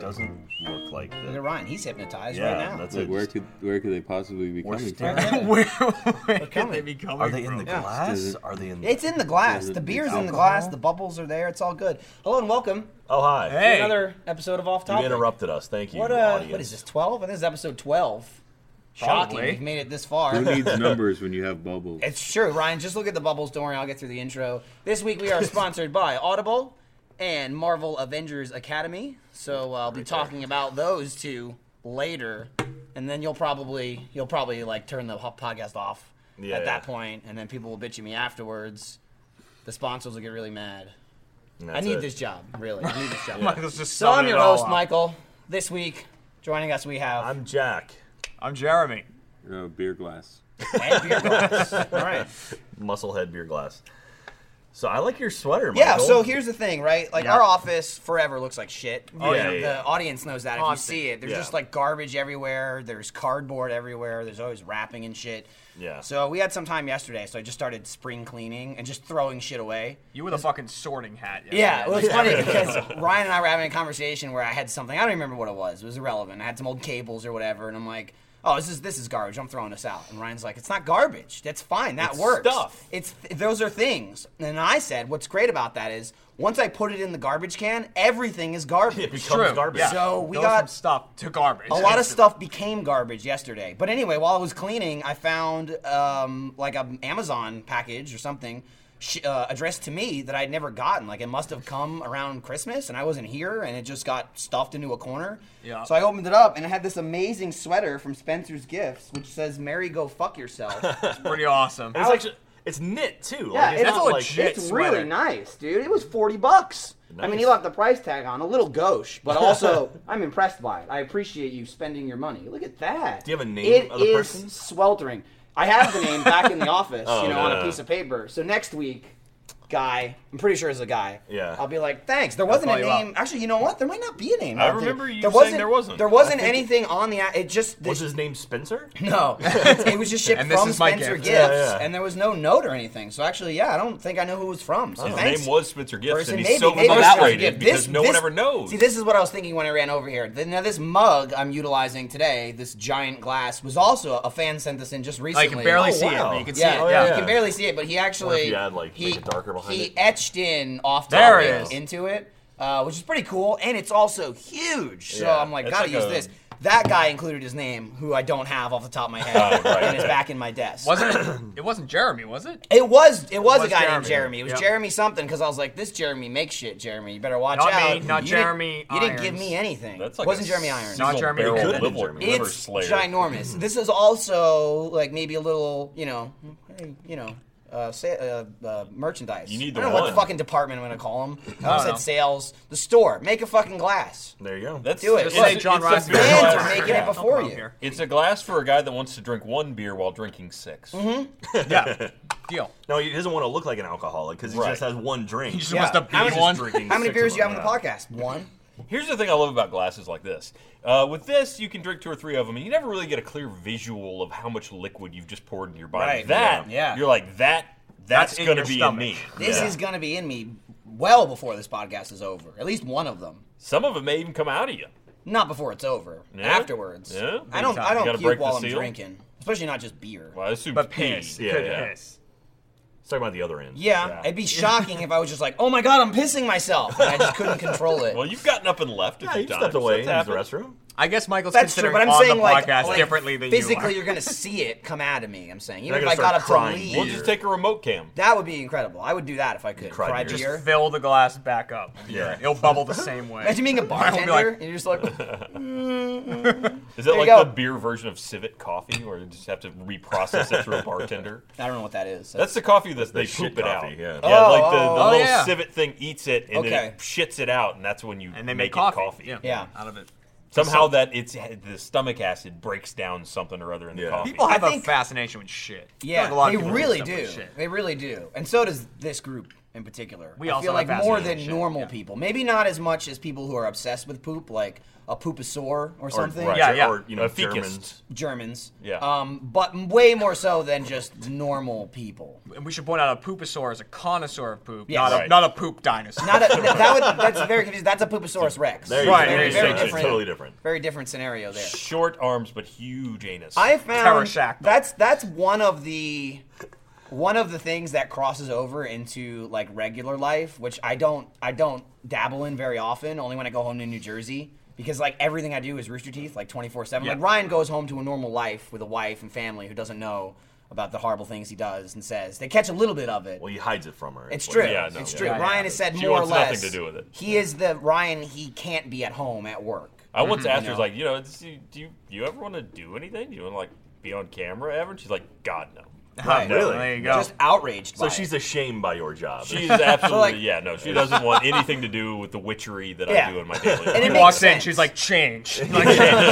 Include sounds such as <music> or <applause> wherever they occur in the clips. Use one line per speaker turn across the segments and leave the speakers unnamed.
doesn't look like
Look at
that.
Ryan. He's hypnotized
Yeah,
right now.
that's
Like,
it.
where
Just-
could where could they possibly be
We're
coming
staring
from?
<laughs> Right now.
where where can
coming.
they be coming
Are they in
from?
the
Yeah.
glass?
Does it-
Are they in? The...
It's in the glass.
Is it-
The beer's in the
alcohol?
glass. The bubbles are there. It's all good. Hello and welcome
Oh hi!
to
Hey.
another episode of Off
you
Topic.
interrupted us. Thank you.
What uh,
audience.
what is this? Twelve? I think this is episode twelve. Shocking.
Probably.
We've made it this far.
Who needs numbers when you have
<laughs>
bubbles?
It's true, Ryan. Just look at the bubbles. Don't worry, I'll get through the intro. This week we are sponsored by Audible and Marvel Avengers Academy. So uh, I'll be talking about those two later, and then you'll probably you'll probably like turn the ho- podcast off
Yeah,
at
yeah.
that point, and then people will bitch at me afterwards. The sponsors will get really mad. I
That's
need
it.
this job, really. I need this job.
Michael's just
So I'm
summing
your
it all
host,
up.
Michael. This week, joining us we have
I'm Jack.
I'm Jeremy.
Uh, beer glass.
Ed Beerglass. All right.
Musclehead beer glass. So I like your sweater.
Yeah,
Michael.
so here's the thing, right? Like
Yeah.
our office forever looks like shit.
Oh, yeah,
The
yeah.
audience knows that if you
Constant.
see it. There's
Yeah.
just like garbage everywhere. There's cardboard everywhere. There's always wrapping and shit.
Yeah.
So we had some time yesterday, so I just started spring cleaning and just throwing shit away.
You with a fucking sorting hat.
Yeah, it
yesterday.
was funny because Ryan and I were having a conversation where I had something I don't remember what it was. It was irrelevant. I had some old cables or whatever, and I'm like, "Oh, this is this is garbage. I'm throwing this out." And Ryan's like, "It's not garbage. That's fine. That
It's
works.
stuff.
It's those are things." And I said, "What's great about that is once I put it in the garbage can, everything is
it
garbage."
becomes
True.
garbage.
Yeah.
So we
Goes
got-
from stuff to garbage.
a lot of stuff became garbage yesterday. But anyway, while I was cleaning, I found um, like an Amazon package or something sh- uh, addressed to me that I'd never gotten. Like it must have come around Christmas, and I wasn't here, and it just got stuffed into a corner.
Yeah.
So I opened it up, and it had this amazing sweater from Spencer's Gifts, which says "Mary, go fuck
<laughs>
yourself."
It's pretty awesome.
It's actually it's knit too.
Yeah,
like, it's,
it's
not
a
like
legit-
it's
sweater.
really nice, dude. It was forty bucks. I mean, he
Nice.
left the price tag on a little gauche,
<laughs>
but also I'm impressed by it. I appreciate you spending your money. Look at that.
Do you have a name
It
of the
is
person?
sweltering. I have the name back
<laughs>
in the office,
Oh,
you know,
no,
on
no,
a
no.
piece of paper. So next week, guy, I'm pretty sure it's a guy.
Yeah.
I'll be like, thanks. There wasn't a
call you up.
name. Actually, you know what? There might not be a name.
I
out there.
remember you
there
saying there wasn't.
There
I
wasn't
think it-
anything on the. It just.
Was his
<clears throat>
name Spencer?
No, it was just shipped
And this
from
is my
Spencer
gift.
Gifts,
Yeah, yeah.
and there was no note or anything. So actually, yeah, I don't think I know who it was from. So
His
thanks.
name was Spencer Gifts,
person.
and
maybe,
he's so
maybe it was Spencer
frustrated
Gifts.
because
This-
no one
this-
ever knows.
See, this is what I was thinking when I ran over here. Th- Now, this mug I'm utilizing today, this giant glass, was also a fan sent this in just
I
recently.
can barely
Oh,
see it.
wow.
But you can
Yeah,
see it.
yeah,
Yeah.
you can barely see it, but he actually
if you had, like,
he,
make it darker behind
he
it?
etched in off
There it
topic
is.
into it, uh, which is pretty cool, and it's also huge. So
Yeah,
I'm like,
it's
gotta
like
use
a-
this. That guy included his name, who I don't have off the top of my
Oh,
head,
right,
and it's
right.
back in my desk.
Wasn't it? It wasn't Jeremy, was it?
It was it was, a
was
guy named
Jeremy.
Jeremy. It was
Yep.
Jeremy something because I was like, this Jeremy makes shit, Jeremy. You better watch
Not
out.
me, not
you
Jeremy
Didn't, you didn't give
Irons.
me anything.
That's like
wasn't
a
Jeremy Irons.
Not
sizzle
Jeremy
barrel
Irvin.
liver- liver
it's
slayer. Mm-hmm.
ginormous. This is also like maybe a little you know hey, you know. Uh, sa- uh, uh, merchandise.
You need
I
the
don't know what
one.
the fucking department I'm gonna call them. I
don't
said
know.
sales. The store. Make a fucking glass.
There you go. That's
Do it.
Just
Look,
like John
it's a
Rice.
beer
Fans
glass.
are making
Yeah.
it before
Don't come
you.
up
It's a glass for a guy that wants to drink one beer while drinking 6
here. Yeah. Deal.
No, he doesn't want to look like an alcoholic because he Right. just has one drink.
just
Yeah.
wants to
How
be
He's
many-
one.
just drinking
How many
six
beers do
of
you have in
them.
the podcast? One.
Here's the thing I love about glasses like this. Uh, with this, you can drink two or three of them, and you never really get a clear visual of how much liquid you've just poured into your body.
Right,
That,
yeah.
you're like that. That's,
That's in
gonna
your
be
stomach.
in me.
This
Yeah.
is gonna be in me well before this podcast is over. At least one of them.
Some of it may even come out of you.
Not before it's over.
Yeah?
Afterwards.
Yeah?
I don't.
Big
I
time.
You
don't
gotta
puke
break the
while I'm
seal?
drinking, especially not just beer.
Well, I assume
But
pee.
piss.
Yeah,
Could
yeah.
piss.
It's talking about the other end.
Yeah, it'd be shocking if I was just like, "Oh my god, I'm pissing myself," and I just couldn't control it.
<laughs> Well, you've gotten up and left.
Yeah,
a few
you've
times.
stepped away
That's happened.
into
restroom.
I guess Michael's
That's true,
considering
but I'm
on
saying
the
like,
podcast
like,
differently than
physically,
you
are gonna see it come out of me. I'm saying, even
You're
if
not
I
gonna
got up
start
to
crying
leave,
We'll just take a remote cam.
that would be incredible. I would do that if I could.
Cry
Cry
beer.
are. <laughs>
beer.
Fill the glass back up.
Yeah.
It'll bubble the same way.
Imagine
<laughs>
being a
I'll be
bartender
like-
and you're just
<laughs>
like,
Is that
you
like
go.
the beer version of civet coffee, where you just have to reprocess it through a bartender?
I don't know what that is.
That's the coffee that they
the shit
poop it out.
coffee, yeah.
Oh,
like the, the
oh,
oh,
little
yeah.
civet thing eats it and then
Okay.
it shits it out, and that's when you
And they
make,
make coffee.
it coffee.
Yeah.
Out of it.
Somehow that it's the stomach acid breaks down something or other in the
Yeah.
coffee.
People
I
have a
think-
fascination with shit. I feel
yeah,
like a lot of
they
people
really
stuff with
do.
shit.
They really do, and so does this group. in particular.
We
I
also
feel like
have
more
fascinating
than
shit,
normal
yeah.
people. Maybe not as much as people who are obsessed with poop, like a pooposaur or something.
Or, right,
Yeah,
or-
yeah.
Or you know,
A fecus.
Germans.
Germans.
Yeah.
Um, but way more so than just normal people.
And we should point out a pooposaur is a connoisseur of poop,
Yes.
not,
Right.
a, not a poop dinosaur. <laughs>
Not a, that would that's very confusing. That's a pooposaurus rex.
There you
Right,
go.
there
Very
you go.
distinct. It's totally different.
Very different scenario there.
Short arms but huge anus.
I found
Pterosactyl.
that's that's one of the one of the things that crosses over into like regular life, which I don't I don't dabble in very often, only when I go home to New Jersey. Because like everything I do is rooster teeth, like twenty four seven. Like
Yeah.
Ryan goes home to a normal life with a wife and family who doesn't know about the horrible things he does and says. They catch a little bit of it.
Well, he hides it from her.
It's
Well,
true.
yeah, no,
it's
yeah,
true.
yeah,
Ryan
yeah.
has said
She
more or
wants
less.
nothing to do with it.
He is the Ryan. He can't be at home at work.
I once
Mm-hmm.
asked her,
know.
like, you know, it's, you, do you do you ever want to do anything? Do you want to like be on camera ever? And she's like, God no.
Right.
really?
There you go.
Just outraged.
So
by it.
she's ashamed by your job. <laughs>
She's absolutely
<laughs> like-
yeah no. She doesn't want anything to do with the witchery that
Yeah.
I do in my daily
it
life.
makes
walks in,
sense.
she's like, change.
<laughs>
Like, <laughs>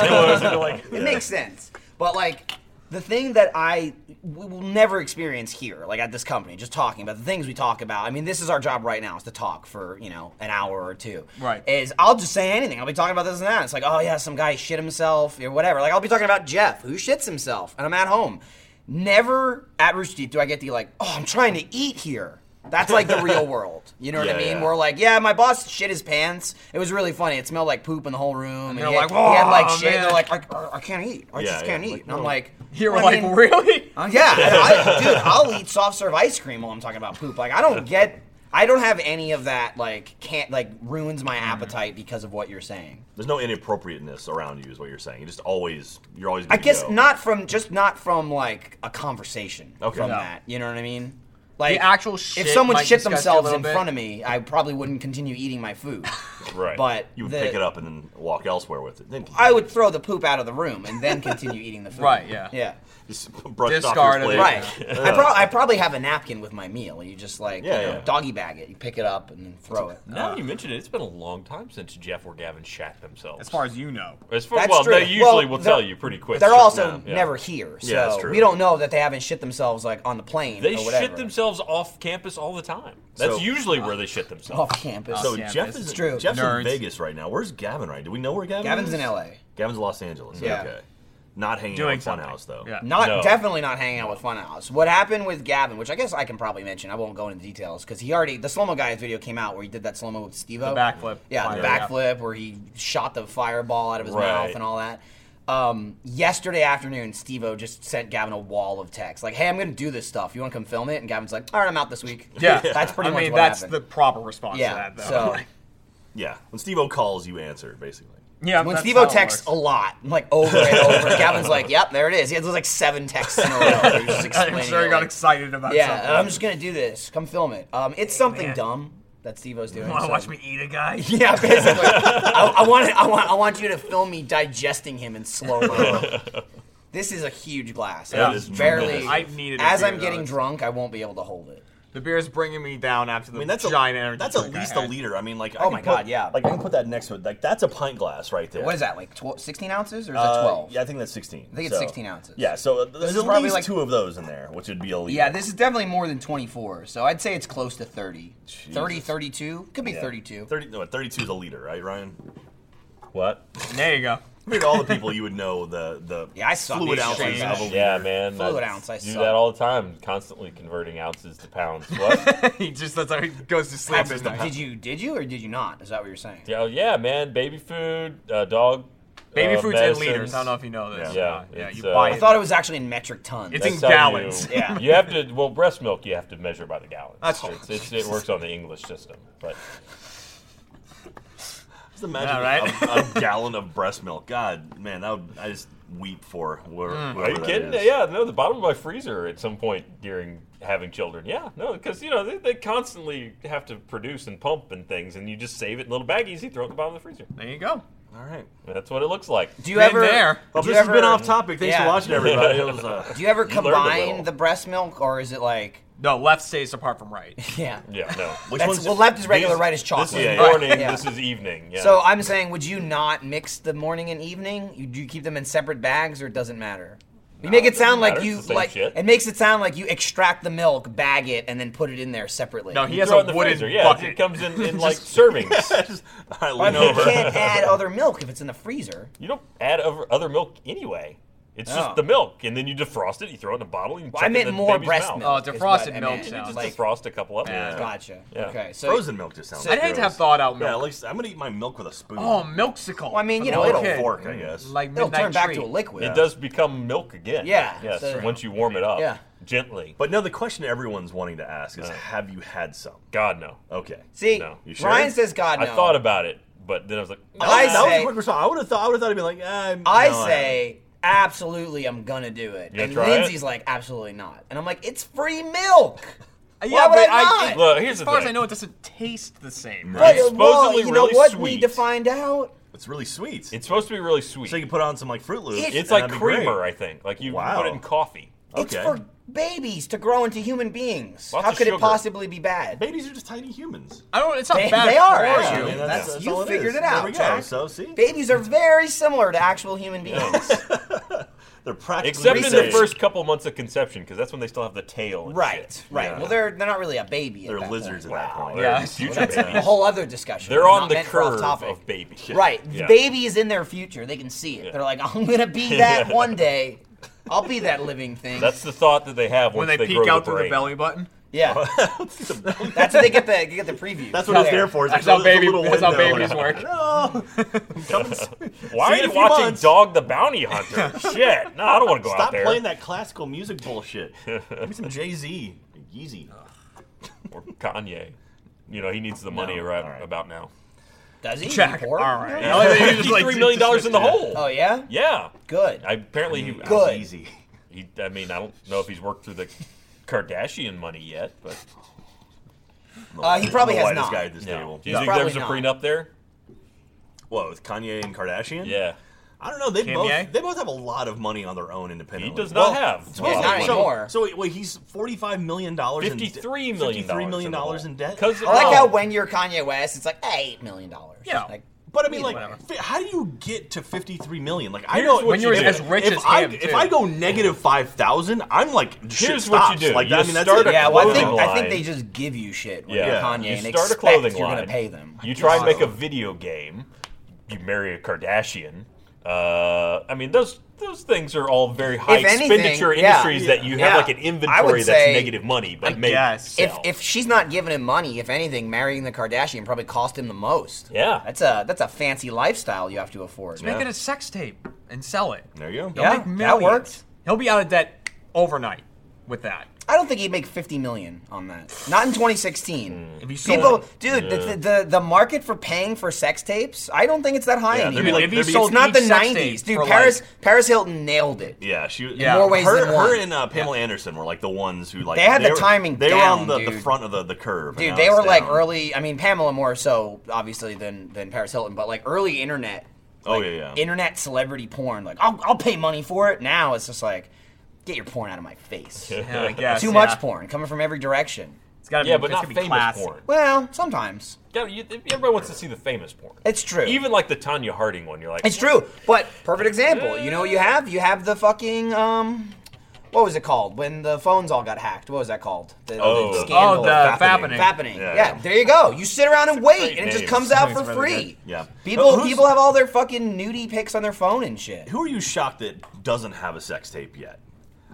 like,
It makes sense. But like the thing that I we will never experience here, like at this company, just talking about the things we talk about. I mean, this is our job right now is to talk for you know an hour or two.
Right.
Is I'll just say anything. I'll be talking about this and that. It's like, oh yeah, some guy shit himself or whatever. Like I'll be talking about Jeff who shits himself, and I'm at home. Never at Rooster Teeth do I get the like, oh, I'm trying to eat here. That's like the
<laughs>
real world. You know what I
Yeah,
mean?
yeah.
We're like, yeah, my boss shit his pants. It was really funny. It smelled like poop in the whole room. And,
they're
he had-
like, "Whoa,
he had like shit.
man."
They're like, I, I, I can't eat. I
Yeah,
just
yeah,
can't
like,
eat. And I'm
no.
like,
you were
I
like,
mean,
really?
uh,
<laughs>
yeah, I, dude, I'll eat soft serve ice cream while I'm talking about poop. Like, I don't get, I don't have any of that. Like, can't like ruins
Mm-hmm.
my appetite because of what you're saying.
There's no inappropriateness around you, is what you're saying. You just always, you're always.
I
good to
guess
go.
not from just not from like a conversation
Okay.
from
No.
that. You know what I mean? Like
actual
if
shit
someone
might
shit
disgust you a
themselves
little
in
bit.
front of me, I probably wouldn't continue eating my food.
right.
But
You would
the-
pick it up and then walk elsewhere with it. Then
I would throw the poop out of the room and then continue eating the food.
Right, yeah.
Yeah.
just brush it off
Discard it.
your plate.
Right.
Yeah.
I, prob- I probably have a napkin with my meal. You just like
Yeah,
you know,
yeah.
doggy bag it. You pick it up and then throw it.
Now that you mention it, it's been a long time since Jeff or Gavin shat themselves.
As far as you know.
As far-
That's
well,
true.
they usually
Well,
will
they're-
tell you pretty quick.
They're also
Yeah, yeah.
never here, so
Yeah, that's true.
we don't know that they haven't shit themselves like on the plane.
They
or whatever. uh,
shit themselves off campus all the time. That's
So-
usually where they shit themselves.
off campus.
So
Yeah,
Jeff
this
is
is
true.
Jeff's
Nerds.
in Vegas right now. Where's Gavin? Right? Do we know where Gavin?
Gavin's
is?
in L.A.
Gavin's in Los Angeles.
Yeah.
Okay. Not hanging
Doing
out
something.
at Funhouse though.
Yeah.
Not
No.
definitely not hanging out with Funhouse. What happened with Gavin, which I guess I can probably mention. I won't go into details because he already the slow mo guys video came out where he did that slow mo with Steve.
The backflip.
Yeah, the
Fire, yeah.
backflip where he shot the fireball out of his
Right.
mouth and all that. Um, yesterday afternoon, Steve O just sent Gavin a wall of text like, "Hey, I'm going to do this stuff. You want to come film it?" And Gavin's like, "All right, I'm out this week."
<laughs>
<laughs>
Yeah.
that's pretty
I
much
mean,
what
that's
happened.
the proper response
yeah.
to that, though.
So
Yeah. When Steve O calls, you answer basically.
<laughs> yeah,
when
that's
Steve O
how it
texts a
works.
lot, like over and over, <laughs> Gavin's like, "Yep, there it is." He has like seven texts in a
<laughs>
row. where he's just
I'm
explaining
sure
it,
he got
like-
excited about
Yeah,
something.
I'm just gonna do this. Come film it. Um, it's something
man.
dumb that Steve-O's doing.
<laughs> You want to
so-
watch me eat
<laughs>
a guy?
Yeah, basically. I, I want, I want, I want you to film me digesting him in
<laughs>
slow mo. this is a huge glass.
That
I'm
is
barely.
tremendous.
I needed a
As
few
I'm
of
getting
those.
drunk, I won't be able to hold it.
The beer's bringing me down after the
I mean, that's
giant
a,
energy.
That's at
drink I
least a
had.
liter. I mean, like I
Oh
can
my
put-
God, yeah.
Like I can put that next to it. Like that's a pint glass right there.
What is that like? Tw- 16 ounces or is
Uh,
that 12?
yeah, I think that's 16. I
think it's 16 ounces.
Yeah, so uh, there's
is
at
probably
least
like-
two of those in there, which would be illegal.
Yeah, this is definitely more than 24, so I'd say it's close to 30. 30,
Jesus.
32? Could be
Yeah.
32.
30, no, 32 is a liter, right, Ryan? What?
There you go. <laughs>
I mean, all the people you would know the the
<laughs> Yeah, I suck.
fluid
These
ounces
things.
of a liter.
Yeah, man.
Fluid
that's-
ounce, I
do
suck.
that all the time. Constantly converting ounces to pounds.
<laughs>
What?
he just that's how he goes to sleep
That's-
at night.
Did you did you or did you not? Is that what you're saying?
yeah, yeah, man. Baby food, uh, dog.
Baby
uh,
food's
medicines.
in liters. I don't know if you know this.
Yeah.
Uh,
Yeah,
yeah.
it's,
You
uh,
buy
I
it.
thought it was actually in metric tons.
It's
That's
in
how
gallons.
<laughs> You,
Yeah.
you have to. Well, breast milk you have to measure by the gallons.
That's
it's, it's, it works on the English system, but
Just imagine
All right.
a, <laughs> a gallon of breast milk. God, man, that would, I just weep for. Where,
Are you kidding? Yeah, no, the bottom of my freezer at some point during having children. Yeah, no, because you know they, they constantly have to produce and pump and things, and you just save it in little baggies. You throw it in the bottom of the freezer.
There you go.
All right.
That's what it looks like.
Do you
Been
ever?
there.
Well,
do
this
you
has
ever-
been off topic. Thanks
yeah.
for watching, everybody. It was,
<laughs>
uh,
Do you ever
learned a
combine
little.
the breast milk, or is it like
No, left stays apart from right.
yeah?
Yeah, no.
Which
That's,
one's
well, left is regular,
These-
right is chocolate.
This is
Yeah, yeah.
morning.
Yeah.
This is evening. Yeah.
So uh, I'm saying, would you not mix the morning and evening? You, do you keep them in separate bags, or it doesn't matter? You make it
doesn't
sound like
matter.
you
It's the same
like
shit.
it makes it sound like you extract the milk, bag it, and then put it in there separately.
No, he has a
Throw it in the
wooden
freezer. Yeah,
bucket.
it comes
<laughs>
in, in like servings.
Just, I
Why
lean
not?
you
over.
can't add other milk if it's in the freezer.
You don't add over other milk anyway. It's
Oh.
just the milk, and then you defrost it. You throw it in a bottle. And you
Well,
chuck
I
it
meant
in the
more
baby's
breast
mouth.
milk.
Oh,
is what
defrosted
I
milk
meant.
You just
sounds
like
defrost a couple of them.
Yeah.
gotcha.
Yeah.
Okay, so
<laughs> Frozen milk just sounds.
I'd hate to have thawed out milk.
Yeah, at least I'm gonna eat my milk with a spoon.
Oh, milksicle.
Well, I mean, you know,
Or
it'll
a fork, I guess.
Like
it'll
midnight
turn back
treat.
to a liquid.
Yeah.
It does become milk again.
Yeah,
Yes.
so-
once you warm it up.
Yeah.
Gently.
but now the question everyone's wanting to ask is, have you had some?
God no.
Okay.
See,
No.
You sure?
Ryan says God no.
I thought about it, but then I was like, "Oh, no,
I
that was
say-
a quick response. I would have thought. I would have thought it'd be like, ah, I'm-
I
no, haven't.
say absolutely I'm gonna do it.
You
and
gonna try it?
Lindsay's like absolutely not. And I'm like it's free milk.
Uh,
Why would
but
I not?
it-
Look, Uh, here's
as
the
far as
thing.
I know, it doesn't taste the same.
But
It's
well,
supposedly
you know
really
what we
sweet.
defined out?
it's really sweet.
it's supposed to be really sweet.
so you can put on some like Fruit Loops.
It's-
it's
and
like
that'd be great.
creamer, I think. Like you
Wow.
put it in coffee.
It's
Okay.
for babies to grow into human beings.
Lots
How
of
could it
sugar.
possibly be bad?
Babies are just tiny humans.
I don't. It's not
They,
bad
they are.
for
actually.
I
you.
mean,
That's,
that's
you
all it
figured
is.
it
There
out.
we go.
Jack.
So, see?
babies are very similar to actual human
<laughs>
beings.
They're practically
Except
the
in
same.
the first couple months of conception, because that's when they still have the tail. and
right,
shit.
right.
Yeah.
Well, they're they're not really a baby. at
They're
that
lizards
point.
at that point.
They're
Yeah.
future
A
babies.
whole other discussion.
They're
It's
on
not
the
meant for off
curve
topic.
of baby.
Right.
Yeah.
Baby is in their future. They can see it. They're like, I'm gonna be
<laughs>
that one day. I'll be that living thing.
That's the thought that they have
When
once
they,
grow
peek out
the
through the
brain.
belly button.
<laughs>
yeah. That's what they get the they get the preview.
That's what it's
Yeah.
there for. is
That's
there's
how
a
baby-
little
that's how
window.
babies work.
<laughs> No.
Why
See
are
you in
you
a few
watching
months.
Dog the Bounty Hunter? Shit. No, I don't want to go out
Stop
there.
playing that classical music
<laughs>
bullshit. Give me some Jay Z, Yeezy.
Or Kanye. You know, he needs the money
No,
right,
all right.
about now.
Does he?
Jack. All
Or-
right.
Yeah.
He's
He's
just like-
three
<laughs>
million dollars in the hole.
Oh yeah.
Yeah.
Good.
I, apparently he,
Good.
Yeezy.
he. I mean, I don't know if he's worked through the Kardashian money yet, but
Uh, he probably
I don't
has
know why
not.
This guy at this
no.
table.
Do you think
Probably
there was a
not.
prenup there?
What with Kanye and Kardashian?
Yeah.
I don't know. They
Kanye?
both they both have a lot of money on their own independently.
He does not
Well,
have.
it's supposed to-
Not
so,
anymore.
So wait, wait, he's forty-five million dollars.
Fifty-three million
Fifty-three million dollars
dollars
in debt.
Because
I like how when you're Kanye West, it's like eight million dollars.
Oh. Yeah.
Like,
But I mean,
Either
like,
way.
fi- how do you get to fifty-three million? Like, I
Here's
know
what When you
you're
if-
as rich
if
as
I,
him,
If
too.
I go negative five thousand, I'm like, shit
Here's what you
stops.
do.
Like,
You
I mean, that's
start
it.
a
yeah. Well, I think
Clothing
I think
line.
they just give you shit when you're
Yeah.
Kanye
You
and
start a
expect
clothing
you're gonna
line.
pay them.
You try and make a video game. You marry a Kardashian. Uh, I mean, those those things are all very high
anything,
expenditure
yeah.
industries that you have
Yeah.
like an
I would
inventory that's
say-
negative money, but
I
may
guess.
sell.
If, if she's not giving him money, if anything, marrying the Kardashian probably cost him the most.
Yeah.
that's a that's a fancy lifestyle you have to afford.
Make it a sex tape and sell it.
There you go.
He'll
Yeah,
make
that
millions.
worked.
He'll be out of debt overnight with that.
I don't think he'd make fifty million on that. Not in 2016.
Hmm.
If he sold
People,
it.
dude, the, the the the market for paying for sex tapes, I don't think it's that high
Yeah, there'd be
anymore.
like-
if he
there'd be-
sold
it's not
each
the
sex
90s,
tape
dude.
for,
Paris
like-
Paris Hilton nailed it.
Yeah, she.
Yeah. more
ways
her,
than one.
Her and uh, Pamela Anderson were like the ones who like
They had the
were-
timing
They
down,
were on the, the
dude.
front of the, the curve. and
Dude,
now
they
it's
were like
down.
early. I mean, Pamela more so obviously than than Paris Hilton, but like early internet,
Oh yeah, yeah.
internet celebrity porn. Like, I'll I'll pay money for it. Now it's just like, get your porn out of
<laughs>
my face.
Yeah, I guess,
Too
yeah.
much porn coming from every direction.
It's gotta
yeah,
be,
but
it's
not
gotta be
famous
classy.
porn.
Well, sometimes
Yeah, you- everybody wants to see the famous porn.
it's true.
Even like the Tanya Harding one, you're like,
It's true, but perfect example. You know what you have? You have the fucking um, what was it called when the phones all got hacked? What was that called? The, the
Oh.
Oh, the fappening.
Fappening.
Yeah,
Yeah,
yeah.
there you go. You sit around and wait,
great
and it just
name.
comes out for
Something's really
free.
good.
Yeah.
People,
Who's-
people have all their fucking nudie pics on their phone and shit.
Who are you shocked that doesn't have a sex tape yet?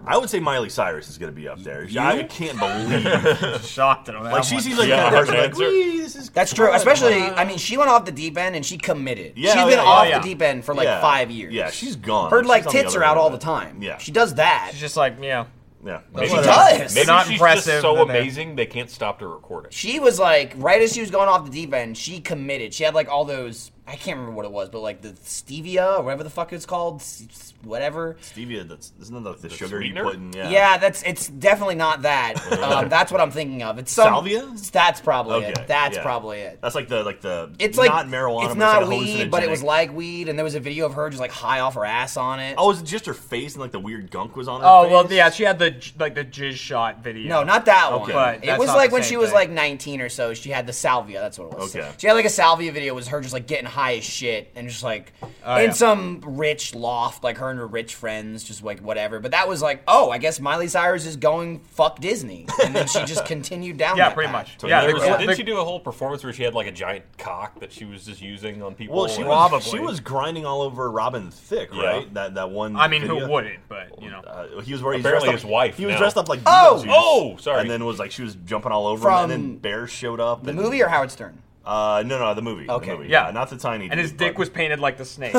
I would say Miley Cyrus is going to be up there. I can't believe.
<laughs> Shocked at him.
like she seems like yeah,
Yeah, her
kind of person like,
answer.
"Wee, this is
That's true.
fun."
Especially,
Like,
I mean, she went off the deep end and she committed.
Yeah,
she's
oh,
been
yeah,
off
oh, yeah.
the deep end for like
Yeah.
five years.
Yeah, she's gone.
Her like
She's on the
tits
other
are out
end
all
of
the
it.
time.
Yeah.
she does that.
She's just like, yeah.
Yeah.
maybe
she
she's-
does.
Maybe
Not
she's
impressive,
just so
but, uh,
amazing they can't stop her recording.
she was like right as she was going off the deep end she committed she had like all those i can't remember what it was but like the stevia or whatever the fuck it's called s- s- whatever
Stevia, that's isn't that like the,
The
sugar
sweetener?
you put in?
yeah.
Yeah.
that's it's definitely
<laughs>
not that um, that's what i'm thinking of it's some,
Salvia?
that's probably
Okay,
it that's
yeah.
probably it
That's like the like the.
it's like
not marijuana.
it's
but like
not
a
weed but it was
hallucinogenic-
like weed and there was a video of her just like high off her ass on it
Oh, is it just her face and like the weird gunk was on her?
Oh
face?
well, yeah. She had the j- like the jizz shot video.
No, not that
Okay.
one.
But
It
that's
was
not
like
the
when
same
she was
thing.
like 19 or so. She had the salvia. That's what it was.
Okay.
She had like a salvia video. It was her just like getting high as shit and just like
Oh,
in
yeah.
some rich loft, like her and her rich friends, just like whatever. But that was like, oh, I guess Miley Cyrus is going fuck Disney, and then she just <laughs> continued down.
Yeah,
that
pretty
path.
much.
So
yeah,
there
the-
was,
yeah,
didn't
the-
she do a whole performance where she had like a giant cock that she was just using on people?
Well, she
and-
was, she
Probably.
was grinding all over Robin Thicke,
Yeah.
right? That that one.
I mean, who
video.
wouldn't? But you know,
Oh,
Uh, he was wearing
Apparently
he was dressed
his
up,
wife
He was
now.
dressed up like
Oh!
Beetlejuice.
Oh, sorry.
And then was like she was jumping all over him,
From
and then bears showed up.
The
and,
movie or Howard Stern?
Uh, no, no, the movie.
Okay.
the movie. Uh,
Yeah.
not the tiny.
and his
dude,
dick
but
was painted like the
<laughs>
snake.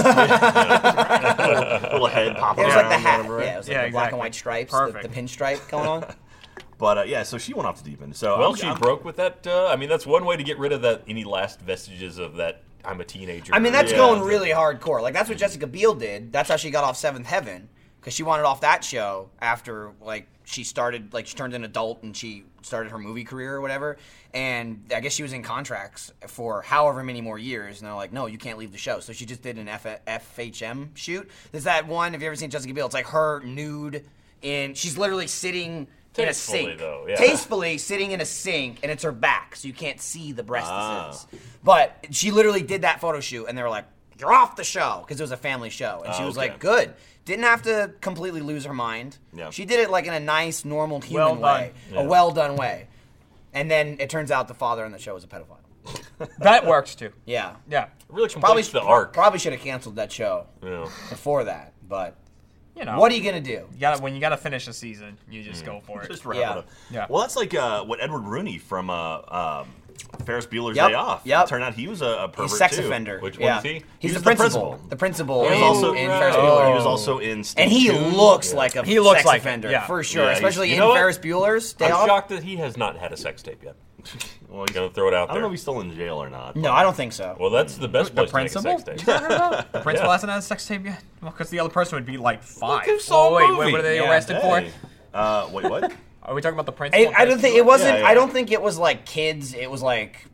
little
<laughs>
head popping.
It was like the
around,
hat.
whatever, right?
Yeah, it was like
Yeah,
the black and
exactly.
white stripes, the,
Perfect.
the pinstripe going on.
But uh, yeah, so she went off the deep end. So
Well,
I'm-
she
I'm-
broke with that. Uh, I mean, that's one way to get rid of that any last vestiges of that. I'm a teenager.
I mean, that's
Yeah.
going really hardcore. Like that's what Jessica Biel did. That's how she got off Seventh Heaven because she wanted off that show after like she started like she turned an adult and she started her movie career or whatever. And I guess she was in contracts for however many more years. And they're like, no, you can't leave the show. So she just did an F- FHM shoot. There's that one. Have you ever seen Jessica Biel? It's like her nude and she's literally sitting. in a
Tastefully,
sink.
though, yeah.
Tastefully sitting in a sink, and it's her back, so you can't see the breast is. But she literally did that photo shoot, and they were like, "You're off the show" because it was a family show, and she
Ah,
was
okay.
like, "Good." Didn't have to completely lose her mind.
Yeah.
She did it like in a nice, normal human
Well done.
way, a well done way. And then it turns out the father on the show was a pedophile.
that works too.
Yeah.
Yeah,
It really
Probably
completes the arc.
Probably should have canceled that show
you know.
before that. But
you know.
what are you gonna do?
You gotta when you gotta finish a season, you just
Hmm.
go for it.
Just wrap
Yeah.
it up.
Yeah.
Well, that's like uh, what Edward Rooney from uh, um, Ferris Bueller's
Yep,
Day Off.
yep.
Turned out he was a, a pervert
He's a sex
too.
offender.
Which one
yeah.
is he?
He's,
He's
the,
the
principal.
principal.
The principal
He
is
Oh,
was
also
also Oh.
in
right.
Ferris
He
Bueller.
was also in. Stay
and he
Tuned.
looks like a
He looks
sex
like it,
offender
yeah.
for sure,
Yeah, he's-
especially
you
in
know what?
Ferris Bueller's Day
I'm
Off.
shocked that he has not had a sex tape yet.
Well,
I'm
he's-
gonna throw it out
I
there.
don't know if he's still in jail or not.
No, I don't think so.
well, that's the best
the
place to
principal?
make a sex
You
tape.
talking about? The principal
Yeah.
hasn't had a sex tape yet. Well, because the other person would be like five.
who
oh,
saw a
wait,
movie.
what were they
Yeah,
arrested
Hey.
for?
Uh, wait, what?
Are we talking about the principal?
I, I don't think it wasn't.
Yeah, yeah.
I don't think it was like kids. It was like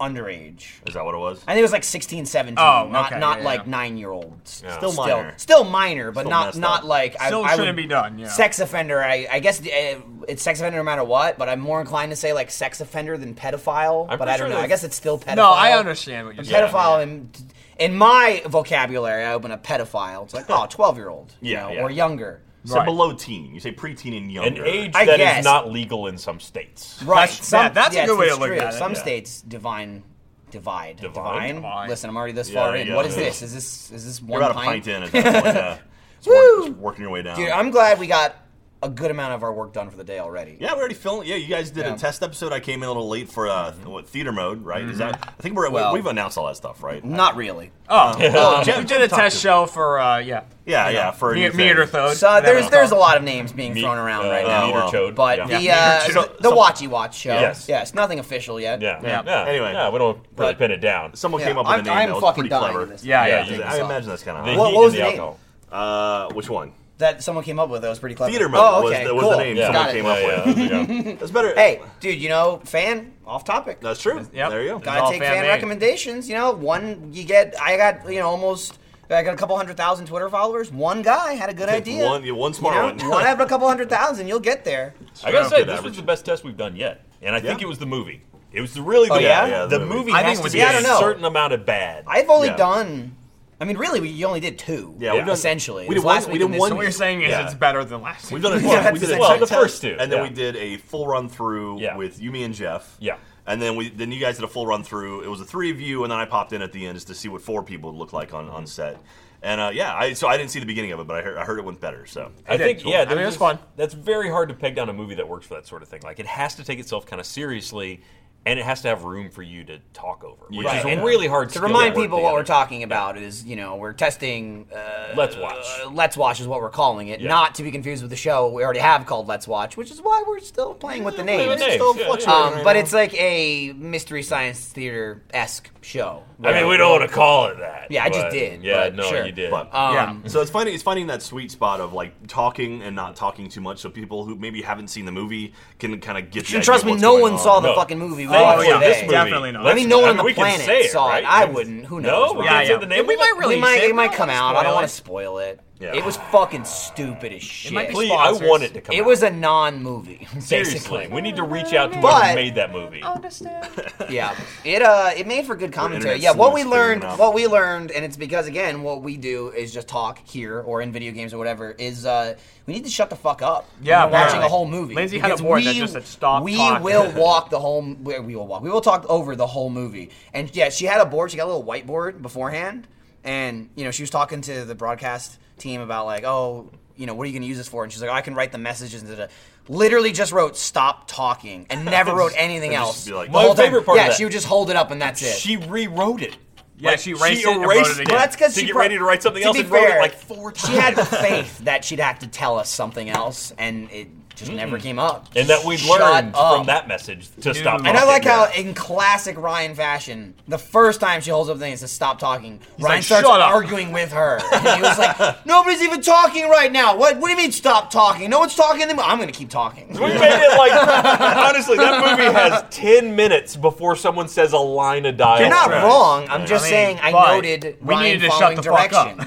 underage.
Is that what it was?
I think it was like 16, 17.
Oh,
not
okay,
not
yeah,
like
yeah.
nine year olds.
Yeah.
Still
Still,
minor.
still minor, but
Still
not
messed
not
up.
like I,
Still
I
shouldn't
would-
be done, yeah.
Sex offender. I I guess uh, it's sex offender no matter what, but I'm more inclined to say like sex offender than pedophile.
I'm
but
pretty
I don't
sure
know. I
that's-
guess it's still pedophile.
No, I understand what you're saying.
pedophile in, in my vocabulary i open a pedophile it's like
<laughs>
oh 12 year old you
Yeah,
know,
yeah.
or younger
So
Right.
below teen. You say preteen and
An
younger.
age
I
that is
guess.
not legal in some states.
right
That's- yeah, that's a good way to look at it,
some
yeah.
states divine divide divine,
Divine.
listen i'm already this
Yeah,
far in
yeah.
what is this is this is this one
You're about a pint in
<laughs>
at that point. Yeah. Just work- just working your way down.
dude i'm glad we got a good amount of our work done for the day already
Yeah, we already filmed. Yeah, you guys did
Yeah.
a test episode. I came in a little late for uh, what theater mode, right? Is that? I think we're we-
Mm-hmm. Well-
we've announced all that stuff, right?
not really
Oh, well,
Jeff-
we did a
Jeff talked
test
to-
show for uh, yeah.
Yeah, yeah. For
Me,
new
me and her
thing.
third.
so
whatever
there's
it's
there's a
called.
lot of names being
Meet-
thrown around
uh,
right
uh,
now
meter
well.
chode.
but
<laughs>
yeah.
the uh,
So-
the
some-
watchy watch show
Yes.
yes nothing official yet
yeah.
Yeah.
Anyway.
yeah, we don't really
But-
pin it down.
Someone
Yeah,
came up with
I'm,
a name
I'm
that was
fucking
pretty
dying
clever.
in this.
Yeah,
I
yeah.
gotta take
I
this off.
imagine that's kind
The
of
heat
hot.
what was
and
the name?
alcohol.
Uh, which one?
that someone came up with that was pretty clever.
Theater mode
oh,
was
okay,
the- was the
cool.
name
Yeah,
someone
Got it.
came up
<laughs>
yeah,
with.
yeah, there you go.
That's better.
Hey, dude, you know, fan off topic.
that's true.
Yep.
There you go.
Got
Gotta
all
take fan,
fan-made.
recommendations. You know, one you get. I got you know almost. I got a couple hundred thousand Twitter followers. One guy had a good
Take <laughs>
idea.
one- yeah, one
You
smart
know,
one.
you want to have a couple hundred thousand, you'll get there.
I gotta
Yeah.
say,
Good
this was
average.
the best test we've done yet, and I think
Yeah.
it was the movie. It was the, really the
Oh, yeah?
Yeah,
the
the movie.
movie.
I
has
think it
to
was-
be
yeah,
I
a
don't know.
certain amount of bad.
I've only
Yeah.
done. I mean, really, we only did two.
Yeah, we've done-
essentially.
we
It was
did one-
last
we
week
did
and this
one
So what
week.
you're saying is
Yeah.
it's better than last.
We've
week.
done a,
Yeah,
we
that's
did a
the
check
same.
test,
Well, the first two,
and then
yeah.
we did a full run through
Yeah.
with you, me, and Jeff.
Yeah.
And then we then you guys did a full run through. It was the three of you, and then I popped in at the end just to see what four people would look like on, on set. And uh, yeah, I, so I didn't see the beginning of it, but I heard, I heard it went better. So
I
did.
think
Cool.
yeah,
I mean,
there's
it was
just-
fun.
That's very hard to peg down a movie that works for that sort of thing. Like it has to take itself kind of seriously, and it has to have room for you to talk over, which
Right,
is a
and
really hard
To
skill
remind
work
people what we're
together.
talking about is, you know, we're testing. Uh,
Let's watch.
uh, Let's watch is what we're calling it,
Yeah.
not to be confused with the show we already have called Let's Watch, which is why we're still playing with the
Yeah,
name.
with the
it's
names,
still
yeah, yeah.
fluctuating
Um,
right
but
now.
it's like a mystery science theater esque show. Um,
I mean, we don't want to call it that.
Yeah, I just
but-
did,
Yeah,
but
no,
sure.
you did.
But-
Um,
So it's finding it's finding that sweet spot of like talking and not talking too much, so people who maybe haven't seen the movie can kind of get. the
And
idea
trust
of
me,
what's
no
going
one saw the
No.
fucking movie. we
Thankfully,
watched
yeah.
today.
this movie,
Definitely not.
let's-
I
mean, no one on
mean,
the
we can
planet
say it,
saw it.
right?
I wouldn't. Who knows?
No, we
Yeah,
can't
yeah.
say the name.
We
of it.
might really
It might,
say
it might come out. I don't
Spoil
want
it.
to spoil it.
Yeah.
It was fucking stupid as shit. It,
might be
Please, I
sponsors.
want it to come. out.
was a non-movie, <laughs>
seriously.
basically.
We need to reach out to
But-
whoever made that movie.
<laughs> yeah, it uh, it made for good commentary.
internet
Yeah, what we
sleuths figuring
learned,
it out.
what we learned, and it's because again, what we do is just talk here or in video games or whatever. Is uh, we need to shut the fuck up. when
Yeah,
we're watching
apparently.
a whole movie.
Lindsay had a
Because
board that just said, "Stop
We
talking."
will walk the whole. We we will walk. We will talk over the whole movie. And yeah, she had a board. She got a little whiteboard beforehand, and you know she was talking to the broadcast team about like, oh, you know, what are you going to use this for? And she's like, "Oh, I can write the messages. And da- da. literally just wrote "stop talking"
<laughs>
and never wrote anything
just
else.
be like,
The
My
whole time-
favorite part of
Yeah,
that-
she would just hold it up and that's it.
She rewrote it.
Yeah, she erased it and wrote it again.
Well, that's because
to
she
get
prob-
ready to write something
to
else
be
and wrote
fair,
it like four times.
She had the faith that she'd have to tell us something else, and it just never came up.
Mm. and that we've
Shut
learned
up.
from that message to stop.
And
And I
talking.
like how, <laughs>
Yeah.
in classic Ryan fashion, the first time she holds up the thing, it says "stop talking." Ryan
like,
starts
"Shut up."
arguing with her. And he was like, <laughs> "Nobody's even talking right now. What? What do you mean stop talking? No one's talking. anymore." I'm gonna keep talking."
We made it like <laughs> honestly, that movie <laughs> has ten minutes before someone says a line of dialogue.
You're not
Right.
wrong. I'm just
I mean,
saying I
but
noted
we
Ryan
needed to shut
following
the fuck up. <laughs>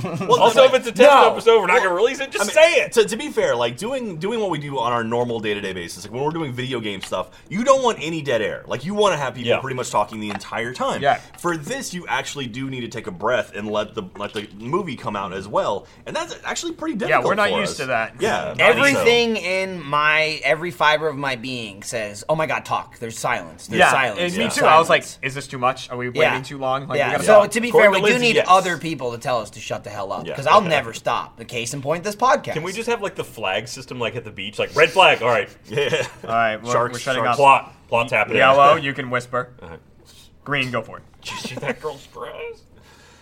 direction.
Also, if it's a test
No.
episode, we're not gonna release it. Just say it.
To, to be fair, like doing doing what we do on our normal day to day basis, like when we're doing video game stuff, you don't want any dead air. Like you want to have people
Yeah.
pretty much talking the entire time.
Yeah.
For this, you actually do need to take a breath and let the let the movie come out as well, and that's actually pretty difficult.
we're not
for
used
us.
to that.
Yeah. not used to-
<laughs> Everything in my every fiber of my being says, "Oh my God, talk." There's silence. There's
yeah,
silence.
and me
There's
too. I was like,
silence.
is this too much? Are we waiting
Yeah.
too long? Like, we
yeah.
gotta
So
stop.
to be
According
fair,
to
we do
Lindsay,
need
yes.
other people to tell us to shut the hell up
Yeah.
because I'll never stop. The case in point, this podcast.
Can we just have like the flag system, like at the beach, like red flag? All right,
Yeah.
All right, we're,
Sharks,
we're shutting
sharks.
off.
plot, plot's happening. <laughs>
Yellow, you can whisper. Green, go for it.
Did you see that girl's dress?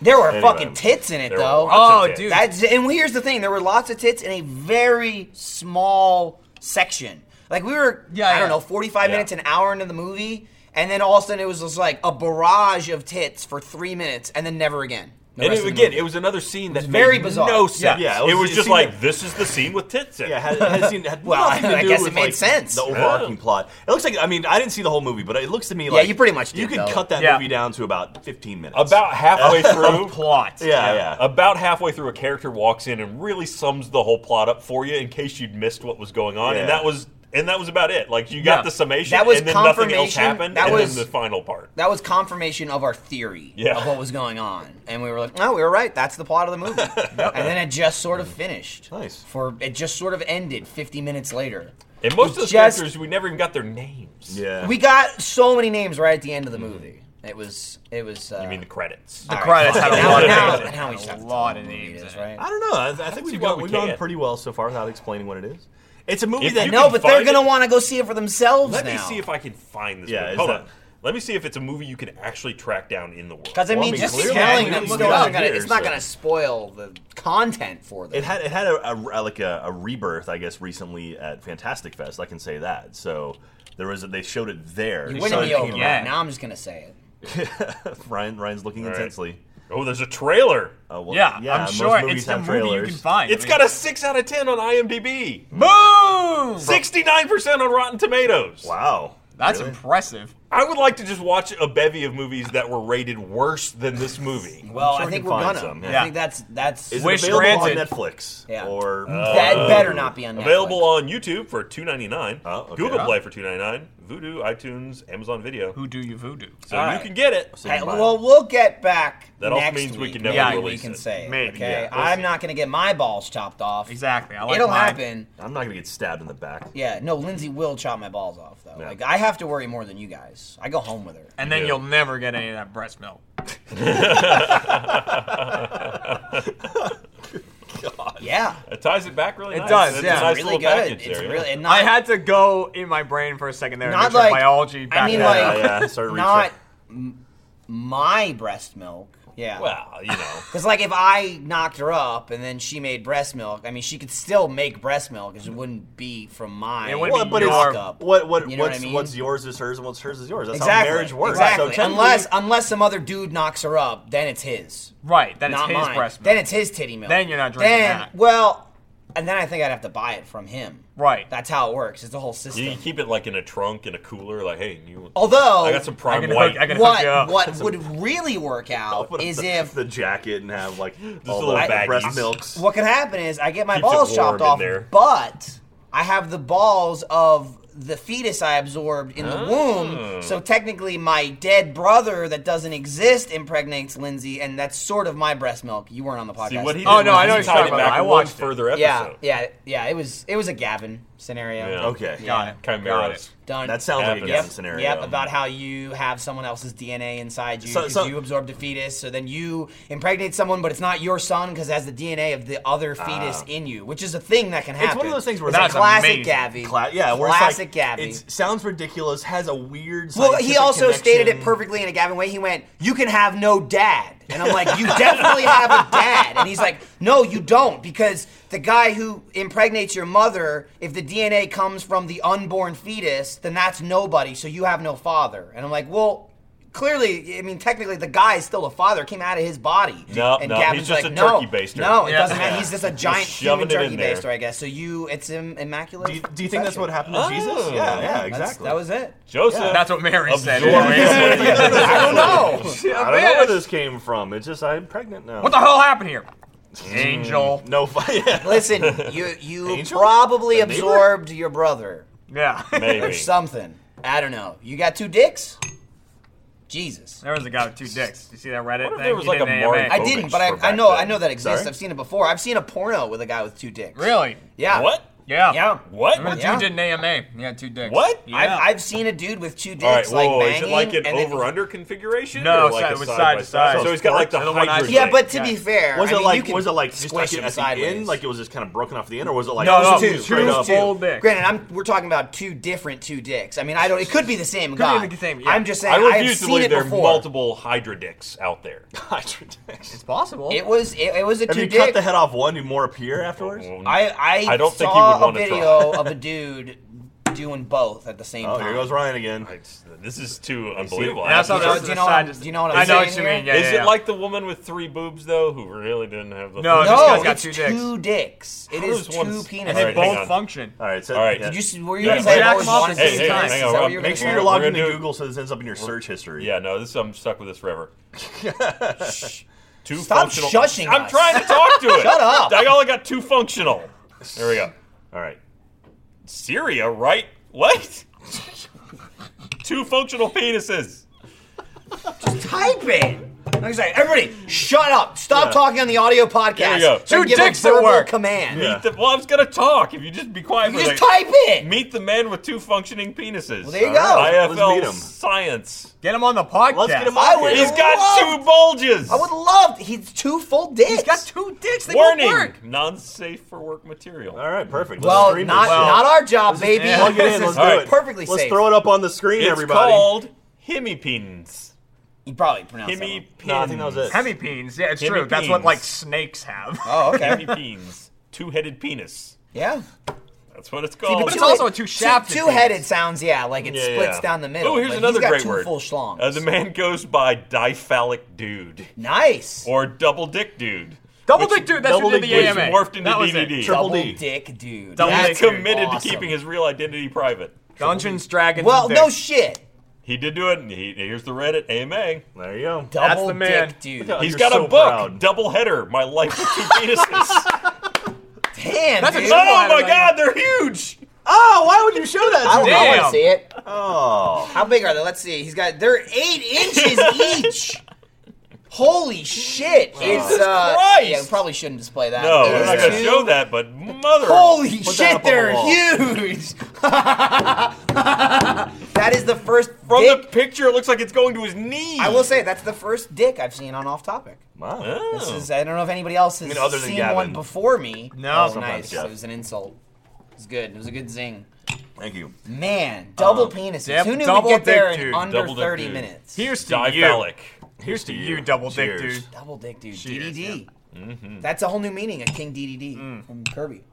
There were
Anyway.
fucking tits in it
There
though.
were lots of
Oh,
tits.
dude.
That's and here's the thing: there were lots of tits in a very small section. Like we were,
Yeah,
I don't
yeah.
know, forty-five
Yeah.
minutes, an hour into the movie, and then all of a sudden it was just like a barrage of tits for three minutes, and then never again. The
And
rest of
it,
the
again,
movie.
it was another scene that
very
made
bizarre.
No sense.
Yeah,
it was, just
scene
like
that-
this is the scene with tits in. it.
Yeah, had, had seen, had
Well,
nothing to
I
do
guess
with,
it made
like,
sense.
The overarching
Yeah.
plot. It looks like I mean I didn't see the whole movie, but it looks to me like
you pretty much
you
did,
could
though.
cut that
Yeah.
movie down to about 15 minutes.
About halfway through,
Plot.
yeah, yeah.
About halfway through, a character walks in and really sums the whole plot up for you in case you'd missed what was going on, and
Yeah.
that was and that was about it. Like you got
Yeah.
the summation,
That was
and then nothing else
confirmation.
happened,
That
and
was-
then the final part.
that was confirmation of our theory
Yeah.
of what was going on, and we were like, "No, we were right. That's the plot of
<laughs>
the movie." And then it just sort of finished.
Nice.
For it just sort of ended fifty minutes later.
And most of those
just-
characters, we never even got their names.
yeah.
We got so many names right at the end of the movie. It was. It was. Uh,
I mean the credits.
All
credits had a
now,
lot of
now,
names.
Now we just
A
have to
lot
tell
of
them what it
names
is,
in it.
right?
I don't know. I, I think
see
we've,
why
got,
we
we've gone
can't.
pretty well so far without explaining what it is. It's a movie
If
that
you
No,
can
but they're
find
gonna
it-
want to go see it for themselves
Let
now.
me see if I can find this.
Yeah,
movie.
is
hold
that-
on. Let me see if it's a movie you can actually track down in the world.
Because I
Well, I
mean,
mean,
just
clearly,
telling
we
them
looked
stuff
it up
is gonna,
here,
it's not
so-
going to spoil the content for them.
It had it had a, a- like a, a rebirth, I guess, recently at Fantastic Fest. I can say that. So there was a, they showed it there.
you
They
wouldn't
showed
be
it
so-
over. it.
yeah.
Now I'm just going to say it.
here. <laughs> Ryan Ryan's looking
right.
intensely.
oh, there's a trailer.
Oh,
Uh, well,
Yeah, I'm
most
sure
movies
it's the
have
movie you
trailers.
can find.
It's got a six out of ten on IMDb,
a boom.
sixty nine percent on Rotten Tomatoes.
Wow,
That's
Really?
impressive.
I would like to just watch a bevy of movies that were rated worse than this movie.
Well,
sure
I
we
think
can
we're
find
gonna.
some,
I
yeah.
think that's that's
Is
Wish
it uh, available
granted.
on Netflix?
Yeah.
Or
that better not be on Netflix.
Available on YouTube for two ninety nine,
Oh, okay.
Google
Oh.
Play for two ninety nine, Vudu, iTunes, Amazon Video.
Who do you voodoo?
So you
Alright.
can get it.
So you
Hey,
can buy it.
well, we'll get back.
That also
next
means we
week.
can never
Maybe
release
we can
it.
say. it,
Maybe,
okay,
yeah.
I'm not gonna get my balls chopped off.
Exactly. I like
It'll
mine.
happen.
I'm not gonna get stabbed in the back.
Yeah, no, Lindsay will chop my balls off though.
Yeah.
Like I have to worry more than you guys. I go home with her.
And then
Yeah.
you'll never get any of that breast milk.
<laughs>
Yeah.
It ties it back really
It
nice.
does,
It's
yeah.
a nice
really
little
good.
package
It's
there, yeah.
really and not,
I had to go in my brain for a second there. and
Not
make sure
like-
biology. Back
I mean,
then.
like
Yeah, <laughs> yeah, sorry, Rachel.
not m- my breast milk. Yeah.
Well, you know.
Because like if I knocked her up and then she made breast milk, I mean she could still make breast milk because it wouldn't be from my
It wouldn't
Well,
be
but
your-
it's,
up.
what what
You know what
what's
I mean?
what's yours is hers and what's hers is yours. That's
exactly.
how marriage works.
Exactly.
So technically-
unless unless some other dude knocks her up, then it's his.
right. Then it's
not
his
mine.
breast milk.
Then it's his titty milk.
Then you're not drinking
Then-
that.
Well, and then I think I'd have to buy it from him.
Right.
That's how it works. It's the whole system.
<laughs>
You can keep it like in a trunk in a cooler. Like, hey, you.
Although,
I got some
I
prime
can
white.
hook- I can hook
what
you up.
what would really work
<laughs>
out
put
is
the,
if
the jacket and have like just
a
all
little
the
baggies.
breast milks.
what could happen is I get my
Keeps it
balls
warm
chopped
in
off,
there.
but I have the balls of the fetus I absorbed in the
Oh.
womb. So technically, my dead brother that doesn't exist impregnates Lindsay, and that's sort of my breast milk. You weren't on the podcast.
See what he did
Oh, no,
was
I know what
he
you're
tied
talking
it
about.
back
I
in
watched it.
one further
yeah,
episode.
yeah, yeah. It was it was a Gavin scenario.
Yeah.
Okay,
Got it. Got
Chimeras.
it.
Done.
that sounds like a
Happens.
guessing
Yep,
scenario.
Yep, about how you have someone else's DNA inside you
So-
because
so-
you absorbed a fetus, so then you impregnate someone, but it's not your son because it has the DNA of the other fetus in you, which is a thing that can happen.
Ah. one of those things where
it's a
that's
classic
amazing.
Gabby.
Cla- yeah, where it's like-
classic Gabby.
It sounds ridiculous. Has a weird.
well, he
scientific
also stated it
connection.
perfectly in a Gavin way. He went, "You can have no dad," and I'm like, "You definitely have a dad," and he's like, "No, you don't, because the guy who impregnates your mother, if the DNA comes from the unborn fetus, then that's nobody, so you have no father." And I'm like, "Well." Clearly, I mean, technically, the guy is still a father. It Came out of his body.
No,
and
no,
Gavin's
he's just
like,
a
no,
turkey baster."
No, it
Yeah.
doesn't matter.
Yeah.
He's just a
Just
giant
shoving
human
it
turkey
in there.
baster, I guess. So you, it's im- immaculate.
Do you, do you think that's
conception.
what happened to Jesus?
Oh.
Yeah, yeah,
That's-
exactly.
That was it.
Joseph.
That's what Mary said. <laughs>
absorbed
Yeah.
I don't know.
I don't know where this came from. It's just I'm pregnant now.
What the hell happened here?
Hmm.
Angel.
No, <laughs> yeah.
Listen, you you
Angel?
probably
The neighbor?
absorbed your brother
Yeah. <laughs>
or
Maybe.
something. I don't know. You got two dicks? Jesus.
There was a guy with two dicks. You see that Reddit
What if
thing?
there was
He
like
did
a
an
Maury
AMA.
I
Povich
didn't, but
for
I, I
back
know
then.
I know that exists.
Sorry?
I've seen it before. I've seen a porno with a guy with two dicks.
Really?
Yeah.
What?
Yeah.
Yeah.
What?
Remember,
Yeah.
dude did an AMA. He had two dicks.
What?
Yeah.
I've, I've seen a dude with two dicks
All right, whoa,
like
is
banging.
it like an
and then-
over under configuration?
No,
or like
side-
a
it was
side
side
by
to side.
So he's got like the
I don't want
hybrid.
eyes-
Yeah,
Yeah, but to
Yeah.
be fair,
Was it
I mean, you
like
can
was it like just
squish
like
him
at
sideways?
the end, like it was just kind of broken off the end, or was it like
No,
just
no,
two,
Oh, two
straight up?
full dicks.
Granted, I'm we're talking about two different two dicks. I mean, I don't. It could be the same guy.
be the same, yeah.
I'm just saying.
I
I
refuse
have
to
seen
believe
it
there are
before.
multiple Hydra dicks out there.
<laughs>
It's possible.
It was it, it was a
If
two
you
dick.
cut the head off one, do more appear afterwards?
I I,
I don't
saw
think he would
a
wanna try.
video of a dude doing both at the same
Oh,
time.
here goes Ryan again.
It's- This is too unbelievable.
That's
I-
not-
Do you know-
that's
do
the
you know what
side
I'm-
just-
do you know what
I
I'm
know what you
saying
mean.
here?
Yeah,
Is
yeah, yeah.
it like the woman with three boobs though, who really didn't have the?
No,
three-
This
No,
guy's got
it's
two
two,
dicks.
dicks. It
How
is
does one
two
s-
And
penises.
they
All right, hang
both
on.
function.
All right, so
All right.
yeah.
Did you see, were you
Yeah,
gonna say
jack
I've always
them off
wanted
at the
two
same time.
dicks? Is
Hang
that
on,
what
Rob.
you were
Make
gonna
sure
say?
you're logged into
gonna do-
Google so this ends up in your search history.
Yeah, no, this I'm stuck with
<laughs>
this forever. two
Stop
functional.
shushing
I'm
us.
trying to talk to
<laughs>
it.
Shut up.
I only got two functional. There we go.
All right.
Syria, right? What? <laughs> two functional penises.
Type it. I was like, everybody, shut up. Stop talking on the audio podcast.
Here we go.
Then
Two
give a
dicks that
verbal
work.
command.
Yeah.
The- well, I was gonna talk. If you just be quiet
You
for a
just
second.
type it.
Meet the man with two functioning penises.
there you
All
go.
right,
Let's
IFL
meet him.
science.
Get him on the podcast.
Let's get him
I
on
would-
here.
He's got
What?
two bulges.
I would love. He's two full dicks.
He's got two dicks. They won't
Warning:
work.
non-safe for work material.
All right, perfect. Let's
Well,
stream
not
this.
not our job, baby.
yeah.
Plug it in. Let's
All
do
right.
it.
Perfectly
Let's
safe.
throw it up on the screen,
It's
everybody.
called hemipens.
You probably pronounced that
Hemipens.
wrong.
No, I think that was it.
Hemi peens. Yeah, it's
Hemi
true. That's what
peens.
like snakes have.
Oh, okay.
<laughs>
Hemipens. Two-headed penis.
yeah.
That's what it's
See,
called.
it's also a two-shafted
Two headed sounds, yeah, like it
Yeah,
splits
yeah.
down the middle.
Oh, here's
but he's
another
got
great
two
word.
Full schlongs.
Uh, the man goes by diphallic dude
nice.
or double dick dude.
<laughs> Double
Which-
dick dude. That's
double
what did
dick
the
dude
AMA.
morphed into
that was
DVD.
It.
Triple
Double
D.
dick, dude.
Double
That's
He's
dick dude.
committed
awesome.
to keeping his real identity private.
Dungeons, Dragons.
Well,
and
no
dicks.
shit.
He did do it. And he, here's the Reddit AMA.
There you go.
the
Double
man.
dick, dude.
Look
He's
You're
got
so
a book,
proud.
double header. My
<laughs>
life with two penises.
Damn,
That's a
dude.
double-
oh my God, they're huge.
Oh, why would you show
I
that
don't
to me?
know. I
Damn.
want to see it.
Oh,
How big are they? Let's see. He's got. They're eight
<laughs>
inches each. Holy shit! It's uh,
Christ.
yeah. We probably shouldn't display that.
No,
It
we're
is
not gonna
two-
show that. But mother,
Holy
that up
shit!
on the
They're
wall.
huge. <laughs> that is the first
from
dick.
the picture, it looks like it's going to his knee.
I will say that's the first dick I've seen on off topic.
wow.
Oh.
This is I don't know if anybody else has
mean, other than
seen
Gavin.
one before me.
No.
oh, nice.
Sometimes, yeah.
It was an insult. It was good. It was a good zing.
Thank you. Uh,
Man, double penises.
yep,
Who knew
double
we'd get there
dick,
in
dude.
under
Double dick,
30
dude.
minutes?
Here's to you.
Diphalic.
Here's to you, double dick
Cheers.
dude.
Double dick, dude.
Cheers,
DDD.
Mm-hmm.
That's a whole new meaning of King DDD
Mm.
from Kirby.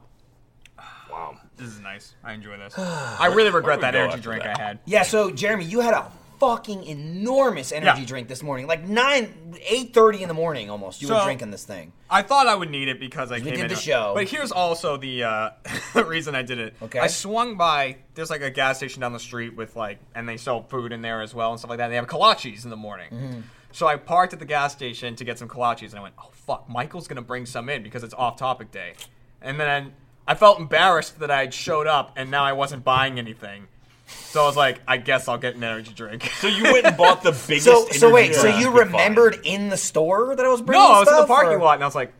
Wow.
This is nice. I enjoy this. I really regret
where
that
we go
energy
after
drink
that?
I had.
Yeah, so Jeremy, you had a fucking enormous energy
Yeah.
drink this morning. Like nine, eight thirty in the morning almost. You were
So-
drinking this thing.
I thought I would need it because I came
did
in
the
a-
show.
But here's also the uh, <laughs> reason I did it.
Okay.
I swung by. There's like a gas station down the street with like, and they sell food in there as well and stuff like that. And they have kolaches in the morning.
Mm-hmm.
So I parked at the gas station to get some kolaches, and I went, "Oh fuck, Michael's gonna bring some in because it's off-topic day." And then I felt embarrassed that I had showed up and now I wasn't buying anything. So I was like, "I guess I'll get an energy drink." <laughs>
So you went and bought the biggest.
<laughs> So, so
energy
wait, so
drink
you
could find.
remembered in the store that I was bringing
No, I was in the
stuff,
parking
or-
lot, and I was like,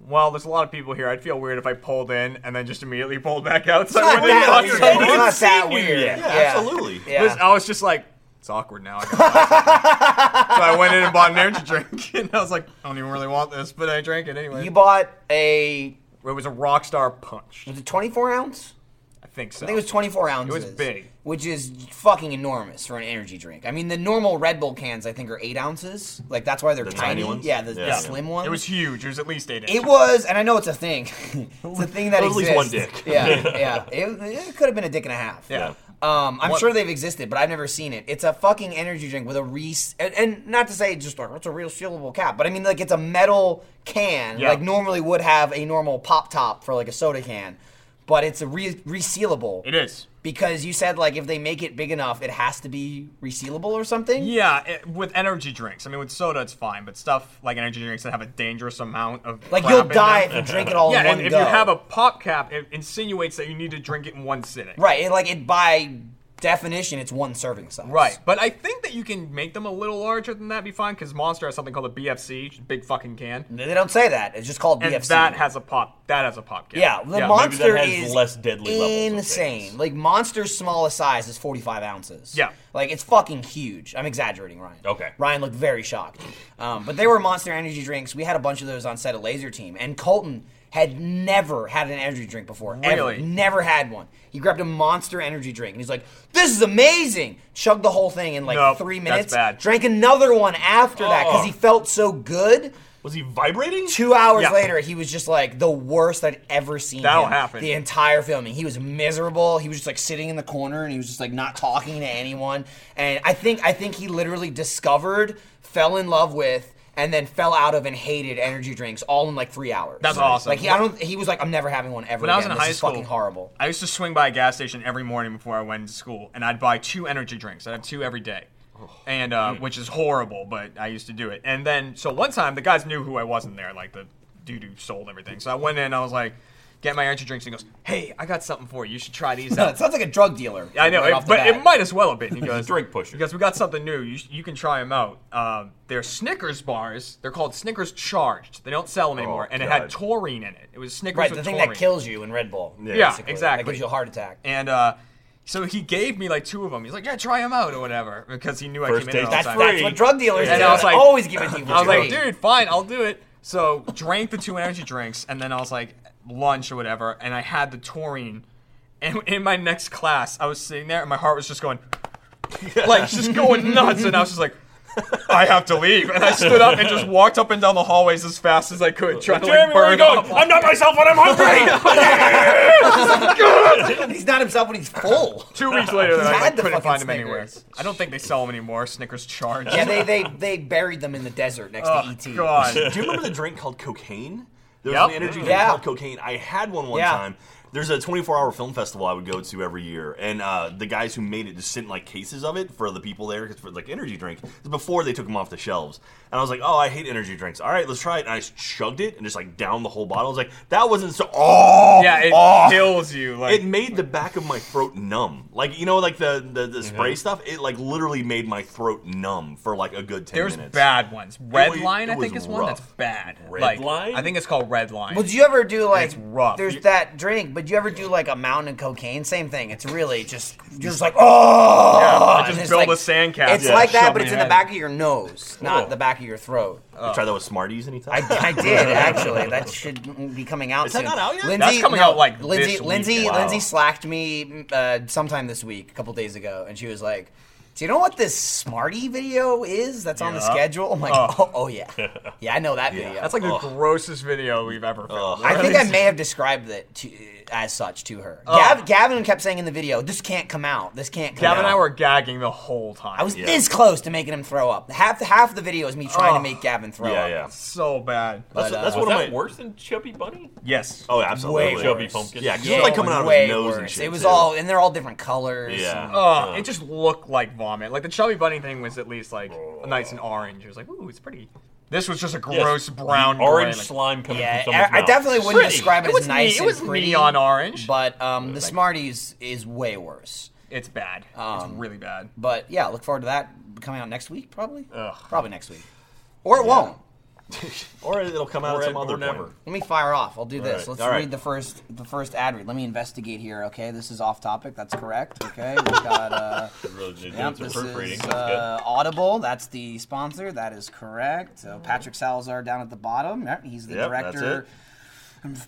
"Well, there's a lot of people here. I'd feel weird if I pulled in and then just immediately pulled back out." <laughs> So I
Not
went in
that
and
weird.
talked
It's
to someone.
I've
not that
seen you
weird.
yet.
Yeah, absolutely.
Yeah.
This- I was just like, "It's awkward now." I gotta buy
<laughs>
something." so I went in and bought an energy drink, <laughs> and I was like, "I don't even really want this," but I drank it anyway.
You bought a
it was a rock star punch.
was it 24 ounce?
I think
I
so.
think it was 24 ounces.
big.
Which is fucking enormous for an energy drink. I mean, the normal Red Bull cans, I think, are 8 ounces. Like, that's why they're
The
tiny.
tiny ones?
Yeah, the, the
Yeah.
slim ones.
It was huge. It was at least eight inches.
It was, and I know it's a thing. <laughs> it's a thing that
At
exists.
least one dick.
<laughs>
Yeah, yeah. It, it could have been a dick and a half.
Yeah.
Um, I'm
What-
sure they've existed, but I've never seen it. It's a fucking energy drink with a re and, and not to say just like it's a real sealable cap, but I mean like it's a metal can,
Yeah.
like normally would have a normal pop top for like a soda can, but it's a re- resealable.
It is.
because you said like if they make it big enough, it has to be resealable or something.
Yeah, it, with energy drinks. I mean, with soda, it's fine, but stuff like energy drinks that have a dangerous amount of
Like
crap
you'll
in them-
die if you drink it all in
<laughs> Yeah,
one
and if
go.
you have a pop cap, it insinuates that you need to drink it in one sitting.
right, it, like it by definition, it's one serving size.
Right, but I think that you can make them a little larger than that, be fine, because Monster has something called a BFC, which is big fucking can,
They don't say that. It's just called
and
BFC.
that has a pop. That has a pop can.
yeah, the
maybe-
monster
has
is
less deadly levels of things.
insane. Like monster's smallest size is forty five ounces.
Yeah.
like it's fucking huge. I'm exaggerating, Ryan.
Okay.
Ryan looked very shocked, um, but they were monster energy drinks. We had a bunch of those on set at Laser Team, and Colton had never had an energy drink before. ever.
Really?
never had one. He grabbed a monster energy drink, and he's like, "This is amazing!" Chugged the whole thing in like
Nope,
three
that's
minutes.
bad.
Drank another one after that because
Oh.
he felt so good.
Was he vibrating?
Two hours
Yeah.
later, he was just like the worst I'd ever seen.
That'll
him
happen.
The entire filming, he was miserable. He was just like sitting in the corner and he was just like not talking to anyone. And I think I think he literally discovered, fell in love with, and then fell out of and hated energy drinks all in like three hours.
That's awesome.
Like he, I don't. He was like, I'm never having one ever.
When I was in
again. this
high
is
school,
fucking horrible.
<laughs> I used to swing by a gas station every morning before I went to school, and I'd buy two energy drinks. I'd have two every day, and
Mm.
uh, which is horrible, but I used to do it. And then, so one time, the guys knew who I was in there, like the dude who sold everything. So I went in, I was like, "Get my energy drinks," and he goes, "Hey, I got something for you. You should try these out."
it <laughs> sounds like a drug dealer.
I know,
right
it-
off the
but
bat.
it might as well
<laughs>
have been. He goes,
drink pusher.
Because we got something new. You, sh- you can try them out. Um, they're Snickers bars. They're called Snickers Charged. They don't sell them anymore. and it had
God.
taurine in it. It was Snickers
Oh, Right,
with
the thing
taurine.
that kills you in Red Bull.
Yeah,
basically.
exactly.
That gives you a heart attack.
And uh, so he gave me like two of them. He's like, yeah, try them out or whatever, because he knew I came
First
in
date.
all the
That's,
time.
free.
that's what drug dealers
And
do.
I was
They
like-
always
<laughs>
give it to you. for
I was like,
free.
dude, fine, I'll do it. So drank the two energy drinks, and then I was like, lunch or whatever, and I had the taurine. And <laughs> in my next class, I was sitting there, and my heart was just going, <laughs> like, just going nuts. And I was just like, I have to leave. And I stood up and just walked up and down the hallways as fast as I could, trying to like,
Jeremy, where are you
burn
going?
up.
I'm not myself when I'm
<laughs>
hungry.
<laughs>
He's not himself when he's full.
Two weeks later, I
had
like,
the
couldn't
fucking
find them anywhere.
Snickers.
I don't think they sell them anymore. Snickers charged.
Yeah,
<laughs>
they, they they buried them in the desert next
Oh,
to E ET.
<laughs>
God.
Do you remember the drink called cocaine? There was
Yep.
an energy drink
Yeah.
called cocaine. I had one one
Yeah.
time. There's a 24-hour film festival I would go to every year, and uh, the guys who made it just sent like cases of it for the people there 'cause for like energy drink. This is before they took them off the shelves, and I was like, "Oh, I hate energy drinks. All right, let's try it." And I just chugged it and just like down the whole bottle. I was like, "That wasn't so." Oh,
Yeah, it
oh.
kills you. Like,
It made the back of my throat numb. Like you know, like the the, the spray
Mm-hmm.
stuff. It like literally made my throat numb for like a good ten
There's
minutes.
bad ones. Red
was-
line,
it
I think,
was
is one that's
rough.
bad.
Red
like,
Line?
I think it's called red line.
Well, do you ever do like
It's rough.
There's
You-
that drink, but do you ever do like a mountain of cocaine? Same thing. It's really just you're just like oh,
I
and
just
it's
build
like-
a sandcastle
It's
and
like that,
shove Oh.
but
it
it's
in
in the
your
back of your nose, not
Cool.
the back of your throat.
You try that with Smarties anytime.
I did actually. That should be coming out
Is that
soon.
not out yet?
Lindsay,
That's coming
no,
out, like, this
Lindsay.
week.
Lindsay.
Wow.
Lindsay slacked me uh, sometime this week, a couple days ago, and she was like, "Do you know what this Smarty video is? That's on the
Yeah.
schedule." I'm like, "Oh, oh,
<laughs>
yeah, yeah, I know that video."
That's like the grossest video we've ever filmed.
I think I may have described it to, as such to her.
Oh.
Gav, Gavin kept saying in the video, "This can't come out. This can't come out."
Gavin and I were gagging the whole time.
I was this close to making him throw up. Half half the video is me trying to
Oh.
make Gavin throw
Yeah,
up.
yeah.
so bad. uh,
That's,
But,
<laughs>
uh,
that's
Was
one of
that
my.
worse than Chubby Bunny?
Yes.
Oh,
Way
absolutely.
Chubby pumpkin.
Yeah, 'cause it
Yeah.
was like coming out of
Way
his nose and
worse.
shit.
It was
too.
all, and they're all different colors.
Yeah.
Uh, it just looked like vomit. Like the chubby bunny thing was at least like nice and orange. It was like, ooh, it's pretty. This was just a gross brown
orange
gray, like-
slime coming
Yeah,
from someone's
I, I
mouth.
definitely wouldn't
Pretty.
describe it,
It was
as nice
ne- it
and
was
pretty
neon orange.
but um, the Smarties is way worse.
It's bad. it's really bad.
But yeah, look forward to that coming out next week, probably.
Ugh.
Probably next week, or it won't.
Or it'll come out
Or,
at some
or
other
never.
point.
Let me fire off. I'll do this.
right.
Let's
All right.
read the first the first ad read. Let me investigate here. Okay, this is off topic. That's correct. Okay, we've
<laughs>
got uh,
Really doing
yep,
some
this
proofreading.
is
That's good.
uh, Audible. That's the sponsor. That is correct. So Patrick Salazar down at the bottom. Yep, he's the
Yep, that's
director. of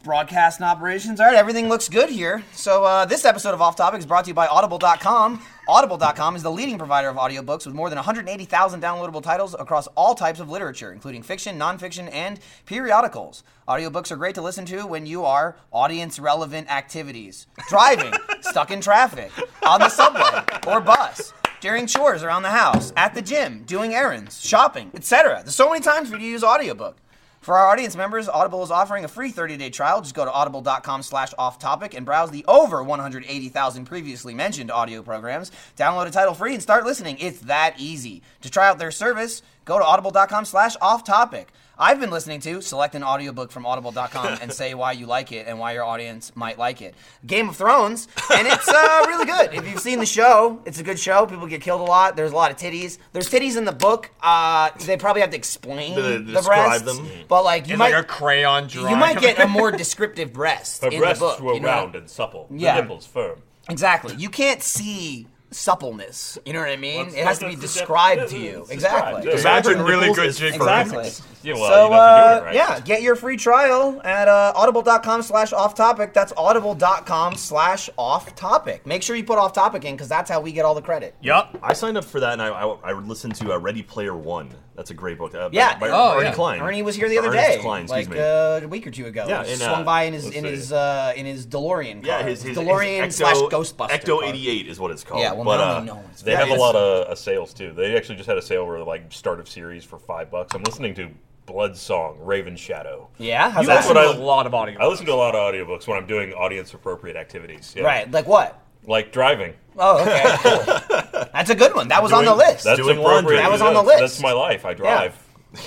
Broadcast and operations. All right, everything looks good here. So, uh, this episode of Off Topic is brought to you by Audible.com. Audible.com is the leading provider of audiobooks with more than 180,000 downloadable titles across all types of literature, including fiction, nonfiction, and periodicals. Audiobooks are great to listen to when you are audience relevant activities, driving, <laughs> stuck in traffic, on the subway, or bus during chores around the house, at the gym, doing errands, shopping, etc. There's so many times for you to use audiobook. For our audience members, Audible is offering a free 30-day trial. Just go to audible.com slash off-topic and browse the over 180,000 previously mentioned audio programs. Download a title free and start listening. It's that easy. To try out their service, go to audible.com slash off-topic. I've been listening to select an audiobook from audible.com and say why you like it and why your audience might like it. Game of Thrones, and it's uh, really good. If you've seen the show, it's a good show. People get killed a lot. There's a lot of titties. There's titties in the book. Uh, they probably have to explain
They
the
describe
breasts,
them.
but like you
It's
might
like a crayon drawing.
you
<laughs>
might get a more descriptive breast
Her
in
breasts
the book.
were
you know?
round and supple.
Yeah.
The nipples firm.
Exactly. You can't see suppleness. You know what I mean?
Well,
it has to be
that's the def-
described
that's
to you.
described.
Exactly.
Yeah.
Imagine
Nipples
really good
is
jig
firm.
Exactly.
Yeah,
so
well,
uh,
you have to do it, right?
yeah, get your free trial at uh, audible.com slash off topic. That's audible.com slash off topic. Make sure you put off topic in because that's how we get all the credit.
Yup.
I signed up for that, and I, I, I would listen to uh, Ready Player One. That's a great book. Uh, by-
Yeah.
by,
Oh,
Ernie
yeah.
Klein.
Ernie was here the other
Ernest
day,
Klein, excuse
like
me.
Uh, a week or two ago.
Yeah,
He
and,
swung
uh,
by in his
let's
in
see.
his uh, in his DeLorean.
yeah,
car.
his, his, his
DeLorean
Ecto,
slash Ghostbuster.
Ecto
car.
88 is what it's called.
Yeah, well,
but,
now
uh,
we know it's
They
Yeah,
have a
it's-
lot of uh, sales too. They actually just had a sale where like start of series for five bucks. I'm listening to Blood Song, Raven Shadow.
Yeah, how's
You
that?
also-
What
what I-
a lot of audio.
I listen to a lot of audiobooks when I'm doing audience appropriate activities. Yeah.
Right, like what?
Like driving.
Oh, okay. cool. That's a good one. That was on the
Doing-
list.
That's
Doing laundry.
appropriate.
That was
on the
That's-
list.
That's my life. I drive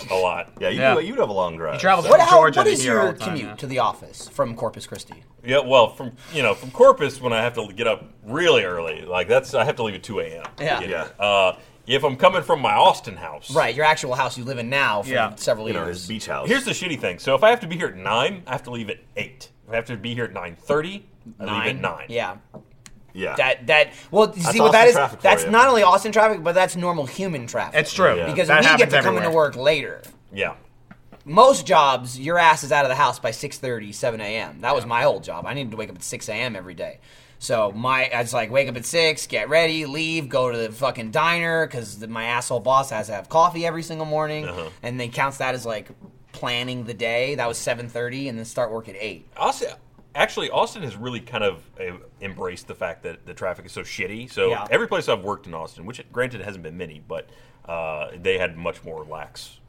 a lot.
yeah, you
Yeah.
Do, you'd have a long drive.
He travels
so-
What,
From
how,
Georgia
what
to
is
here all
your
the time,
commute
yeah.
to the office from Corpus Christi?
Yeah, well, from you know, from Corpus when I have to get up really early, like that's I have to leave at two a.m.
Yeah.
You
Yeah.
know? Uh, if I'm coming from my Austin house,
Right, your actual house you live in now for
Yeah.
several
You know,
years.
his beach house.
Here's the shitty thing. So if I have to be here at nine, I have to leave at eight. If I have to be here at nine thirty, I leave at nine.
Yeah.
yeah.
That that well you see what
Austin
that is
traffic for
that's
you.
not only Austin traffic, but that's normal human traffic.
It's true.
Yeah.
because
That
we get
happens
to come
everywhere.
into work later.
Yeah.
Most jobs, your ass is out of the house by 6.30, 7 a.m. That was my old job. I needed to wake up at 6 a.m. every day. So my, I was like, wake up at 6, get ready, leave, go to the fucking diner because my asshole boss has to have coffee every single morning. And they counts that as like planning the day. That was 7.30 and then start work at 8.
Austin, actually, Austin has really kind of uh, embraced the fact that the traffic is so shitty. So
Yeah.
every place I've worked in Austin, which granted hasn't been many, but uh, they had much more lax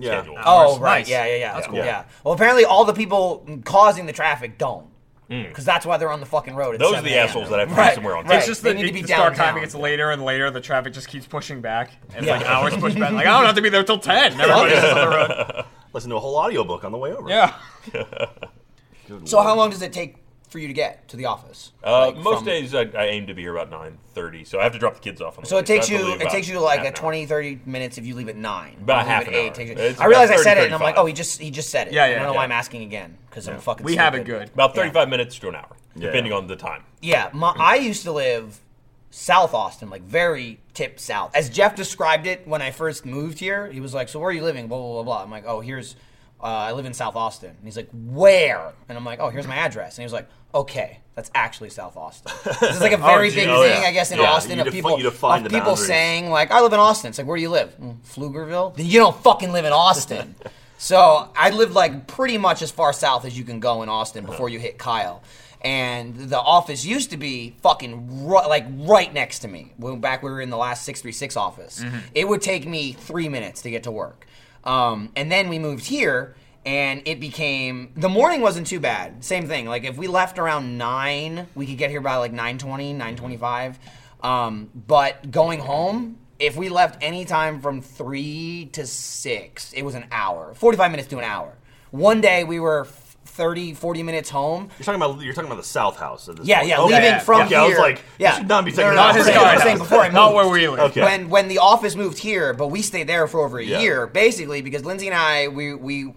Yeah.
schedule.
Oh,
Nice.
right. Yeah, yeah, yeah.
That's
yeah.
cool.
Yeah. Well, apparently all the people causing the traffic don't. Because that's why they're on the fucking road. At
Those are
7
the
a.m.
assholes that have to be
Right,
somewhere on
right.
time.
It's just
They
the,
need to be
the start
downtown.
time gets later and later. The traffic just keeps pushing back. And
Yeah.
like hours push back. Like I don't have to be there till ten. Everybody's just on the road.
Listen to a whole audiobook on the way over.
Yeah.
So how long does it take for you to get to the office?
Uh,
Like,
most
from-
days I, I aim to be here about nine thirty, so I have to drop the kids off. On the
So
way,
it takes
I have to
you
leave
it
about
takes you like
half
a
an
20, 30 minutes if you leave at nine.
About
If you leave
half
at
an hour.
takes you-
It's
I realize I
about
said
30,
it and I'm like,
35.
oh, he just he just said it.
Yeah,
I
yeah,
don't know
yeah.
why I'm asking again because I'm fucking.
We have it
stupid.
good.
About
Yeah.
thirty-five minutes to an hour, depending on the time.
Yeah, my, I used to live South Austin, like very tip south. As Jeff described it when I first moved here, he was like, "So where are you living?" Blah blah blah. blah. I'm like, "Oh, here's uh, I live in South Austin." And he's like, "Where?" And I'm like, "Oh, here's my address." And he was like, "Okay, that's actually South Austin." This is like a very big
geez. <laughs>
thing,
Oh, yeah.
I guess, in
Yeah,
Austin
you
of
defi-
people
you define
of
the
people
boundaries.
saying like, "I live in Austin." It's like, "Where do you live?" "Mm, Pflugerville. Then you don't fucking live
<laughs>
in Austin.
Uh-huh.
So I lived like pretty much as far south as you can go in Austin before you hit Kyle. and the office used to be fucking ri- like right next to me. When back we were in the last six three six office,
Mm-hmm.
it would take me three minutes to get to work. Um, and then we moved here, and it became the morning wasn't too bad. Same thing. Like if we left around nine, we could get here by like 920, 925. Um, but going home, if we left any time from three to six, it was an hour, forty-five minutes to an hour. One day we were. 30, 40 minutes home.
You're talking about you're talking about the South House at this
Yeah,
point.
yeah,
Okay.
leaving
yeah,
from here.
yeah, I was like, you should not be taking
no, no,
that from
no, I'm saying-
the
I'm saying
house.
before I moved.
Not where we live.
Okay.
When when the office moved here, but we stayed there for over a
Yeah.
year, basically, because Lindsay and I we we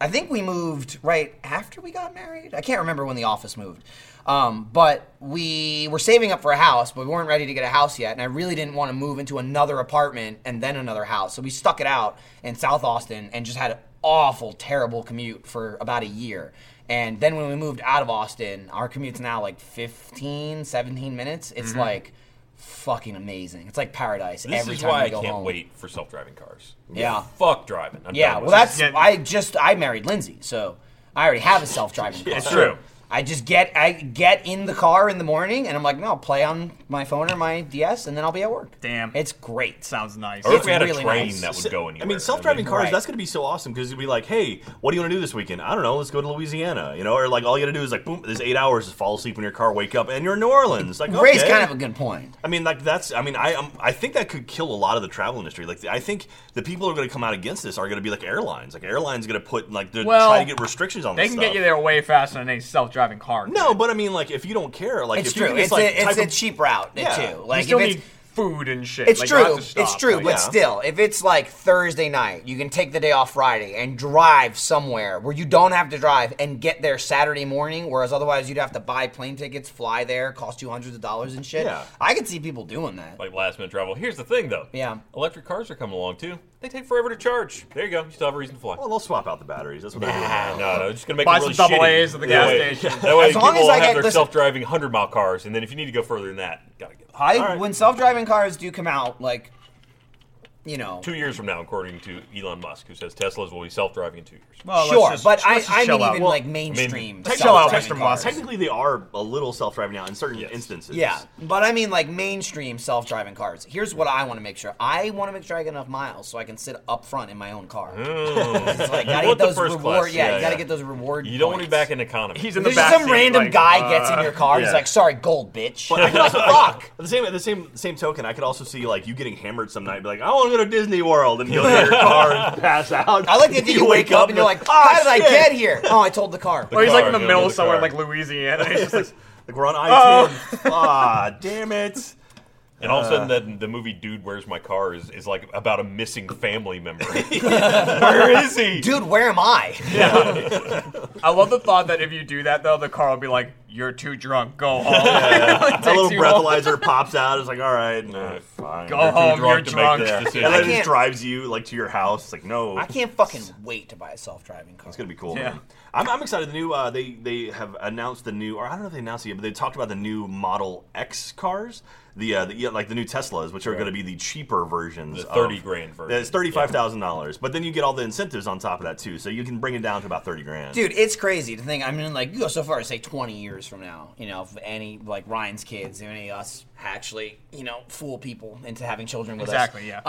I think we moved right after we got married. I can't remember when the office moved. Um, but we were saving up for a house, but we weren't ready to get a house yet, and I really didn't want to move into another apartment and then another house. So we stuck it out in South Austin and just had an awful, terrible commute for about a year. And then when we moved out of Austin, our commute's now like 15, 17 minutes. It's like fucking amazing. It's like paradise
This
every
is
time
why
you
I
go
can't
home.
wait for self-driving cars.
Yeah.
Fuck driving. I'm
Yeah,
done
well,
with it.
that's
Yeah.
I just I married Lindsay, so I already have
<laughs>
a self-driving car.
it's true.
I just get I get in the car in the morning, and I'm like, no, I'll play on my phone or my DS, and then I'll be at work.
Damn.
it's great.
Sounds nice.
Or if
it's
we had
really
a train
nice.
that would go anywhere.
I mean, self-driving cars.
Right.
That's going to be so awesome because you'd be like, "Hey, what do you want to do this weekend? I don't know. Let's go to Louisiana, you know, or like all you got to do is like, boom, there's eight hours. Just fall asleep in your car, wake up, and you're in New Orleans. Like,
Ray's
okay.
kind of a good point.
I mean, like that's. I mean, I um, I think that could kill a lot of the travel industry. Like, I think the people who are going to come out against this are going to be like airlines. Like, airlines going to put like they're
Well,
trying to get restrictions on.
They
this
can
stuff.
get you there way faster than any self-driving car. can.
No, but I mean, like if you don't care, like
It's
if you
true.
can
It's
just, like,
a it's
type
a
of-
cheap route
Yeah.
too.
You
Like
you still
if it's,
need food and shit.
It's
Like, you'll have
true.
to stop,
It's true,
like-
but
yeah.
still, if it's like Thursday night, you can take the day off Friday and drive somewhere where you don't have to drive and get there Saturday morning, whereas otherwise you'd have to buy plane tickets, fly there, cost you hundreds of dollars and shit.
Yeah.
I could see people doing that.
like last minute travel. Here's the thing, though.
Yeah.
Electric cars are coming along too. They take forever to charge. There you go. You still have a reason to fly.
Well, they'll swap out the batteries. That's what they're doing.
Ah, no, no, it's just gonna make
Buy
it really
some double
shitty.
A's at the
That
gas
way-
station.
That way,
As long
people
as I
will have
get-
their
listen-
self-driving hundred mile cars, and then if you need to go further than that, gotta get.
I
All right.
when self-driving cars do come out, like you know,
two years from now, according to Elon Musk, who says Teslas will be self-driving in two years.
Well, let's
sure,
just-
but I,
let's just
I mean
chill out.
even
Well,
like mainstream
technically-
Shell out
self-driving
Western
cars.
Moss. Technically, they are a little self-driving now in certain
Yes.
instances.
Yeah, but I mean like mainstream self-driving cars. Here's what I want to make sure. I want to make sure I get enough miles so I can sit up front in my own car. <laughs> It's like, gotta get
want the
those
first
reward.
class.
Yeah,
Yeah,
you gotta
yeah.
get those reward.
You don't want to be
points.
back in economy.
He's in the
There's
back
just some
seat,
random
like,
guy gets in your car. and He's
yeah.
like, "Sorry, gold, bitch."
But I could also,
Fuck.
At the same, at the same, same token, I could also see like you getting hammered some night, and be like, "I want to go to Disney World," and go to your car and pass out.
I like the idea you, wake up and you're like, "How did I
shit."
get here?" Oh, I told the car.
Or he's like in the
Car,
middle
yeah,
of somewhere, in,
the
like
car.
Louisiana. He's just like,
Like we're on I ten. <laughs> Ah, damn it!
and all of a sudden, that, the movie "Dude, Where's My Car" is, is like about a missing family <laughs> member. Where is he?
Dude, where am I? <laughs>
I love the thought that if you do that though, the car will be like, "You're too drunk. Go home." Like, takes
A little
you home.
breathalyzer pops out. It's like, all right, nah, fine.
Go
You're too
home. You're
drunk to make
drunk.
this
there.
decision.
And
I
then it just
can't-
drives you like to your house. It's like, no,
I can't fucking wait to buy a self-driving car.
It's gonna be cool.
Yeah.
Man. I'm, I'm excited. The new uh, they they have announced the new, or I don't know if they announced it yet, but they talked about the new Model X cars, the, uh, the yeah, like the new Teslas, which are going to be the cheaper versions.
The 30
Oh.
of-
grand version.
Yeah, It's thirty five thousand dollars, but then you get all the incentives on top of that too, so you can bring it down to about thirty grand.
Dude, it's crazy to think. I mean, like, you go so far as say 20 years from now, you know, if any, like, Ryan's kids, if any of us actually, you know, fool people into having children with us. Um,
Exactly. Yeah.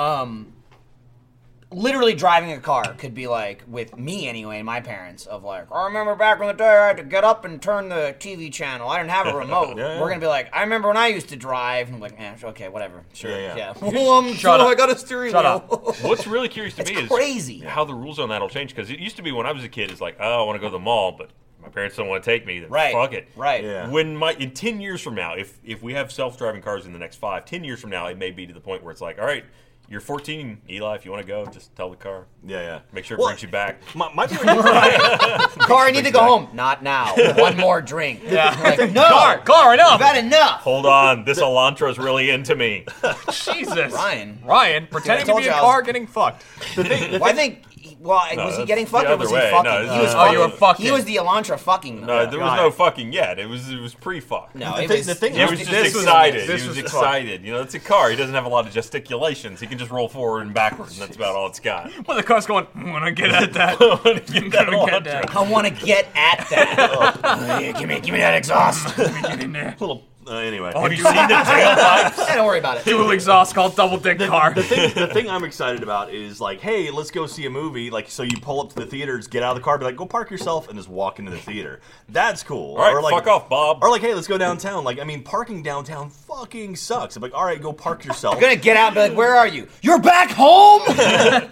Literally driving a car could be like, with me anyway, and my parents, of like, I remember back in the day I had to get up and turn the TV channel. I didn't have a remote.
Yeah, yeah.
We're going to be like, I remember when I used to drive. And I'm like, eh, okay, whatever. Sure.
Yeah,
Yeah.
yeah.
<laughs> Well, um,
Shut
so
up.
I got a steering
Shut
wheel.
up.
What's really curious to
It's
me is
crazy.
how the rules on that'll change. Because it used to be when I was a kid, it's like, oh, I want to go to the mall, but my parents don't want to take me.
<laughs>
Then
Right.
Fuck it.
Right.
Yeah.
When my in ten years from now, if if we have self driving cars in the next five, ten years from now, it may be to the point where it's like, all right, you're 14, Eli. If you want to go, just tell the car.
Yeah, yeah.
Make sure it
Well,
brings you back.
<laughs> My, my favorite.
Car, I need to go home. Not now. One more drink.
Yeah.
<laughs> Like, no.
car, car,
I've
enough.
had enough.
Hold on, this Elantra's really into me.
Jesus.
Ryan.
Ryan, pretending to
told
be a
you I
car
was-
getting fucked.
the thing, the
Well, I
thing-
think Well,
No,
was he
that's
getting
the
fucked or
other
was
way.
he
No,
fucking?
it's-
he was
uh,
fucking.
you were
fucking.
He was the Elantra fucking. though.
No, there was
God.
no fucking yet. It was it was pre fuck.
No,
The
it
thing-
was.
the thing
He
is-
was just
This was-
excited.
this
he was,
was fuck.
excited. You know, it's a car. He doesn't have a lot of gesticulations. He can just roll forward and backwards, and that's about all it's got.
Well, the car's going. I'm gonna get at
<laughs>
that.
I wanna get that
Gonna
Elantra.
get
<laughs>
that.
I want to get at that.
Yeah, give me, give me that exhaust.
Get in there.
Little. Uh, anyway.
Oh,
Have
you
you seen the tailpipes?
Yeah, Don't worry about it.
Dual exhaust called double dick car.
The thing, the thing I'm excited about is like, hey, let's go see a movie. Like, so you pull up to the theaters, get out of the car, be like, go park yourself, and just walk into the theater. That's cool.
All right,
or like,
fuck off, Bob.
Or like, hey, let's go downtown. Like, I mean, parking downtown fucking sucks. I'm like, all right, go park yourself.
I'm gonna get out and be like, "Where are you? You're back
<laughs>
home,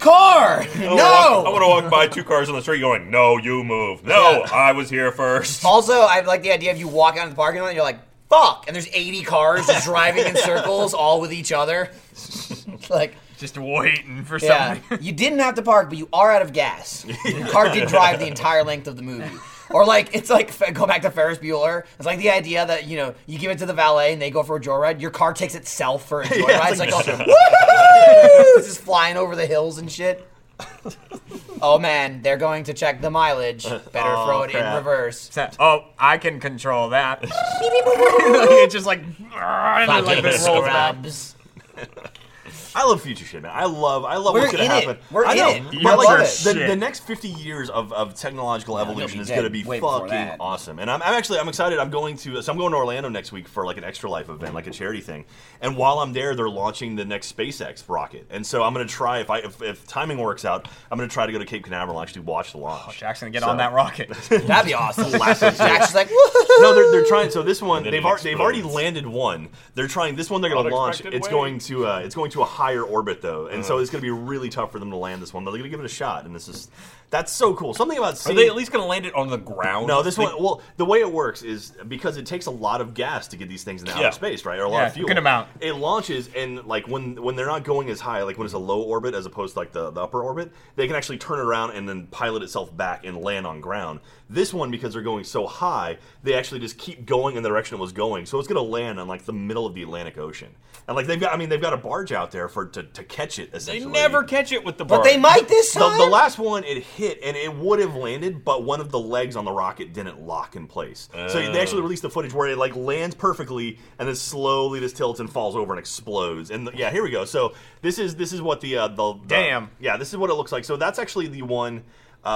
car.
I wanna walk- I
No."
want to walk by two cars on the street going, no, you move. No, I was
<laughs>
here first.
Also, I like the idea of you walk out into the parking lot and you're like, "Fuck!" and there's 80 cars just driving
<laughs>
in circles, all with each other. <laughs> It's like,
Just waiting for
yeah,
something.
<laughs>
<laughs>
you didn't have to park, but you are out of gas. Your car did drive the entire length of the movie. Or like, it's like go back to Ferris Bueller. It's like the idea that you know you give it to the valet and they go for a joyride. Your car takes itself for a joyride. it's like, all, woo! It's just flying over the hills and shit. Oh man, they're going to check the mileage. Better throw it in
crap.
reverse.
<laughs> Oh, I can control that. <laughs> it's just like, <laughs> and it like
Fucking
this rolls back.
scrubs.
I love future shit, man. I love, I love
We're
what's gonna
in it.
happen.
We're
I
in
know,
it.
but
You
like,
love
the,
it.
the next 50 years of, of technological evolution
be
is
dead
gonna be
way before
fucking
that.
awesome. And I'm, I'm actually, I'm excited. I'm going to, so I'm going to Orlando next week for like an extra life event, like a charity thing. And while I'm there, they're launching the next SpaceX rocket. And so I'm gonna try if I, if, if timing works out, I'm gonna try to go to Cape Canaveral and actually watch the
Oh,
launch.
Jackson, get
So-
on that rocket.
That'd be awesome. Jack's like, woo
No, they're, they're trying. So this one,
then
they've
it
already, they've already
explodes.
landed one. They're trying this one. They're going to launch.
Unexpected
It's
way.
going to uh, it's going to a higher orbit though, and
Uh-huh.
so it's going to be really tough for them to land this one. But they're going to give it a shot, and this is that's so cool. Something about
Are
seeing.
they at least going to land it on the ground?
no, this
They-
one. Well, the way it works is because it takes a lot of gas to get these things into
Yeah.
outer space, right? Or a lot
Yeah,
of fuel.
good amount.
It launches, and like when when they're not going as high, like when it's a low orbit as opposed to like the, the upper orbit, they can actually turn around and then pilot itself back and land on ground. This one, because they're going so high, they actually just keep going in the direction it was going. So it's going to land on like the middle of the Atlantic Ocean, and like they've got, I mean, they've got a barge out there for to, to catch it.
They
Essentially,
never catch it with the
But
bird.
they might this
the,
time.
the last one it hit and it would have landed, but one of the legs on the rocket didn't lock in place. So they actually released the footage where it like lands perfectly and then slowly just tilts and falls over and explodes. And the- yeah, here we go. So this is this is what the uh, the, the-
Damn.
yeah this is what it looks like. So that's actually the one. Uh,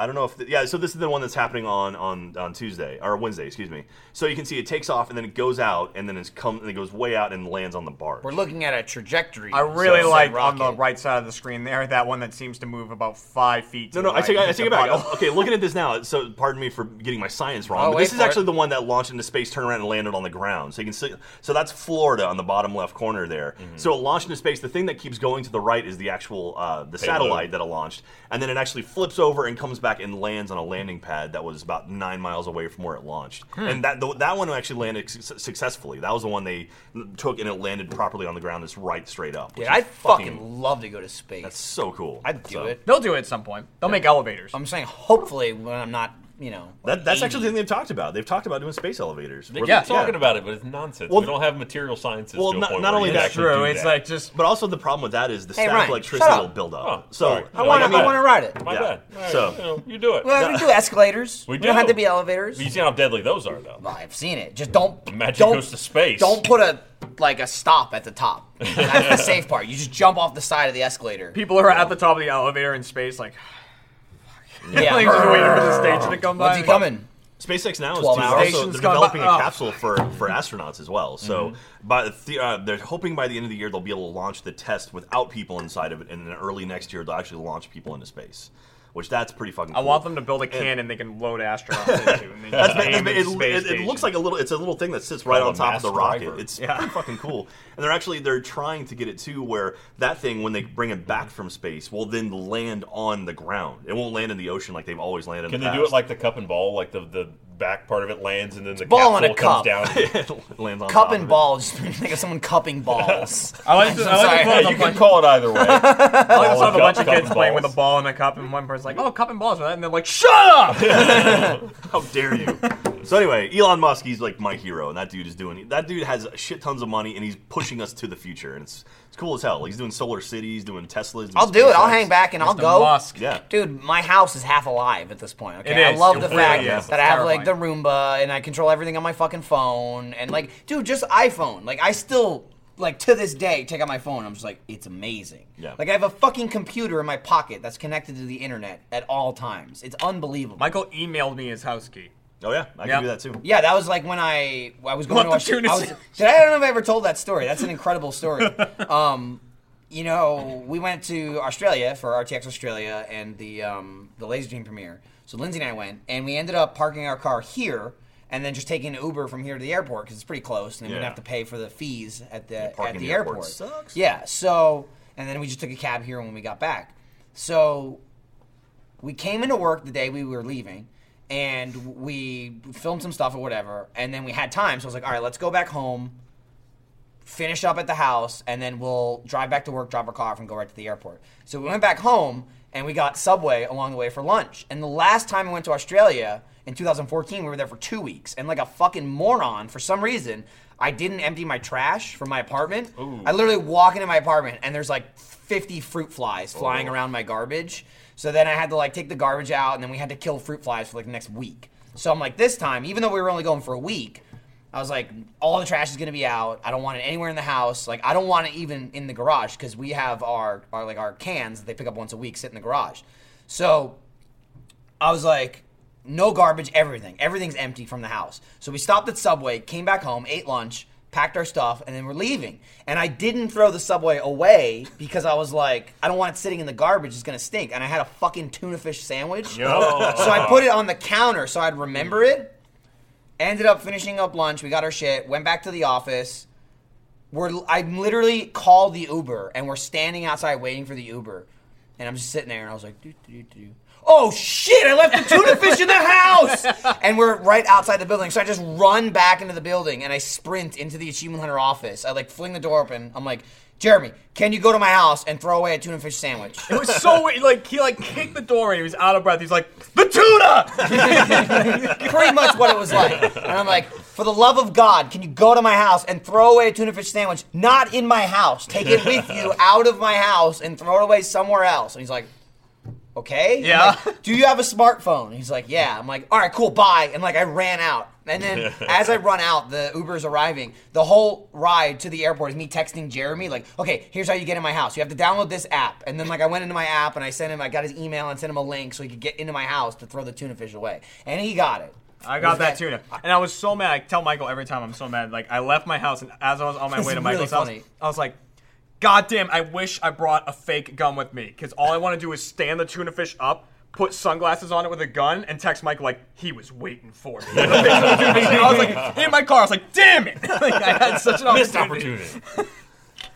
I don't know if the, yeah. So this is the one that's happening on on on Tuesday or Wednesday, excuse me. So you can see it takes off and then it goes out and then it's come and it goes way out and lands on the barge.
We're looking at a trajectory.
I really
So-
like
so
on the
rocket.
right side of the screen there that one that seems to move about five feet. To
No,
the
no, I
right.
take, I
It's
take
a
it back. Oh,
puddle.
Okay, looking at this now, so pardon me for getting my science wrong,
Oh,
but
wait
this is
for
actually
it.
the one that launched into space, turned around, and landed on the ground. So you can see, so that's Florida on the bottom left corner there.
Mm-hmm.
So it launched into space. The thing that keeps going to the right is the actual uh, the satellite that it launched, and then it actually flips over and comes back and lands on a landing pad that was about nine miles away from where it launched.
Hmm.
And that th- that one actually landed su- successfully. That was the one they took and it landed properly on the ground, just right straight up.
Dude,
which is
I'd fucking love to go to space.
that's so cool.
I'd do
So-
it.
They'll do it at some point. They'll make elevators.
I'm saying hopefully when I'm not, you know.
That, that's actually the
80.
thing they've talked about. They've talked about doing space elevators.
They
We're-
keep talking about it, but it's nonsense.
Well,
we don't have material sciences.
well,
to a
not-
point
not
where
only
you
that-
actually
True.
do
It's
that.
like just
But also the problem with that is the static
Ryan,
electricity
shut up.
will build up.
Oh,
so
sorry. I
like,
wanna-
mean,
I
I want to ride it.
my
yeah.
bad. All right,
So-
you, know, you do it.
Well, we do escalators.
We
don't
do.
have to be elevators.
You see how deadly those are, though.
Well, <laughs> I've seen it. Just don't.
Magic
don't,
goes to space.
Don't put a like a stop at the top. That's the safe part. You just jump off the side of the escalator.
people are at the top of the elevator in space, like, <laughs>
yeah.
like just waiting for the station to come by.
When's he coming?
SpaceX now is
12
too,
hours.
also
Stations
they're
gone
developing
by-
a
oh.
capsule for, for astronauts as well. So
Mm-hmm.
by the, the- uh, they're hoping by the end of the year they'll be able to launch the test without people inside of it, and then early next year they'll actually launch people into space, which that's pretty fucking.
I
cool.
want them to build a cannon they can
<laughs>
load astronauts into. And they just
That's-
aim
it,
at
it-
the
it-
space
it looks
station.
like a little. It's a little thing that sits right
Called
on
a
top of the
mass
rocket.
driver.
It's
Yeah.
pretty <laughs> fucking cool. And they're actually they're trying to get it to where that thing when they bring it back from space will then land on the ground. It won't land in the ocean like they've always landed.
Can
in
they
the
do it like the cup and ball, like the the back part of it lands and then the
ball
capsule
and a cup.
comes down?
like lands on
Cup
top of <laughs>
and
it.
ball. <laughs> Just think of someone cupping balls.
I like to- I like to
I'm
call
sorry.
yeah, you can call it either way.
I
I
also have a bunch of kids playing with a ball and a cup, and one person's like, "Oh, cup and balls," and they're like, "Shut up!"
<laughs>
How dare you? So anyway, Elon Musk, he's like my hero, and that dude is doing. That dude has shit tons of money, and he's pushing us to the future, and it's it's cool as hell. He's doing solar cities, doing Teslas. doing
I'll do it. I'll
SpaceX.
hang back and I'll
Mr.
go.
Musk.
Yeah.
Dude, my house is half alive at this point. Okay,
It
I
is.
love the
Completely,
fact
yes.
that I have like
It's
the Roomba and I control everything on my fucking phone and like, dude, just iPhone. Like, I still like to this day take out my phone. I'm just like, it's amazing.
Yeah.
Like, I have a fucking computer in my pocket that's connected to the internet at all times. It's unbelievable.
Michael emailed me his house key.
Oh yeah, I
Yeah.
can do that too.
Yeah, that was like when I I was going
<laughs> What
to
the
watch.
tune
I
is-
was, did I, I don't know if I ever told that story. That's an incredible
<laughs>
story. um, you know, we went to Australia for RTX Australia and the um, the Laser Dream premiere. So Lindsay and I went, and we ended up parking our car here. And then just taking an Uber from here to the airport because it's pretty close, and then we
Yeah.
didn't have to pay for the fees at the
parking
at
in
the
the airport
airport.
sucks.
Yeah. So, and then we just took a cab here when we got back. So we came into work the day we were leaving and we filmed some stuff or whatever and then we had time so i was like all right let's go back home finish up at the house and then we'll drive back to work drop our car off and go right to the airport so we went back home and we got subway along the way for lunch and the last time we went to australia in 2014 we were there for two weeks and like a fucking moron for some reason i didn't empty my trash from my apartment i literally walk into my apartment and there's like 50 fruit flies flying around my garbage so then I had to like take the garbage out, and then we had to kill fruit flies for like the next week. So I'm like, this time, even though we were only going for a week, I was like, all the trash is gonna be out. I don't want it anywhere in the house. Like, I don't want it even in the garage because we have our, our like our cans that they pick up once a week sit in the garage. So I was like, no garbage, everything. Everything's empty from the house. So we stopped at Subway, came back home, ate lunch, packed our stuff, and then we're leaving. And I didn't throw the Subway away because I was like, I don't want it sitting in the garbage. It's going to stink. And I had a fucking tuna fish sandwich.
Oh.
So I put it on the counter so I'd remember it. Ended up finishing up lunch. We got our shit, went back to the office. We're I literally called the Uber and we're standing outside waiting for the Uber. And I'm just sitting there and I was like, doo, doo, doo, doo. Oh shit, I left the tuna fish in the house! And we're right outside the building. So I just run back into the building and I sprint into the Achievement Hunter office. I like fling the door open. I'm like, Jeremy, can you go to my house and throw away a tuna fish sandwich?
It was so weird. Like he like kicked the door and he was out of breath. He's like,
<laughs>
the tuna.
<laughs> pretty much what it was like. And I'm like, for the love of God, can you go to my house and throw away a tuna fish sandwich? Not in my house. Take it with you out of my house and throw it away somewhere else. And he's like, okay. I'm
Yeah.
like, Do you have a smartphone? He's like, yeah. I'm like, all right, cool, bye. And like, I ran out. And then as I run out, the Uber's arriving. The whole ride to the airport is me texting Jeremy, like, okay, here's how you get in my house. You have to download this app. And then like, I went into my app and I sent him, I got his email and sent him a link so he could get into my house to throw the tuna fish away. And he got it.
I got that
that-
tuna, and I was so mad. I tell Michael every time I'm so mad. Like I left my house, and as I was on my
It's
way to
really
Michael's house,
funny.
I was like. God damn, I wish I brought a fake gun with me. Because all I want to do is stand the tuna fish up, put sunglasses on it with a gun, and text Michael, like, he was waiting for me. <laughs> The picture of the tuna fish, and I was like, in my car, I was like, damn it. <laughs> Like, I had such an
Missed
opportunity.
opportunity.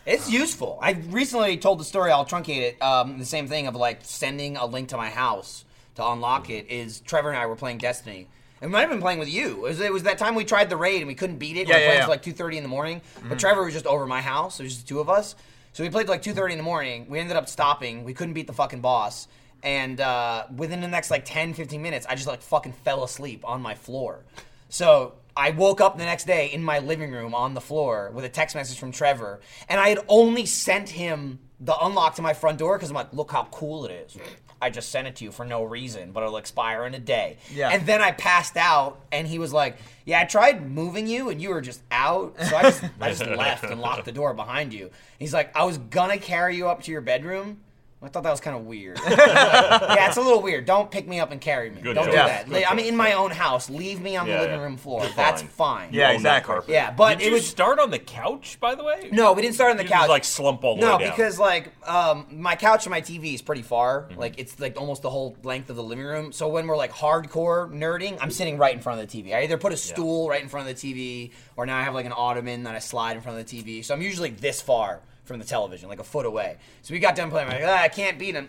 It's useful. I recently told the story. I'll truncate it. Um, the same thing of like sending a link to my house to unlock it is Trevor and I were playing Destiny. And we might have been playing with you. It was, it was that time we tried the raid and we couldn't beat it. we
Yeah,
were
yeah,
playing
yeah.
till like two thirty in the morning. But Trevor was just over my house. So it was just the two of us. So we played till like two thirty in the morning. We ended up stopping. We couldn't beat the fucking boss. And uh, within the next like 10, 15 minutes, I just like fucking fell asleep on my floor. So I woke up the next day in my living room on the floor with a text message from Trevor, and I had only sent him the unlock to my front door because I'm like, look how cool it is. I just sent it to you for no reason, but it'll expire in a day.
Yeah.
And then I passed out, and he was like, "Yeah, I tried moving you, and you were just out, so I just, I just left and locked the door behind you." He's like, "I was gonna carry you up to your bedroom." I thought that was kind of weird. <laughs> yeah, it's a little weird. Don't pick me up and carry me.
Good
Don't do
choice.
that.
Good
I'm in my own house. Leave me on
Yeah,
the living
yeah.
room floor.
Fine.
That's fine.
Yeah,
Own that
exactly.
carpet.
Yeah, but it
Did you
was
start on the couch, by the way?
no, we didn't start on the
You
couch.
Just, like slump all the
no,
way down.
because like um, my couch and my TV is pretty far.
Mm-hmm.
Like it's like almost the whole length of the living room. So when we're like hardcore nerding, I'm sitting right in front of the TV. I either put a stool right in front of the TV, or now I have like an ottoman that I slide in front of the TV. So I'm usually this far from the television, like a foot away. So we got done playing. I'm like, "Ah, I can't beat <laughs> him.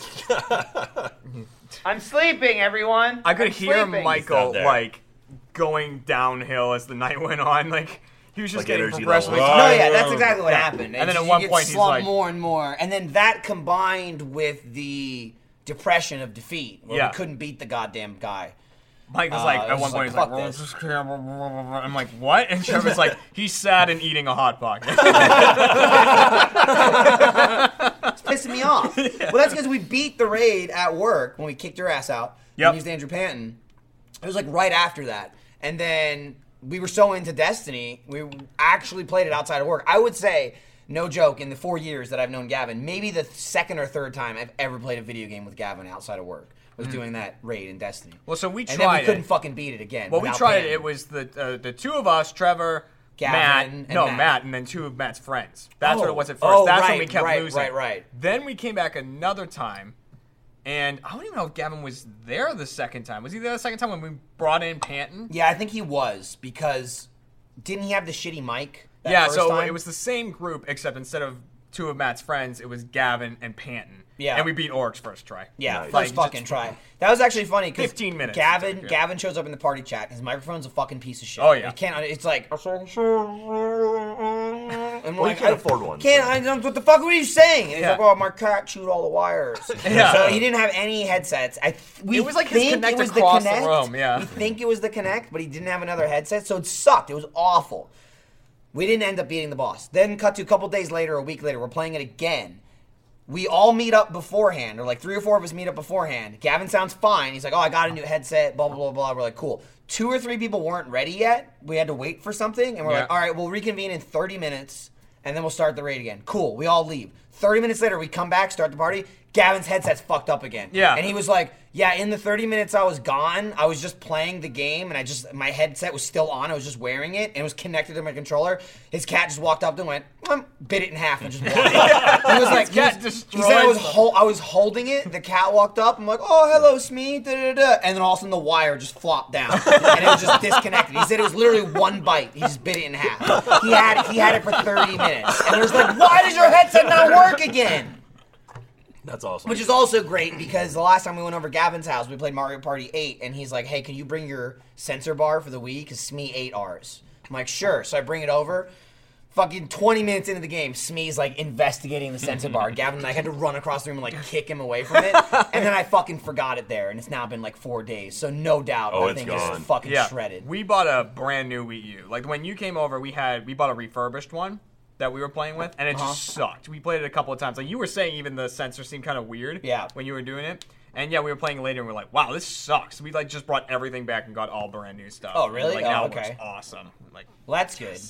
Mm-hmm.
I'm sleeping, everyone.
I could
I'm
hear
sleeping.
Michael
He's not there.
like going downhill as the night <laughs> went on. Like he was just
Like
getting
energy
progressively.
level.
No,
tired.
yeah, that's exactly what happened.
And then
It's-
at one
you
point
get
he's
slumped
like-
more and more, and then that combined with the depression of defeat, where
Yeah.
we couldn't beat the goddamn guy.
Mike was like,
Uh,
at one
just
point, he's
like,
like,
"Fuck
"Well,
this."
just can't- blah, blah, blah, blah." I'm like, what? And Trevor's like, he's sad and eating a hot <laughs> pocket.
It's pissing me
<laughs>
off. Well, that's because we beat the raid at work when we kicked your ass out.
Yep.
And used Andrew Panton. It was like right after that, and then we were so into Destiny, we actually played it outside of work. I would say, no joke, in the four years that I've known Gavin, maybe the second or third time I've ever played a video game with Gavin outside of work was doing that raid in Destiny.
Hmm. Well, so we
and then
tried
we
it.
couldn't fucking beat it again.
Well, we
without
tried it.
Panton.
It was the uh, the two of us, Trevor,
Gavin
Matt,
and
no
Matt.
Matt. and then two of Matt's friends. That's
Oh.
what it was at first.
Oh,
That's
right,
when we kept
right,
losing.
right, right.
Then we came back another time, and I don't even know if Gavin was there the second time. Was he there the second time when we brought in Panton?
Yeah, I think he was because didn't he have the shitty mic? that
yeah.
first
So
time?
it was the same group, except instead of two of Matt's friends, it was Gavin and Panton.
Yeah.
And we beat Orcs first try.
Yeah,
Nice.
first
Like,
fucking
just-
try. That was actually funny because
15 minutes it
Gavin
took, yeah.
Gavin shows up in the party chat. His microphone's a fucking piece of shit.
Oh, yeah.
it can't. It's like. And
Well, you can't afford one,
Can't
so-
I? don't- What the fuck were you saying? And he's
Yeah.
like, "Oh, my cat chewed all the wires."
<laughs> Yeah.
So he didn't have any headsets. I th- we
It was like his
think
Kinect
it was
across
the
the
Kinect.
room, yeah.
We think it was the Connect, but he didn't have another headset, so it sucked. It was awful. We didn't end up beating the boss. Then cut to a couple days later, a week later, we're playing it again. We all meet up beforehand, or like three or four of us meet up beforehand. Gavin sounds fine. He's like, "Oh, I got a new headset." Blah blah blah blah. We're like, "Cool." Two or three people weren't ready yet. We had to wait for something, and we're
Yeah.
like, "All right, we'll reconvene in 30 minutes, and then we'll start the raid again." Cool. We all leave. 30 minutes later, we come back, start the party. Gavin's headset's fucked up again.
Yeah.
and he was like, "Yeah, in the 30 minutes I was gone, I was just playing the game, and I just my headset was still on. I was just wearing it, and it was connected to my controller. His cat just walked up to him and went, "Mm," bit it in half, and just
<laughs>
walked. he was like,
cat
he, was- he said I was
destroys
hol- I was holding it. The cat walked up. I'm like, "Oh, hello, Smee." Da, da, da. And then all of a sudden, the wire just flopped down, and it was just disconnected. He said it was literally one bite. He just bit it in half. He had he had it for 30 minutes, and it was like, "Why does your headset not work again?"
That's awesome.
Which is also great because the last time we went over Gavin's house, we played Mario Party 8, and he's like, hey, can you bring your sensor bar for the Wii? Because Smee ate ours. I'm like, sure. So I bring it over. Fucking 20 minutes into the game, Smee's like investigating the sensor
<laughs>
bar. Gavin and I had to run across the room and like kick him away from it. And then I fucking forgot it there, and it's now been like four days. So no doubt,
Oh,
I
it's
think
gone.
it's fucking
yeah,
shredded.
We bought a brand new Wii U. Like when you came over, we had we bought a refurbished one that we were playing with, and it just
Uh-huh.
sucked. We played it a couple of times. Like you were saying, even the sensor seemed kind of weird.
Yeah.
When you were doing it, and yeah, we were playing it later, and we are like, wow, this sucks. We like just brought everything back and got all brand new stuff.
Oh, really?
Like
Oh,
now it
okay.
works awesome. Like
well, that's good.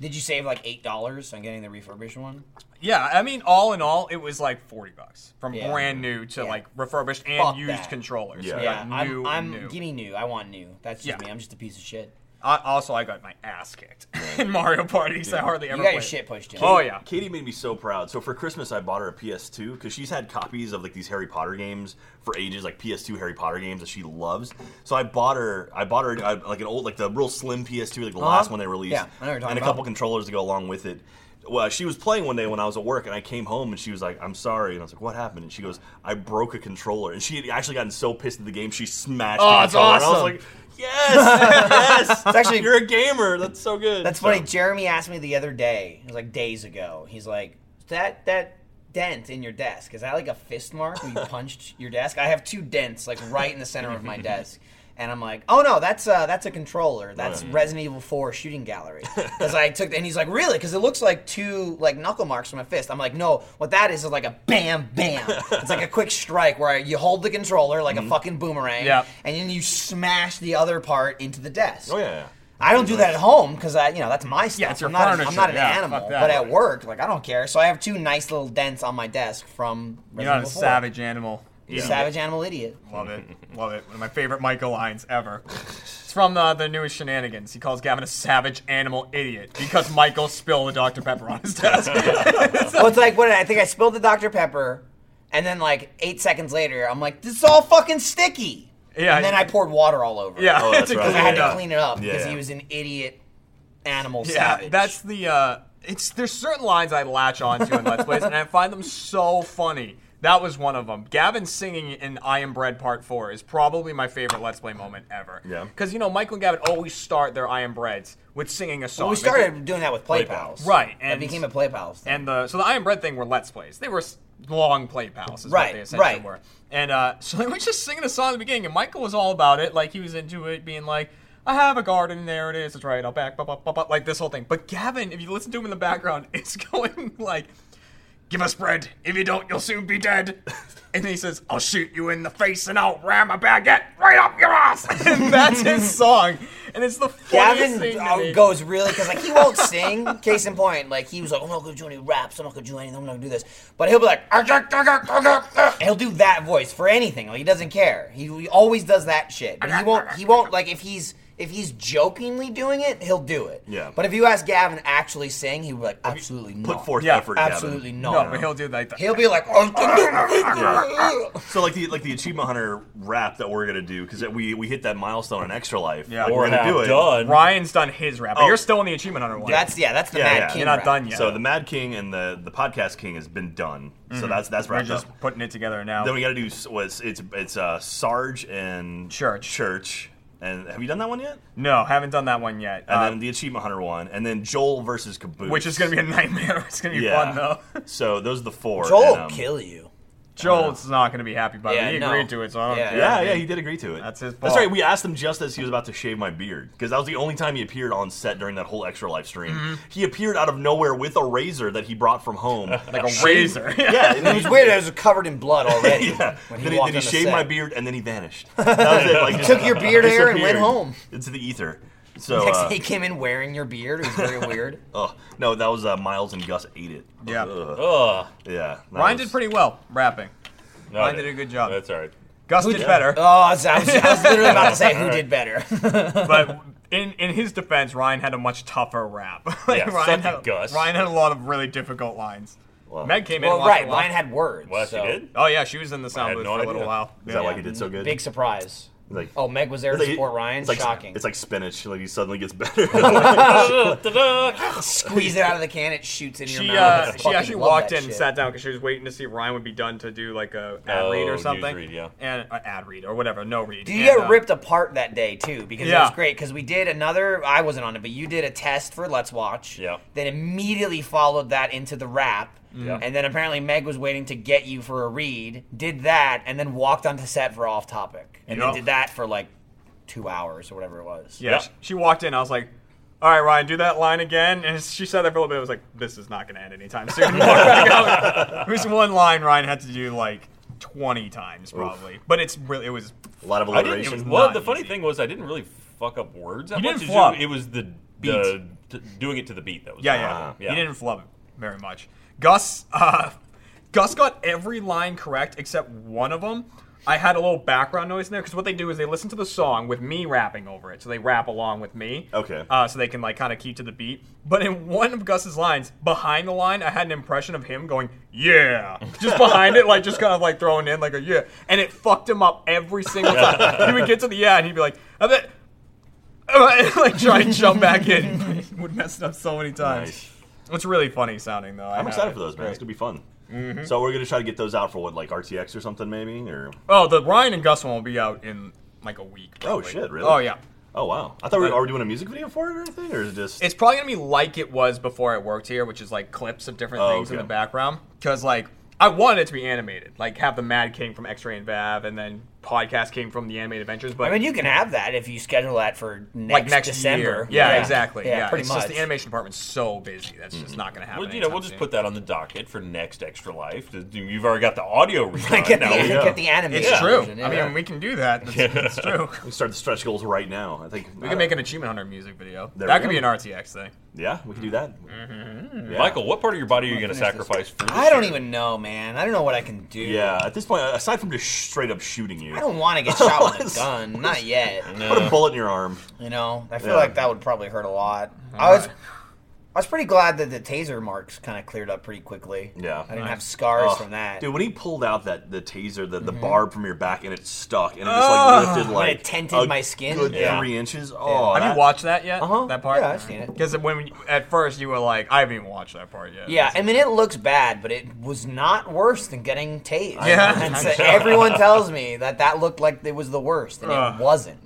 Did you save like $8 on getting the refurbished one?
yeah, I mean, all in all, it was like forty bucks from
Yeah.
brand new to
Yeah.
like refurbished and
Fuck
used
that.
controllers.
Yeah.
We
Yeah, I'm,
got Uh, new,
I'm
new.
give me new. I want new. That's just
Yeah.
me. I'm just a piece of shit.
I, also, I got my ass kicked <laughs> in Mario Party. 'cause I hardly ever.
You got your
played it.
shit pushed in.
Oh yeah.
Katie made me so proud. So for Christmas, I bought her a PS2 because she's had copies of like these Harry Potter games for ages, like PS2 Harry Potter games that she loves. So I bought her, I bought her uh, like an old, like the real slim PS2, like the last one they released,
Uh-huh. Yeah, I know what you're talking
and a
about.
couple controllers to go along with it. Well, she was playing one day when I was at work, and I came home and she was like, "I'm sorry," and I was like, "What happened?" And she goes, "I broke a controller," and she had actually gotten so pissed at the game, she smashed.
Oh,
the
that's
controller. And I was
awesome.
like, "Yes,
<laughs>
yes,
It's actually-
<laughs> you're a gamer. That's so good."
That's
So-
funny. Jeremy asked me the other day, it was like days ago. He's like, that that dent in your desk is that like a fist mark where you punched your desk? I have two dents like right in the center of my desk. And I'm like, oh no, that's uh, that's a controller. That's Resident Evil 4 shooting gallery. Because I took, and he's like, really? Because it looks like two like knuckle marks from a fist. I'm like, no, what that is is like a bam, bam. it's like a quick strike where you hold the controller like a fucking boomerang,
Yep.
and then you smash the other part into the desk.
Oh yeah, yeah.
I don't do that at home because I, you know, that's my stuff.
it's your
I'm not,
furniture.
I'm not an
Yeah,
animal,
fuck that.
but at work, like I don't care. So I have two nice little dents on my desk from.
You're
Resident
not a
Evil 4.
savage animal.
Savage animal idiot.
Love it.
<laughs>
Love it. One of my favorite Michael lines ever. It's from uh, the newest shenanigans. He calls Gavin a savage animal idiot because Michael spilled the Dr. Pepper on his desk. <laughs>
well, it's like what I think I spilled the Dr Pepper, and then like eight seconds later, I'm like, this is all fucking sticky.
Yeah.
And then I poured water all over.
yeah,
Oh, that's
to
right.
Because I
clean
had
it
to
up.
clean it up
Yeah,
because he
yeah.
was an idiot animal
Yeah,
savage.
that's the. Uh, it's there's certain lines I latch onto in Let's Plays, and I find them so funny. That was one of them. Gavin singing in "I Am Bread" Part Four is probably my favorite Let's Play moment ever.
Yeah.
because you know Michael and Gavin always start their "I Am Breads" with singing a song.
Well, we
They go-
started doing that with Play,
Play Pals.
Pals.
Oh, Right,
And
and-
became a Play Pals. thing.
And the so the Iron Bread thing were Let's Plays. They were s- long play pals, is
Right,
what they essentially
right.
were. And uh, <laughs> so they were just singing a song at the beginning, and Michael was all about it. Like, he was into it, being like, I have a garden, there it is, it's right out back, blah, blah, blah, blah, like this whole thing. But Gavin, if you listen to him in the background, <laughs> it's going like, Give us bread. If you don't, you'll soon be dead. <laughs> And then he says, I'll shoot you in the face and I'll ram a baguette right up your ass. <laughs> And
<laughs>
that's his song. And it's the funniest thing
Gavin
to
uh, <laughs>
me.
goes really because like he
<laughs>
won't sing. Case in point, like he was like, I'm not gonna do any raps. I'm not gonna do anything. I'm not gonna do this. But he'll be like, "Argh, argh, argh, argh, argh," and he'll do that voice for anything. Like he doesn't care. He, he always does that shit. But he won't. He won't like if he's if he's jokingly doing it, he'll do it.
Yeah.
But if you ask Gavin actually sing, he would be like, absolutely not.
Put forth
Yeah,
effort, Gavin.
Absolutely
No,
not.
but he'll do like that.
He'll be like, "Oh, "Argh, argh, argh, <laughs> argh."
So like the like the achievement hunter rap that we're gonna do because we we hit that milestone in extra life.
Yeah.
like,
or
we're gonna
have
do it.
done.
Ryan's done his rap, but
Oh.
you're still in the Achievement Hunter one.
that's yeah, that's the
Yeah,
Mad
yeah.
King.
You're not
rap.
done yet.
So the Mad King and the the podcast King has been done. So that's that's
Mm-hmm. We're
wrapped
just
up.
putting it together now.
Then we got to do s- was it's it's uh, Sarge and
Church.
Church. And have you done that one yet?
no, haven't done that one yet.
And
Uh,
then the Achievement Hunter one, and then Joel versus Caboose,
which is going to be a <laughs> nightmare. It's going to be
yeah.
fun, though.
so those are the four.
Joel
and,
will
um,
kill you.
Joel's not going to be happy about
Yeah,
it. He
no.
agreed to it, so I don't
Yeah.
care.
Yeah, yeah, he did agree to it.
That's his
That's
fault.
right. We asked him just as he was about to shave my beard because that was the only time he appeared on set during that whole extra live stream.
Mm-hmm.
He appeared out of nowhere with a razor that he brought from
<laughs>
home,
Like a razor. <laughs>
Yeah, and
It
then
was
he,
weird. It was covered
<laughs>
in blood already.
yeah.
When he
then he, then
walked
he
on the
shaved
set.
my beard and then he
<laughs>
vanished. That was it. Like,
Took your beard hair and
disappeared
went home.
into the
<laughs>
ether. So
Next
uh,
day he came in wearing your beard. It
<laughs>
was very weird.
oh no, that was uh, Miles and Gus ate it.
Yeah.
Ugh.
Ugh.
yeah. that
Ryan
was-
did pretty well rapping.
No,
Ryan did a good job.
That's all right.
Gus did better.
<laughs> Oh, I was, I was- I was literally about to say who did better.
but in in his defense, Ryan had a much tougher rap. <laughs> Like,
Yeah,
Ryan
suck
had
it, Gus.
Ryan had a lot of really difficult lines.
Wow.
Meg came in.
<laughs> well,
and watched
right.
a lot.
Ryan had words.
Well,
so.
she did.
Oh yeah, she was in the sound
had
booth
no
for a
idea.
little while.
Is
Yeah.
that why he did so good?
Big surprise.
Like-
Oh, Meg was there
It's
to
like-
support Ryan.
It's like,
Shocking.
It's like spinach. Like he suddenly gets
<laughs>
better. <laughs>
Da-da-da-da.
Squeeze it out of the can. It shoots in your
She,
mouth. I
uh, she
fucking
actually
love
walked
that
in and
shit.
sat down because she was waiting to see if Ryan would be done to do like a ad read
Oh,
or
news
something.
read, yeah.
And uh, ad read or whatever, no read.
Dude, you
And,
got
uh,
ripped apart that day too because it
Yeah.
was great because we did another. I wasn't on it, but you did a test for Let's Watch.
Yeah.
Then immediately followed that into the rap.
Yeah.
And then apparently Meg was waiting to get you for a read, did that, and then walked onto set for off topic, and
Yeah.
then did that for like two hours or whatever it was.
Yeah,
Yeah.
She, she walked in. I was like, "All right, Ryan, do that line again." And she said that for a little bit. I was like, "This is not going to end anytime
<laughs>
soon." it was one line Ryan had to do like twenty times probably, but it's really it was
a lot of
I didn't.
alliteration.
well,
not
the funny
easy.
thing was I didn't really fuck up words. That
You
much.
didn't
It's
flub.
just- It was the the t- doing it to the beat that was.
yeah
the
yeah.
problem.
He didn't flub it very much. Gus uh, Gus got every line correct except one of them. I had a little background noise in there because what they do is they listen to the song with me rapping over it, so they rap along with me.
Okay.
uh, so they can like kind of keep to the beat. But in one of Gus's lines, behind the line, I had an impression of him going yeah, just behind it, like just kind of like throwing in like a yeah, and it fucked him up every single time. he would get to the yeah, and he'd be like, I bet. <laughs> like try and jump back in, It <laughs> would mess it up so many times.
Nice.
It's really funny sounding though. I
I'm
have
excited
it.
for those, man. It's gonna be fun.
Mm-hmm.
So we're gonna try to get those out for what, like RTX or something, maybe, or
Oh, the Ryan and Gus one will be out in like a week. probably.
shit, really?
Oh yeah.
oh wow, I thought
Uh,
we are we doing a music video for it or anything, or is it just
It's probably gonna be like it was before I worked here, which is like clips of different
Oh,
things in
okay.
the background. Because like I wanted it to be animated, like have the Mad King from X Ray and Vav, and then podcast King from the Animated Adventures. But
I mean, you can have that if you schedule that for next,
like next
December.
year, yeah, exactly.
Yeah,
Yeah,
pretty
it's
much.
just the animation department's so busy that's just not gonna happen.
Well, you know,
anytime
we'll just
soon.
put that on the docket for next extra life. You've already got the audio
<laughs>
redone.
get, the,
now we
yeah.
<laughs> get the animation.
It's true.
version, yeah.
I mean, we can do that. That's, that's true.
we start the stretch goals right now? I think
We can make an Achievement Hunter music video.
Uh, There we
that could
go.
be an RTX thing.
Yeah, we can do that.
Mm-hmm.
Yeah.
Michael, what part of your body are you going to
finish this.
sacrifice for? This
I don't
year?
even know, man. I don't know what I can do.
Yeah, at this point, aside from just straight up shooting you,
I don't want to get
<laughs>
shot with a gun. Not yet.
put a bullet in your arm.
You know, I feel
Yeah.
like that would probably hurt a lot. I was, I was pretty glad that the taser marks kind of cleared up pretty quickly.
Yeah.
I didn't have scars
Oh,
from that. Mm-hmm.
Dude, when he pulled out that the taser, the, the barb from your back, and it stuck, and it just like lifted like
it tinted
a
my skin.
good
Yeah.
three inches. Oh,
Have
that-
you watched that yet?
Uh-huh.
That part?
Yeah, I've seen it.
Because when at first you were like, I haven't even watched that part yet.
yeah, I mean it looks bad, but it was not worse than getting tased.
Yeah.
<laughs>
And so everyone tells me that that looked like it was the worst, and
Ugh.
it wasn't.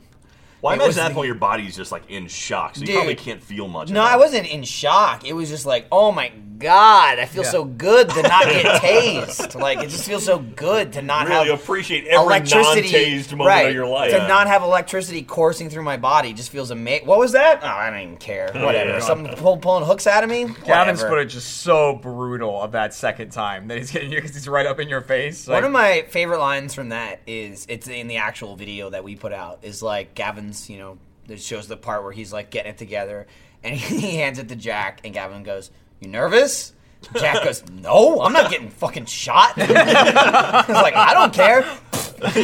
Well, I
It
imagine at
was
that
the-
point your body's just like in shock, so you
Dude.
probably can't feel much.
No,
of
I
it.
wasn't in shock. It was just like, oh my god, I feel
Yeah.
so good to not
<laughs>
get tased. like it just feels so good to not
Really
have
appreciate every
electricity.
non-tased moment
right,
of your life.
to not have electricity coursing through my body just feels amazing. What was that? Oh, I don't even care. Whatever.
yeah.
Some pull, pulling hooks out of me.
Gavin's
Whatever.
footage is so brutal of that second time that he's getting you because he's right up in your face. Like,
One of my favorite lines from that is it's in the actual video that we put out is like Gavin's, you know, it shows the part where he's like getting it together and <laughs> he hands it to Jack and Gavin goes, "You nervous?" Jack goes, "No, I'm not getting fucking shot." <laughs> He's like, "I don't
<laughs>
care."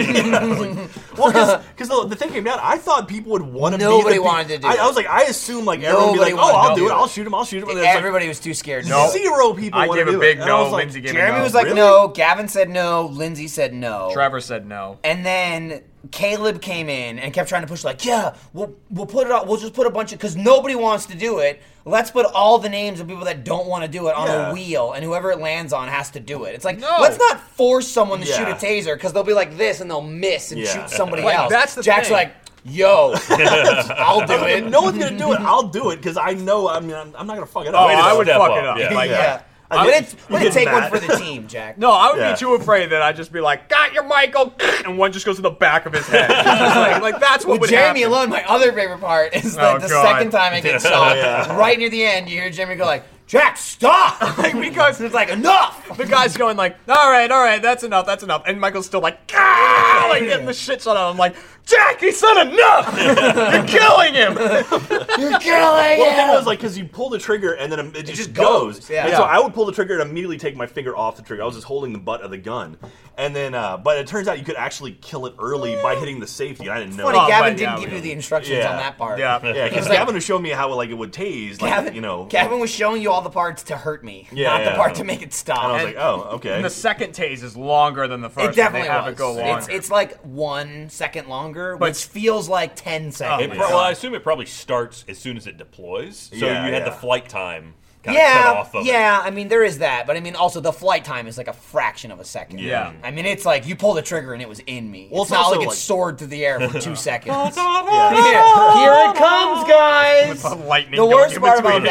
<laughs>
Well, because the, the thing came down, I thought people would want to. be
Nobody
the pe-
wanted to do
I,
it.
I was like, I assume like everyone would be
Nobody
like, oh,
wanted
I'll
to
do it.
do it.
I'll shoot him. I'll shoot him. And it's
Everybody was too scared.
like,
No.
zero people.
I
wanted
gave
to
a
do
big
it. And I
no.
was like,
Lindsay gave a
Jeremy
no.
was like,
Really?
"No." Gavin said no. Lindsay said no.
Trevor said no.
And then Caleb came in and kept trying to push, like, yeah, we'll we'll put it on. We'll just put a bunch of because nobody wants to do it. Let's put all the names of people that don't want to do it on
Yeah.
a wheel, and whoever it lands on has to do it. It's like
No.
let's not force someone to
Yeah.
shoot a taser because they'll be like this and they'll miss and
Yeah.
shoot somebody
Like,
else.
that's the
Jack's
thing.
like,
<laughs>
yo, I'll do
If
it.
no one's gonna do it. I'll do it because I know. I mean, I'm, I'm not gonna fuck it
Oh,
up.
Way to
I would
step
fuck
up,
it up.
yeah.
Like,
yeah,
I
but
did-
it's
you
but
did
it take one
that.
for the team, Jack.
No, I would
Yeah.
be too afraid that I'd just be like, "Got your Michael," <laughs> and one just goes to the back of his head. <laughs> like, like, that's what
With
would
Jeremy
happen.
alone, my other favorite part is like
Oh,
the
God.
second time I
<laughs>
get shot, right near the end, you hear Jeremy go like, "Jack, stop!" <laughs>
Like, because it's
like enough.
the guy's going like, "All right, all right, that's enough, that's enough," and Michael's still like, "Ah!" like getting the shit shot out of him. Like, Jack, he said enough. You're killing him. <laughs>
You're killing
Well, the thing
him.
was like because you pull the trigger and then it, it just,
just
goes.
goes, yeah.
And so
Yeah.
I would pull the trigger and immediately take my finger off the trigger. I was just holding the butt of the gun, and then uh, but it turns out you could actually kill it early by hitting the safety. And I didn't know.
Funny,
Oh,
Gavin
but
didn't
yeah,
give
we-
you the instructions
yeah.
on that part.
Yeah.
Yeah, because Gavin was showing me how like it would tase, like
Gavin,
you know.
Gavin was showing you all the parts to hurt me,
Yeah,
not
yeah.
the part to make
and
it
I
stop.
was
It
like, oh, okay.
And the second tase is longer than the first. one.
definitely
they have
was.
it go longer.
it's, it's like one second longer,
But- Oh,
which feels like ten
It
seconds.
pro- well, I assume it probably starts as soon as it deploys. So
Yeah,
you had the
yeah.
flight time kind of cut
yeah,
off of it.
yeah. I mean, there is that, but I mean, also the flight time is like a fraction of a second.
Yeah.
I mean, it's like you pull the trigger and it was in me.
Well,
it's,
it's
not
also
like it
like-
soared through the air
<laughs>
for two seconds.
<laughs>
<laughs>
Yeah.
Yeah. Here it
<laughs>
comes, guys.
the lightning
The
going
worst
in
part about
between.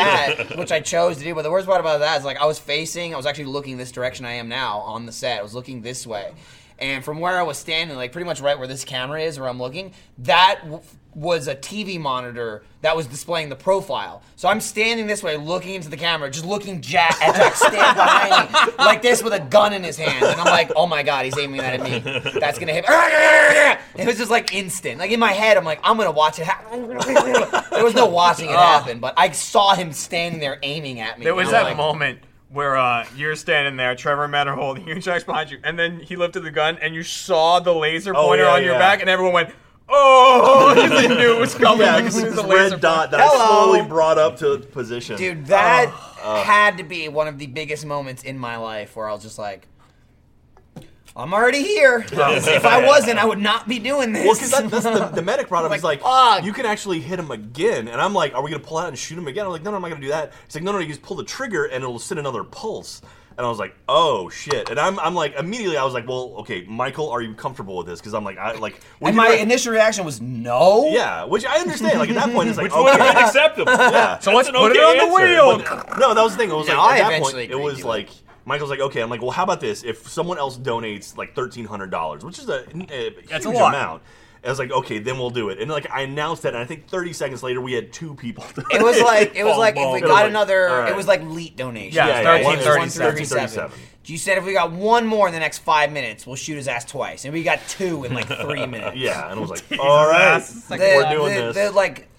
that, which I chose to do, but the worst part about that is like I was facing, I was actually looking this direction I am now on the set. I was looking this way, and from where I was standing, like pretty much right where this camera is, where I'm looking, that w- was a TV monitor that was displaying the profile. So I'm standing this way, looking into the camera, just looking Jack at Jack stand behind me like this with a gun in his hand, and I'm like, oh my god, he's aiming that at me. That's gonna hit. <laughs> It was just like instant. Like in my head, I'm like, I'm gonna watch it happen. <laughs> there was no watching it happen, but I saw him standing there aiming at me.
Ah. There
and
was
I'm
that
like,
moment where uh, you're standing there, Trevor Matter holding you, Jack's behind you, and then he lifted the gun and you saw the laser
Oh,
pointer
yeah,
on your
yeah.
back, and everyone went, "Oh!" <laughs> Because they knew it was coming.
yeah,
like,
because
as soon as
this
the
red
laser <laughs>
dot that I
Hello.
slowly brought up to position.
Dude, that
Ah.
Ah.
had to be one of the biggest moments in my life where I was just like, I'm already here. if I wasn't, I would not be doing this.
Well, because that, that's the, the medic brought up. He's
Like,
like,
fuck.
you can actually hit him again. And I'm like, are we gonna pull out and shoot him again? I'm like, no, no, I'm not gonna do that. He's like, no, no, you just pull the trigger and it'll send another pulse. And I was like, oh shit. And I'm, I'm like, immediately, I was like, well, okay, Michael, are you comfortable with this? Because I'm like, I like, when
and
you
my
were-
initial reaction was no.
yeah, which I understand. Like at that point, it's like,
Which would
okay,
have been acceptable.
yeah.
So let's
put it on the wheel.
But, no, that was the thing. It was
No,
like
I
at that point,
eventually
it
agreed
was
to it.
like Michael's like, okay, I'm like, well, how about this? If someone else donates like thirteen hundred dollars, which is a, a
That's a
huge
lot.
amount. I was like, okay, then we'll do it. And like I announced that, and I think 30 seconds later we had two people. <laughs>
It was like it was
Bong,
like if
bong.
we
It was
got
like,
another.
Oh, all right.
It was like elite donation.
Yeah,
Yeah, yeah,
It was
1337.
1337. You said if we got one more in the next five minutes, we'll shoot his ass twice, and we got two in like
<laughs>
three minutes.
yeah, and I was
<laughs>
like, all right,
ass.
the,
we're doing
the-
this.
the, like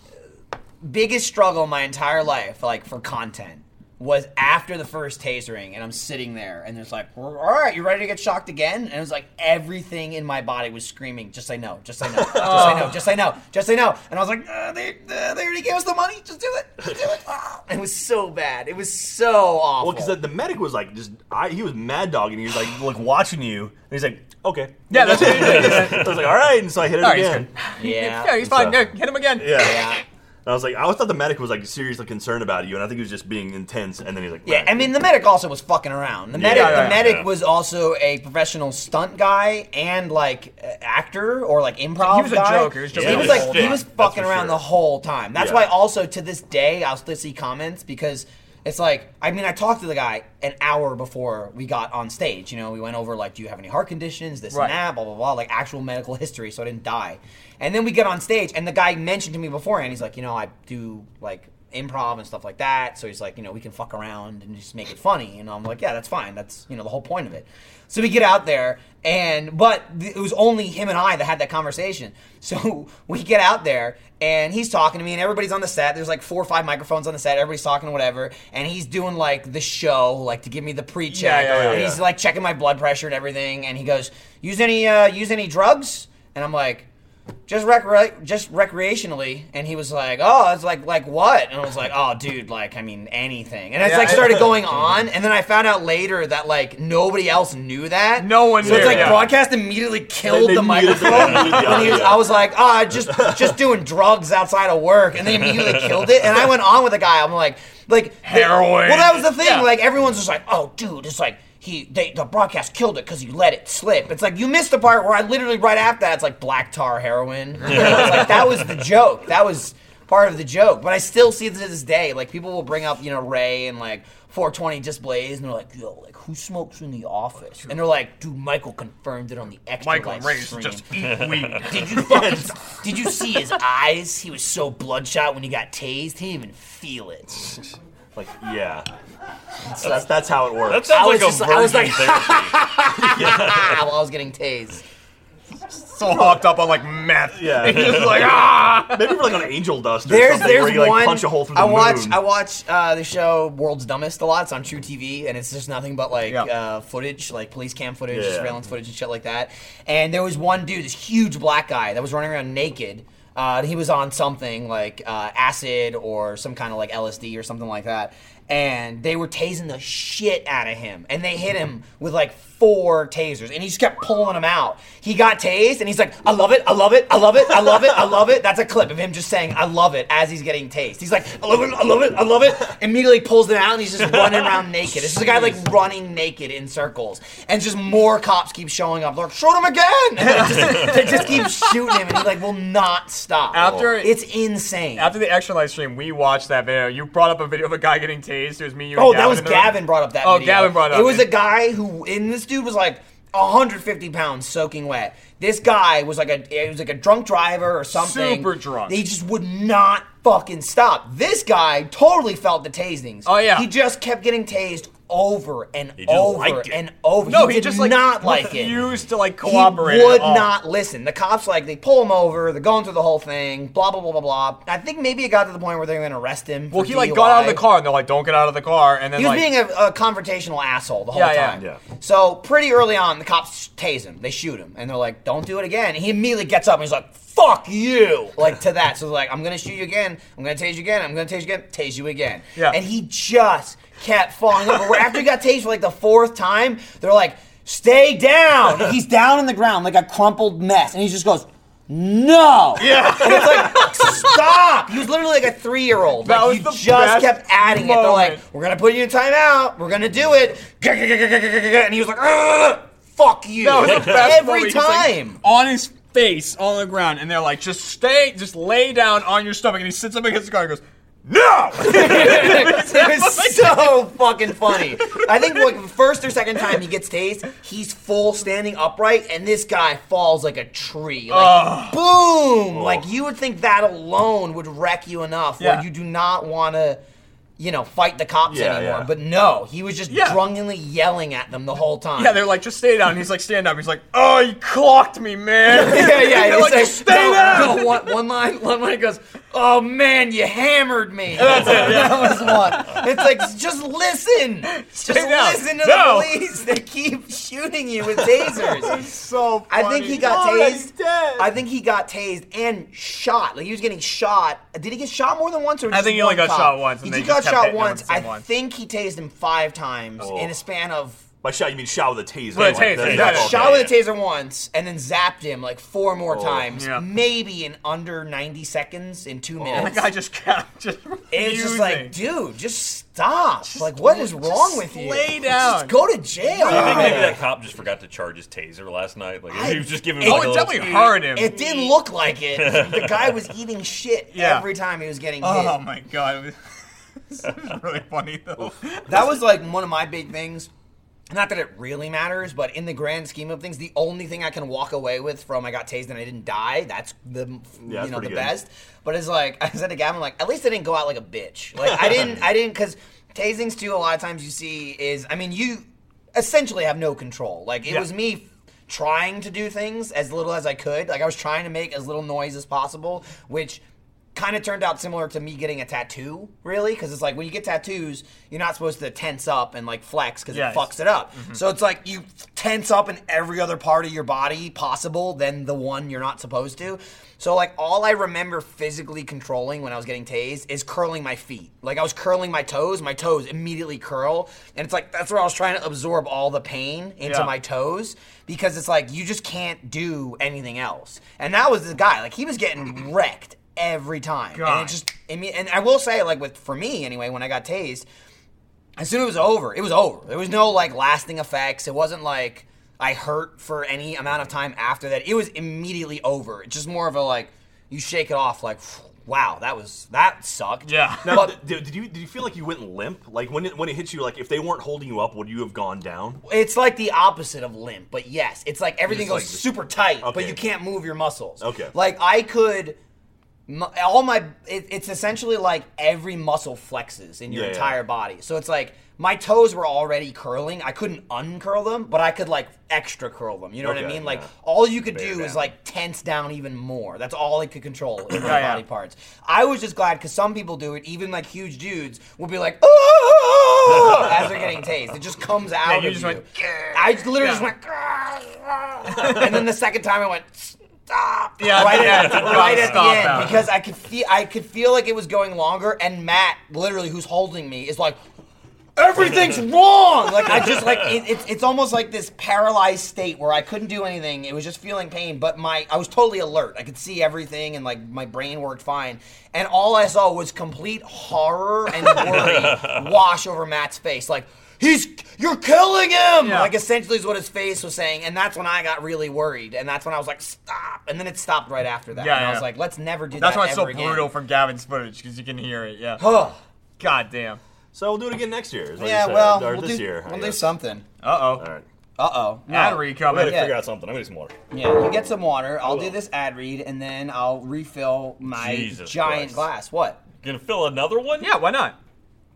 biggest struggle my entire life, like for content, was after the first tasering, and I'm sitting there, and there's like, all right, you ready to get shocked again? And it was like everything in my body was screaming, just say no, just say no, just
<laughs>
say no, just say no, just say no. And I was like, uh, they, uh, they already gave us the money, just do it, just do it.
<laughs>
Ah, It was so bad, it was so awful.
well, because the, the medic was like, just I, he was mad dogging, he was like, like watching you, and he's like, okay, <laughs>
Yeah, that's what he did.
I was like, all right, and so I hit it
All right, he's <laughs>
again.
yeah.
Yeah, he's fine.
So-
Yeah, hit him again.
Yeah.
Yeah.
And I was like, I always thought the medic was like seriously concerned about you, and I think he was just being intense. And then he's like,
Yeah,
"Right."
I mean the medic also was fucking around. The medic,
yeah,
the
yeah.
medic
Yeah.
was also a professional stunt guy and like uh, actor or like improv.
He was a
guy.
joke. He was just
he
a
was
little
like he
shit,
was
that's
fucking
for
around
sure.
the whole time. That's
Yeah.
why also to this day I'll still see comments because it's like I mean I talked to the guy an hour before we got on stage. You know we went over like do you have any heart conditions this
Right.
and that blah blah blah like actual medical history so I didn't die. And then we get on stage and the guy mentioned to me beforehand he's like you know I do like improv and stuff like that. So he's like, you know, we can fuck around and just make it funny. And I'm like, yeah, that's fine. That's you know the whole point of it. So we get out there, and but th- it was only him and I that had that conversation. <laughs> So we get out there, and he's talking to me, and everybody's on the set. There's like four or five microphones on the set. Everybody's talking, whatever. And he's doing like the show, like to give me the pre-check.
Yeah, yeah, yeah,
and
yeah.
he's like checking my blood pressure and everything. And he goes, use any uh, use any drugs? And I'm like just recre- just recreationally and he was like oh it's like like what and i was like oh dude like i mean anything and it's
Yeah,
like
I-
started going on and then i found out later that like nobody else knew that
No one
so
knew,
it's like
yeah.
broadcast immediately killed
They-
the
they muted the-
<laughs>
microphone
muted the
when he was,
audio.
i was like ah just just doing drugs outside of work and they immediately killed it and i went on with the guy i'm like like
Heroin.
well that was the thing
Yeah.
like everyone's just like oh dude it's like he they, the broadcast killed it because he let it slip. It's like you missed the part where I literally right after that it's like black tar
<laughs>
heroin. It's like that was the joke. That was part of the joke. But I still see this to this day. Like people will bring up you know Ray and like 420 just blaze and they're like yo like who smokes in the office and they're like dude Michael confirmed it on the extra
Michael
life
Ray's
stream.
just eat weed.
<laughs> Did you fucking, did you see his eyes? He was so bloodshot when he got tased. He didn't even feel it.
Like, yeah. So that's that's how it
That
works.
sounds
I was
like
just- I
a
was
virgin therapy.
<laughs> Ah, while I was getting tased.
so hopped up on like
<laughs>
meth.
Yeah.
And just like ah.
Maybe we're like on angel dust or
There's
something
there's
where you like
one.
punch a hole through the
I watch
moon.
I watch uh, the show World's Dumbest a lot. It's on True TV, and it's just nothing but like
Yeah.
uh, footage, like police cam footage,
Yeah.
surveillance footage, and shit like that. And there was one dude, this huge black guy, that was running around naked. Uh, and he was on something like uh, acid or some kind of like LSD or something like that. And they were tasing the shit out of him. And they hit him with like four tasers. And he just kept pulling them out. He got tased and he's like, I love it. I love it. I love it. I love it. I love it. That's a clip of him just saying, I love it as he's getting tased. He's like, I love it. I love it. I love it. Immediately pulls it out and he's just running around naked. This is a guy like running naked in circles. And just more cops keep showing up. They're like, shoot him again. <laughs> And they, just, they just keep shooting him and he like will not stop.
After-
it's insane.
After the extra live stream, we watched that video. You brought up a video of a guy getting tased. It was me, you.
Oh,
and
that was
in the room.
Gavin brought up that.
Oh,
video.
Gavin brought up
It was
it.
a guy who, and this dude was like 150 pounds, soaking wet. This guy was like a, it was like a drunk driver or something.
Super drunk.
He just would not fucking stop. This guy totally felt the tasings.
Oh, yeah.
He just kept getting tased over and
just
over
liked it.
and over.
No,
he,
he,
did
just like
not like it.
refused to like
He
cooperate. at
would
all.
not listen. The cops like they pull him over. They're going through the whole thing. Blah blah blah blah blah. I think maybe it got to the point where they were gonna arrest him.
Well,
for
he like got out of the
DUI.
car, and they're like, "Don't get out of the car." And then
He was
like,
being a, a confrontational asshole the whole
Yeah, yeah,
time.
yeah.
So pretty early on, the cops tase him. They shoot him, and they're like, "Don't do it again." And he immediately gets up and he's like, "Fuck you!" Like to that. So they're like, "I'm gonna shoot you again. I'm gonna tase you again. I'm gonna tase you again. Tase you again."
Yeah.
And he just kept falling over. Where After he got tased for like the fourth time, they're like, "Stay down." And he's down in the ground like a crumpled mess, and he just goes. No. Yeah. And it's like, stop.
<laughs>
He was literally like a three-year-old.
That
Like,
was
you
the
just
best
kept adding it. They're like,
moment.
we're gonna put you in timeout. We're gonna do it. And he was like, "Ugh, "Fuck you!"
That was
<laughs>
the best
Every
moment. He's, like,
time.
on his face on the ground, and they're like, "Just stay, just lay down on your stomach." And he sits up against the car and goes, "No!" <laughs>
it was so fucking funny. I think like the first or second time he gets tased, he's full standing upright, and this guy falls like a tree. Like boom! Like you would think that alone would wreck you enough
Yeah.
where you do not want to. You know, fight the cops
Yeah,
anymore.
yeah.
But no, he was just
Yeah.
drunkenly yelling at them the whole time.
yeah, they're like, "Just stay down." And he's like, "Stand up." He's like, "Oh, you clocked
<laughs>
me, man."
<laughs> yeah, yeah.
They're
it's
like,
like,
"Just stay
no,
down."
no, one, one line, one line goes, "Oh man, you hammered me." That's it. <laughs> That was one. It's like just listen, just
down.
listen to
No.
the police. They keep shooting you with tasers.
so
I
funny.
think he got
Oh, he's
tased.
dead.
I think he got tased and shot. Like he was getting shot. Did he get shot more than once? Or
I
just
think he only
one
got
cop?
shot once, and
he
they
got
just kept
shot
hitting him with
once.
the
I
same one. Oh.
think he tased him five times in a span of
By shot, you mean shot with a taser.
With a taser,
that's-
yeah,
Got
yeah,
okay,
shot with
yeah.
a taser once and then zapped him like four more times,
Oh, yeah. Oh
maybe in under 90 seconds in two
And <laughs> the
minutes.
guy just kept just <laughs>
it's just
refusing.
like, dude, just stop. like, what is wrong with you?
lay
Just
down.
go to jail.
I think maybe that cop just forgot to charge his taser last night. Like he was just giving. him,
oh,
like, a
it
little-
definitely hurt him.
It didn't look like it. The guy was eating shit
Yeah.
every time he was getting
oh
hit.
my god. <laughs> This is really funny though.
That was like one of my big things. Not that it really matters, but in the grand scheme of things, the only thing I can walk away with from I got tased and I didn't die, that's the
that's
you know the
pretty good.
best. But it's like <laughs> I said to Gavin, like at least I didn't go out like a bitch. Like I
<laughs>
didn't, I didn't, because tasings too. A lot of times you see is, I mean, you essentially have no control. Like it
Yeah.
was me trying to do things as little as I could. Like I was trying to make as little noise as possible, which kind of turned out similar to me getting a tattoo, really, because it's like when you get tattoos, you're not supposed to tense up and like flex because
Yes.
it fucks it up.
Mm-hmm.
So it's like you tense up in every other part of your body possible than the one you're not supposed to. So like all I remember physically controlling when I was getting tased is curling my feet. Like I was curling my toes, my toes immediately curl, and it's like that's where I was trying to absorb all the pain into
Yeah.
my toes because it's like you just can't do anything else. And that was the guy, like he was getting wrecked every time. And
God.
it just I mean and I will say like with for me anyway when I got tased as soon as it was over, it was over. There was no like lasting effects. It wasn't like I hurt for any amount of time after that. It was immediately over. It's just more of a like you shake it off like wow, that was that sucked.
Yeah.
Now,
But-
did, did you did you feel like you went limp? Like when it, when it hit you, like if they weren't holding you up, would you have gone down?
It's like the opposite of limp, but yes, it's like everything
Just
goes
like just-
super tight, but
Okay.
you can't move your muscles.
Okay.
Like I could, mu- all my it, it's essentially like every muscle flexes in your
Yeah, yeah.
entire body. So it's like my toes were already curling. I couldn't uncurl them, but I could like extra curl them. You know what I
Okay,
mean? Like
yeah.
all you could
Bear
do is
down.
like tense down even more. That's all I could control in
<clears throat>
my
Yeah, yeah.
body parts. I was just glad because some people do it. Even like huge dudes will be like, "Ah!" <laughs> as they're getting tased. It just comes out
you
of
just
you.
went, "Grr."
I just literally
Yeah.
just went, "Grr, grr."
<laughs>
and then the second time I went, stop.
Yeah,
right
yeah,
at,
yeah,
right at the
stop
end
out.
because I could feel I could feel like it was going longer, and Matt, literally, who's holding me, is like. Everything's wrong. Like I just like it, it's it's almost like this paralyzed state where I couldn't do anything. It was just feeling pain, but my I was totally alert. I could see everything, and like my brain worked fine. And all I saw was complete horror
<laughs>
and worry wash over Matt's face. Like he's you're killing him.
Yeah.
Like essentially is what his face was saying, and that's when I got really worried, and that's when I was like stop, and then it stopped right after that.
Yeah,
and I
yeah.
was like, let's never do
That's
that.
why it's so
ever again. <sighs>
brutal from Gavin's footage because you can hear it. Yeah.
Ugh.
God damn.
So we'll do it again next year. is what you
yeah,
said,
well,
or
we'll,
this
do,
year. I
we'll do
guess.
something.
Uh oh.
All right.
Uh oh.
Ad read coming.
Wait, Yeah.
Figure out something. I'm gonna need some water.
Yeah, you get some water. I'll do this ad read, and then I'll refill my
Jesus
giant
Christ.
glass. What?
Gonna fill another one?
Yeah, why not?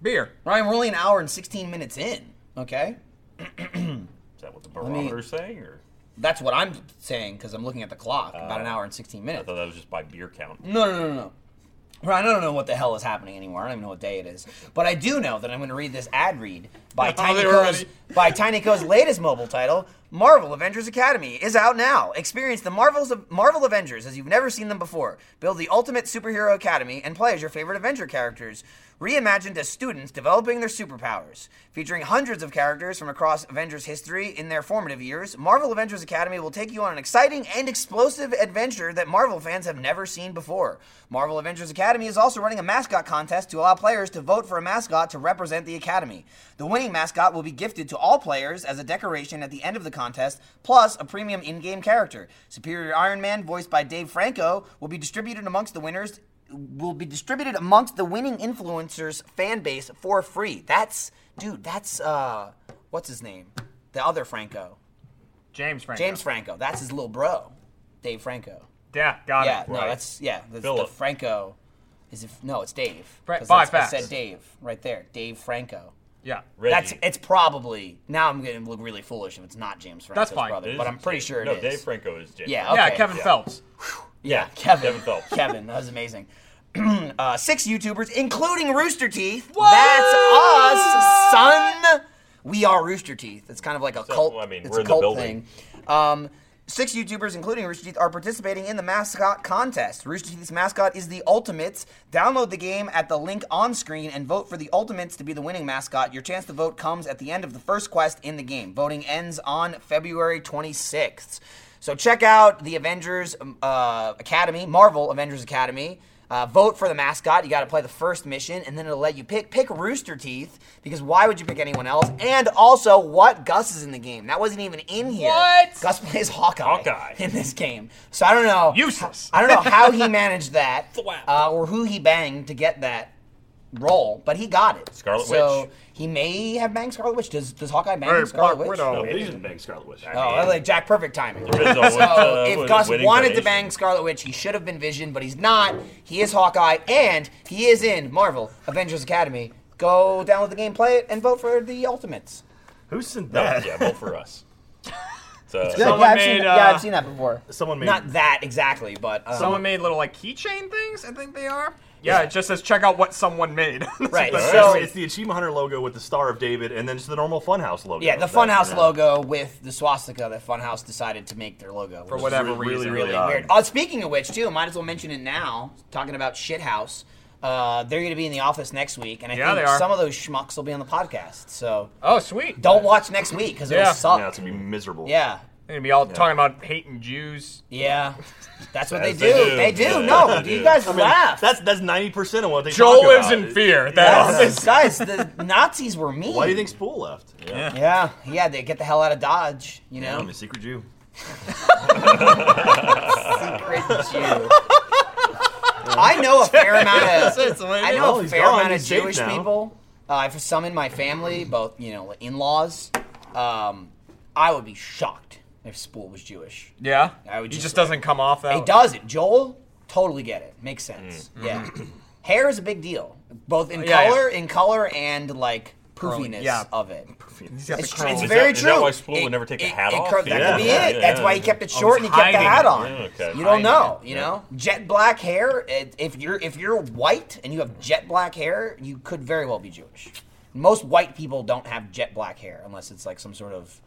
Beer.
Ryan, we're only an hour and 16 minutes in, okay?
Is that what the
me-
barometer's saying? Or
That's what I'm saying because I'm looking at the clock. about an hour and 16
Oh. I
minutes.
thought that was just by beer count.
No, no, no, no, no. Ryan, I don't know what the hell is happening anymore. I don't even know what day it is. But I do know that I'm going to read this ad read
<laughs>
by Tiny
they were
Co's
ready.
by Tiny Co's latest mobile title, Marvel Avengers Academy, is out now. Experience the Marvels of Marvel Avengers as you've never seen them before. Build the ultimate superhero academy and play as your favorite Avenger characters, reimagined as students developing their superpowers. Featuring hundreds of characters from across Avengers history in their formative years, Marvel Avengers Academy will take you on an exciting and explosive adventure that Marvel fans have never seen before. Marvel Avengers Academy is also running a mascot contest to allow players to vote for a mascot to represent the Academy. The winning mascot will be gifted to all players as a decoration at the end of the contest, plus a premium in game character. Superior Iron Man, voiced by Dave Franco, will be distributed amongst the winners. Will be distributed amongst the winning influencers fan base for free. That's dude. That's uh, what's his name? The other Franco,
James Franco.
James Franco. That's his little bro, Dave Franco.
Yeah, got
Yeah,
it.
no, that's yeah. That's the
Philip.
Franco. Is if no, it's Dave.
Fra-
'Cause
by
that's- I
facts.
said Dave right there. Dave Franco.
Yeah.
Reggie.
That's it's probably now. I'm gonna look really foolish if it's not James Franco's
That's fine.
brother,
It
but
is
I'm pretty
James-
sure it
no,
is.
Dave Franco is James.
Yeah,
Franco.
okay.
Yeah, Kevin Phelps.
Yeah, Kevin.
Kevin Phelps.
Kevin, that was amazing. uh, six YouTubers, including Rooster Teeth. That's us, son. We are Rooster Teeth. It's kind of like a cult.
I mean,
it's
we're
a
in the
cult
building.
thing. Um, Six YouTubers, including Rooster Teeth, are participating in the mascot contest. Rooster Teeth's mascot is the Ultimates. Download the game at the link on screen and vote for the Ultimates to be the winning mascot. Your chance to vote comes at the end of the first quest in the game. Voting ends on February 26th. So check out the Avengers uh, Academy, Marvel Avengers Academy. Uh, vote for the mascot. You got to play the first mission, and then it'll let you pick. Pick Rooster Teeth because why would you pick anyone else? And also, what Gus is in the game? That wasn't even in here.
What?
Gus plays Hawkeye,
Hawkeye.
in this game, so I don't know.
Useless.
I don't know how he managed
<laughs>
that,
Thwap.
uh, or who he banged to get that role, but he got it.
Scarlet
so
Witch.
he may have banged Scarlet Witch. Does Does Hawkeye bang
Hey,
Scarlet
Black
Witch?
Widow.
Oh,
No, they didn't bang Scarlet Witch.
Oh, I like Jack, perfect timing.
Depends on
<laughs>
what,
so
<laughs>
uh,
if
what
Gus
winning
wanted to
donation.
bang Scarlet Witch, he should have been Vision, but he's not. He is Hawkeye, and he is in Marvel Avengers Academy. Go download the game, play it, and vote for the Ultimates.
Who sent
No,
that?
yeah, vote
<laughs>
for us. So,
Yeah,
Someone
I've
made,
seen, yeah,
uh,
I've seen that before.
Someone made.
Not that exactly, but uh,
Someone made little like keychain things. I think they are. Yeah, it just says check out what someone made. <laughs>
right.
It's,
So
it's the Achievement Hunter logo with the Star of David, and then just the normal Funhouse logo.
yeah, the
That-
Funhouse
yeah.
logo with the swastika that Funhouse decided to make their logo
For
which is
whatever
really,
reason.
really,
really
odd.
weird. Uh, speaking of which, too, might as well mention it now. Talking about Shithouse, uh, they're going to be in the office next week, and I
Yeah,
think
they are.
some of those schmucks will be on the podcast. So
Oh, sweet.
don't watch next week because
Yeah.
it'll suck.
Yeah, it's gonna be miserable.
Yeah,
They're gonna be all talking about hating Jews.
yeah, that's what they
That's
do.
they
They do.
do. Yeah,
No,
they
you
do.
guys
I mean,
laugh.
that's that's ninety percent of what they.
Joel
talk
lives
about.
in fear. <laughs> That's
That's- guys. The Nazis were mean.
Why do you think Spool left? Yeah,
Yeah, yeah. They get the hell out of Dodge. You know,
I'm a secret Jew.
secret Jew. I know a fair amount of.
That's what it
I
is.
know
Oh, <laughs>
a
he's
fair
gone.
amount of
He's safe
Jewish
now.
people. Uh, I have some in my family, both you know, in-laws. Um, I would be shocked if Spool was Jewish.
Yeah.
I would
he
just-
just doesn't come off that.
Oh.
It does it. Joel, totally get it. Makes sense.
Mm.
Yeah. <clears throat> Hair is a big deal, both
Oh,
in
Yeah, yeah.
color, in color, and like poofiness
yeah.
of it.
He's got
It's,
the
tr-
curls.
it's
Is
very
that- is
true.
that why Spool would never take a hat off?
cur- That
Yeah.
could be
Yeah,
it.
yeah,
That's
yeah. Oh,
why he kept it short and he kept the
hiding
hat
it.
on.
Yeah, okay.
You don't
Hiding
know.
it.
You know, jet black hair. it- If you're if you're white and you have jet black hair, you could very well be Jewish. Most white people don't have jet black hair unless it's like some sort of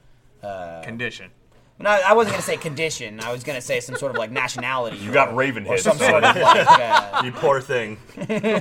condition.
no, I wasn't gonna say condition. I was gonna say some sort of like nationality.
you got Raven
or
hits.
some sort
<laughs>
of like. Uh,
You poor thing.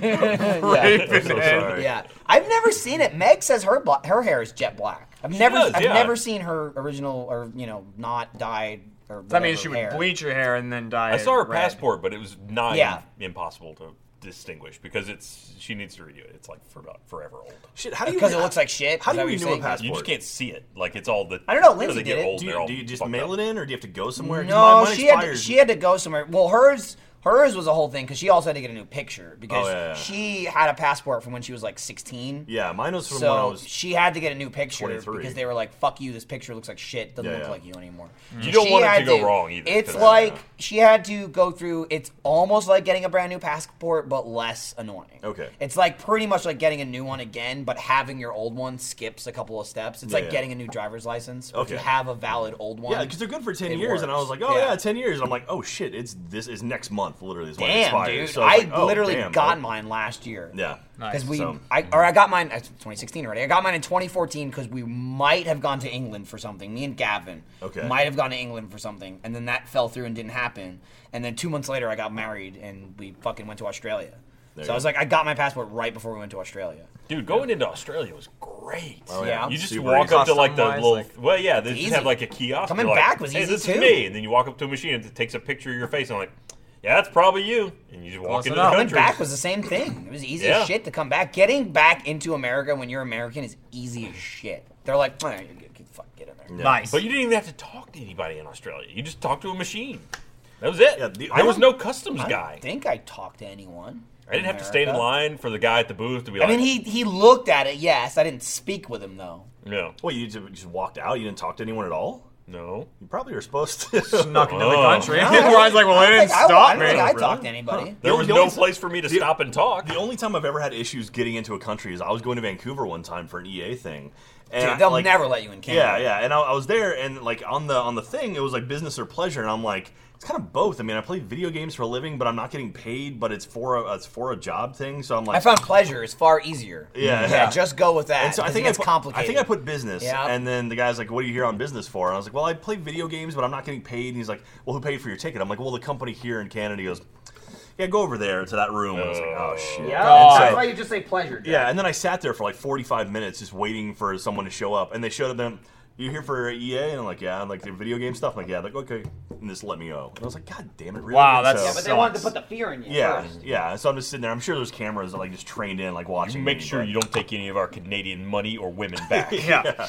yeah.
I'm so sorry.
yeah, I've never seen it. Meg says her bla- her hair is jet black. I've never
does,
I've
yeah.
never seen her original or you know not dyed or.
That
whatever
means she would
hair.
bleach her hair and then dye
I
it
saw her
red.
passport, but it was not
Yeah.
impossible to distinguish because it's she needs to redo it. It's like for, forever old.
Shit, how do you?
Because it looks like shit.
How do
Is that
you
what you're
renew a
saying?
passport?
You just can't see it. Like it's all the.
I don't know,
you
Lindsay
they get
did it.
old,
Do
they're
you,
all
do you just
fucked
mail
up.
it in, or do you have to go somewhere? 'Cause mine-
No,
mine
she had to,
expires-
she had to go somewhere. Well, hers hers was a whole thing because she also had to get a new picture because
Oh, yeah, yeah.
she had a passport from when she was like 16.
Yeah, mine was from when I
So
was.
she had to get a new picture
23.
because they were like, "Fuck you! This picture looks like shit. Doesn't
Yeah,
look
yeah. Mm-hmm.
like you anymore."
You don't
She
want it to
had
go wrong either,
It's
'cause,
like
yeah.
she had to go through. It's almost like getting a brand new passport, but less annoying.
Okay.
It's like pretty much like getting a new one again, but having your old one skips a couple of steps. It's
Yeah,
like
yeah.
getting a new driver's license. If
Okay.
you have a valid old one,
Yeah, because they're good for ten
It
years, and I
works.
was like, oh
Yeah.
yeah, ten years. And I'm like, oh shit, it's this is next month. Literally, is when it
Damn,
expires.
dude!
So
I
was like, oh,
literally
damn,
got
oh.
mine last year.
Yeah.
Because we,
So-
I, or I got mine. uh, It's 2016 already. I got mine in 2014 because we might have gone to England for something. Me and Gavin
Okay.
might have gone to England for something, and then that fell through and didn't happen. And then two months later, I got married and we fucking went to Australia.
There
so I
you
was
go.
like, I got my passport right before we went to Australia.
Dude, going into Australia was great.
Oh,
yeah.
You just
Super
walk
easy.
up to like the
Custom-wise,
little.
like-
well, yeah, they just
easy.
have like a kiosk.
Coming
You're like,
back was
hey,
easy,
this
too.
is me, and then you walk up to a machine and it takes a picture of your face, and I'm like, yeah, that's probably you, and you just walk
Close
into
enough.
the
Coming
country.
back was the same thing. It was easy
Yeah.
as shit to come back. Getting back into America when you're American is easy as shit. They're like, "All right, you get- fuck, get in there.
Nice.
But you didn't even have to talk to anybody in Australia. You just talked to a machine. That was it.
Yeah, the-
there was
I
no customs
I don't
guy.
think I talked to anyone.
I didn't have to stand in
America.
line for the guy at the booth to be
I
like,
mean, he he looked at it. Yes, I didn't speak with him though.
no,
Well, you just, just walked out. You didn't talk to anyone at all.
no.
You probably were supposed to.
snuck into the
Oh.
country. <laughs>
No,
Where I was like, well,
I
they
don't
didn't
think I- I
stop
don't think
me.
I talked to anybody.
There
The
was
only-
no
the only-
place for me to stop and talk.
The only time I've ever had issues getting into a country is I was going to Vancouver one time for an EA thing. And
Dude,
I-
they'll
like-
never let you in
Yeah,
Canada.
yeah. And I, I was there, and like on the on the thing, it was like business or pleasure, and I'm like, it's kind of both. I mean, I play video games for a living, but I'm not getting paid. But it's for a it's for a job thing. So I'm like,
I found pleasure is far easier.
Yeah,
yeah.
yeah.
Just go with that.
And so I think
it's
I put,
complicated.
I think I put business,
Yeah.
and then the guy's like, "What are you here on business for?" And I was like, "Well, I play video games, but I'm not getting paid." And he's like, "Well, who paid for your ticket?" I'm like, "Well, the company here in Canada." He goes, "Yeah, go over there to that room." And I was like, "Oh shit."
Yeah,
And so-
that's why you just say pleasure. Jack.
yeah, and then I sat there for like 45 minutes just waiting for someone to show up, and they showed up. Then you here for EA, and I'm like, yeah, and like the video game stuff. I'm like, yeah, like okay, and just let me go. And I was like, god damn it, really?
Wow,
And
that's-
Yeah,
so,
but they wanted to
Sucks.
put the fear in you.
yeah,
first.
yeah. So I'm just sitting there. I'm sure there's cameras that like just trained in, like watching.
Make
me,
sure
but-
you don't take any of our Canadian money or
<laughs>
women back.
Yeah.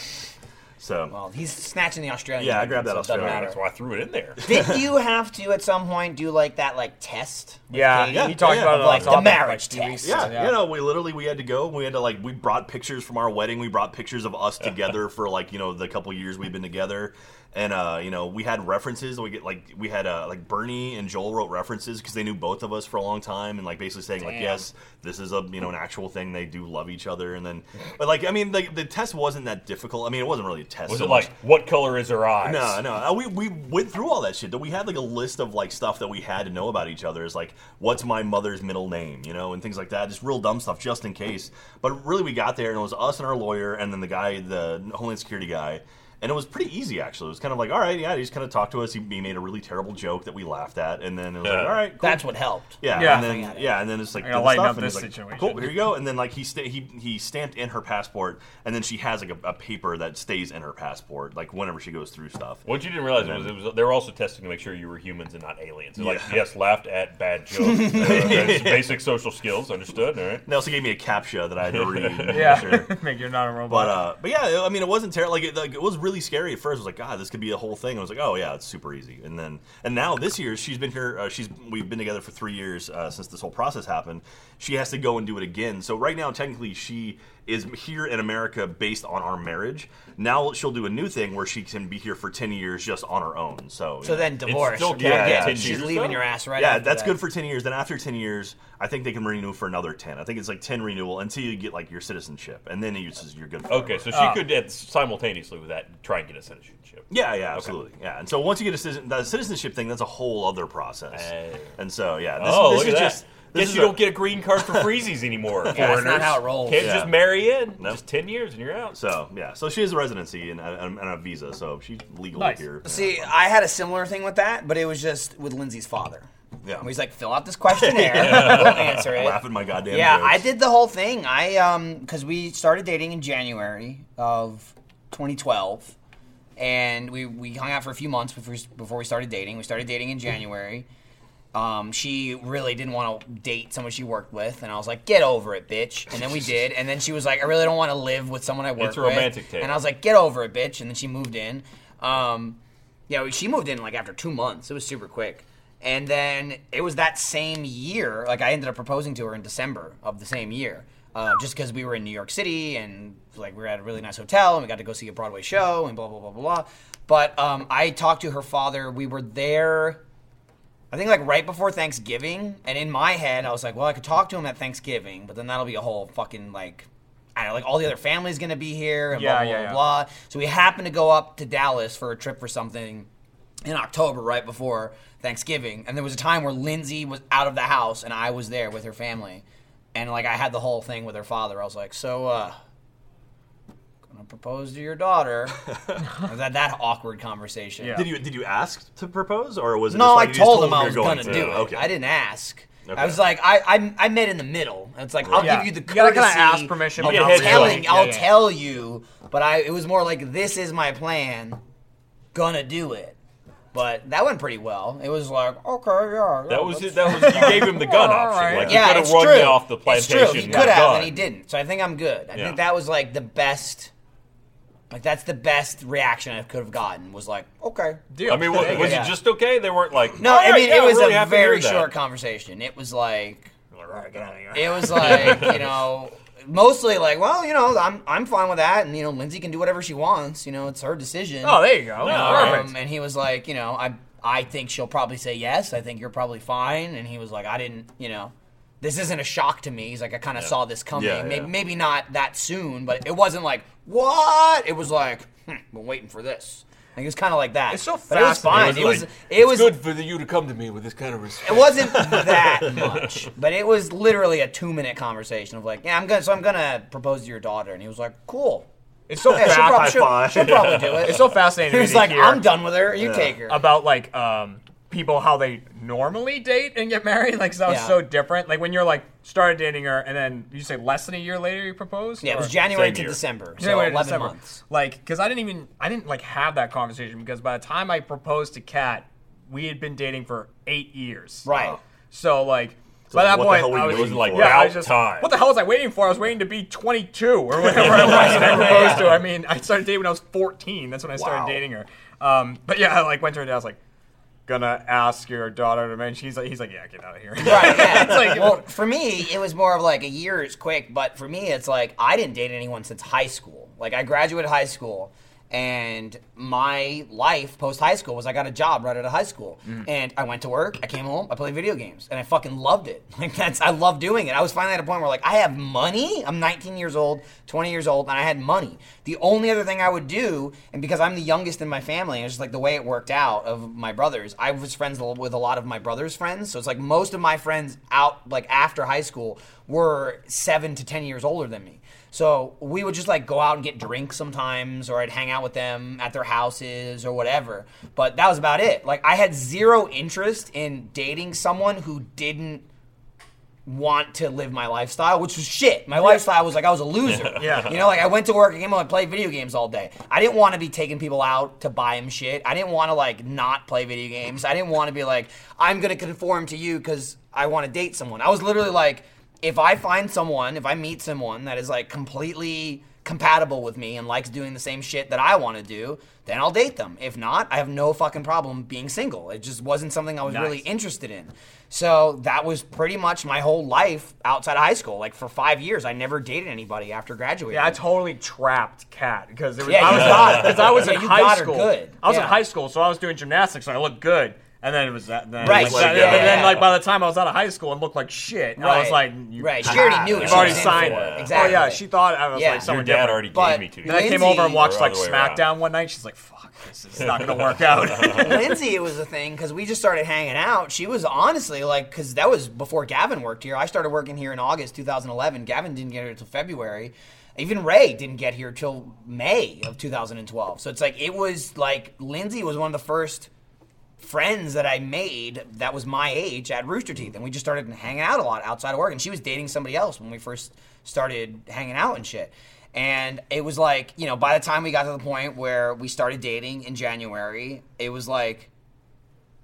So
Well, he's snatching the Australian.
Yeah, I
one,
grabbed that
so it doesn't
Australian.
That's why I threw it in there.
matter. Did you have to at some point do like that like test? with
Yeah,
Katie?
yeah,
he talked
yeah,
about
of,
it on
like the
topic,
marriage
two weeks
test.
Yeah,
Yeah.
you know, we literally we had to go. We had to like we brought pictures from our wedding. We brought pictures of us
<laughs>
together for like you know the couple years we've been together, and uh, you know we had references. We get like we had uh, like Bernie and Joel wrote references because they knew both of us for a long time, and like basically saying like yes, this is a you know an actual thing. They do love each other, and then but like I mean the, the test wasn't that difficult. I mean it wasn't really a test.
Was
so
it
much.
like, what color is her eyes?
No, no. Uh, We we went through all that shit. Though we had like a list of like stuff that we had to know about each other. Is like, what's my mother's middle name, you know, and things like that. Just real dumb stuff, just in case. But really, we got there and it was us and our lawyer, and then the guy, the Homeland Security guy. And it was pretty easy, actually. It was kind of like, all right, yeah, he just kind of talked to us. He, he made a really terrible joke that we laughed at, and then it was like, all right, cool.
That's what helped.
Yeah,
Yeah.
and then yeah, and then it's like
I gotta
did the
lighten
stuff,
up
and
this
he's like,
situation.
Cool, here you go. And then like he sta- he he stamped in her passport, and then she has like a, a paper that stays in her passport, like whenever she goes through stuff.
What you didn't realize was, it was they were also testing to make sure you were humans and not aliens. They're Like,
Yeah.
yes, laughed
<laughs>
at bad jokes. Uh, that's basic social skills, understood. All right.
They also gave me a captcha that I had to read.
<laughs> Yeah.
Sure.
<laughs> Make you're not a robot.
But uh, but yeah, I mean, it wasn't terrible. Like it, like it was really scary at first. I was like, God, this could be a whole thing. I was like, Oh yeah, it's super easy. And then and now this year, she's been here. Uh, she's we've been together for three years uh, since this whole process happened. She has to go and do it again. So right now, technically, she is here in America based on our marriage. Now she'll do a new thing where she can be here for ten years just on her own. So
So
you know.
then divorce.
still
You're
counts.
dead.
Yeah, 10
she's
years,
leaving
though.
your ass right
yeah,
after
that's
that.
good for ten years. Then after ten years, I think they can renew for another ten. I think it's like ten renewal until you get like your citizenship, and then you you're good. For
Okay, so she could at, simultaneously with that try and get a citizenship.
Yeah, yeah, absolutely. Yeah, and so once you get a citizen, that citizenship thing, that's a whole other process.
Hey.
And so yeah, this,
Uh, oh,
this
look
is
at that.
just this
Guess
is
you
a-
don't get a green card <laughs> for freezies anymore. yeah,
that's not how it rolls.
Can't
Yeah.
just marry in.
Nope.
Just ten years and you're out.
So yeah, so she has a residency and a, and a visa, so she's legal
Nice.
here.
See, I had a similar thing with that, but it was just with Lindsay's father.
Yeah.
He's like, fill out this questionnaire, we'll answer it.
laughing my goddamn.
Yeah,
jokes.
I did the whole thing. I um, because we started dating in January of 2012, and we we hung out for a few months before before we started dating. We started dating in January. Um, she really didn't want to date someone she worked with, and I was like, "Get over it, bitch."
<laughs>
And then we did, and then she was like, "I really don't want to live with someone I work with."
a romantic tale.
And I was like, "Get over it, bitch." And then she moved in. Um, yeah, she moved in like after two months. It was super quick. And then it was that same year. Like I ended up proposing to her in December of the same year, uh, just because we were in New York City and like we were at a really nice hotel and we got to go see a Broadway show and blah blah blah blah blah. But um, I talked to her father. We were there. I think like right before Thanksgiving, and in my head, I was like, well, I could talk to him at Thanksgiving, but then that'll be a whole fucking like, I don't know, like all the other family's gonna be here, and
Yeah,
blah blah
yeah,
blah,
yeah.
blah. So we happened to go up to Dallas for a trip for something in October, right before Thanksgiving, and there was a time where Lindsay was out of the house and I was there with her family, and like I had the whole thing with her father. I was like, so, uh, gonna propose to your
<laughs>
daughter. that that awkward conversation.
Yeah.
Did you did you ask to propose or was it
No,
just
I
like you just
told him I
you
was
were going
gonna do
to?
it.
Okay.
I didn't ask.
Okay.
I was like, I, I I met in the middle. It's like I'll
Yeah.
give you the
You gotta
courtesy.
kinda ask permission,
Of
but not
telling,
really.
I'll
Yeah, yeah.
tell you, but I it was more like this is my plan, gonna do it. But that went pretty well. It was like okay, yeah. yeah,
That was
let's-
it. That was you gave him the gun
Oh, All
option.
right.
Like
yeah,
you could
it's
have run
true.
me off the plantation.
It's true. He
with
could
a
have,
gun.
and he didn't. So I think I'm good. I
Yeah.
think that was like the best. Like that's the best reaction I could have gotten. Was like okay,
Deal.
I
<laughs>
mean, was, was
Yeah.
it just okay? They weren't like
No,
"All
I
right,
mean
Oh, yeah,
it was
really
a
happy to hear
very
that."
short conversation. It was like
All right, get out of here.
it was like you know mostly like well you know I'm I'm fine with that and you know Lindsay can do whatever she wants you know it's her decision.
Oh, there you go.
Um,
Perfect.
And he was like you know I I think she'll probably say yes. I think you're probably fine. And he was like I didn't you know. This isn't a shock to me. He's like, I kind of saw this coming.
Yeah,
maybe,
yeah.
maybe not that soon, but it wasn't like, what? It was like, hmm, been waiting for this. Like, it was kind of like that.
It's so
But it was fine.
fascinating.
It was.
Like,
It was.
good for the, you to come to me with this kind of respect.
It wasn't that much, but it was literally a two-minute conversation of like, yeah, I'm gonna, so I'm gonna propose to your daughter, and he was like, cool.
It's so
Yeah, she'll
fa-
probably, she'll,
five.
she'll probably do it.
<laughs> it's so
<laughs>
fascinating.
He
to
was
me to
like,
hear
I'm done with her. You take her.
about like um people how they normally date and get married. Like sounds
Yeah.
so different. Like when you're like started dating her and then you say less than a year later you propose.
yeah, it was
Or-
January
Same
to
year.
December, so
January to
11
December.
months.
Like, because I didn't even, I didn't like have that conversation because by the time I proposed to Kat, we had been dating for eight years.
Right.
So like, by that
what the
point,
hell were you
I was,
waiting It was,
like, for?
yeah, I was
about
just,
time.
What the hell was I waiting for? I was waiting to be 22
<laughs>
or whatever I was that I proposed to. I mean, I started dating when I was 14. That's when I started
Wow.
dating her. Um, but yeah, I like went to her and I was like, gonna ask your daughter to marry. She's like, he's like, yeah, get out of here.
<laughs> Right, yeah.
<laughs> It's like-
well, <laughs> for me, it was more of like a year is quick, but for me, it's like I didn't date anyone since high school. Like I graduated high school, and my life post high school was I got a job right out of high school, and I went to work, I came home, I played video games, and I fucking loved it. <laughs> Like that's I love doing it. I was finally at a point where like I have money. I'm 19 years old, 20 years old, and I had money. The only other thing I would do, and because I'm the youngest in my family, it's just like the way it worked out of my brothers. I was friends with a lot of my brothers' friends, so it's like most of my friends out like after high school were seven to 10 years older than me. So we would just like go out and get drinks sometimes, or I'd hang out with them at their houses or whatever. But that was about it. Like I had zero interest in dating someone who didn't want to live my lifestyle, which was shit. My lifestyle was like I was a loser.
Yeah.
You know, like I went to work, I came home, I played video games all day. I didn't want to be taking people out to buy them shit. I didn't want to like not play video games. I didn't want to be like, I'm gonna conform to you because I want to date someone. I was literally like, if I find someone, if I meet someone that is like completely compatible with me and likes doing the same shit that I want to do, then I'll date them. If not, I have no fucking problem being single. It just wasn't something I was really interested in. So that was pretty much my whole life outside of high school. Like for five years, I never dated anybody after graduating.
Yeah, I totally trapped Kat because it was,
Yeah,
I
you
was,
got her.
because I was
Yeah,
in
you
high
got her
school.
good.
I was in
Yeah.
high school, so I was doing gymnastics and I looked good. And then it was that. Then it
Right,
was
like,
that-
yeah,
and then
yeah.
like by the time I was out of high school and looked like shit, I was like, you,
right? She already knew it.
You've
She
already
was in
signed
for
it.
Exactly.
Oh yeah, she thought I was
Yeah.
like
Your
someone
dad
different.
already
But-
gave me to
Then I
you.
came over and watched
Or
like
other way around.
SmackDown one night. She's like, "Fuck, this is not gonna work
<laughs>
out."
<laughs>
<laughs>
Lindsay, it was a thing because we just started hanging out. She was honestly like, because that was before Gavin worked here. I started working here in August 2011. Gavin didn't get here until February. Even Ray didn't get here till May of 2012. So it's like, it was like Lindsay was one of the first friends that I made that was my age at Rooster Teeth, and we just started hanging out a lot outside of work. And she was dating somebody else when we first started hanging out and shit. And it was like, you know, by the time we got to the point where we started dating in January, it was like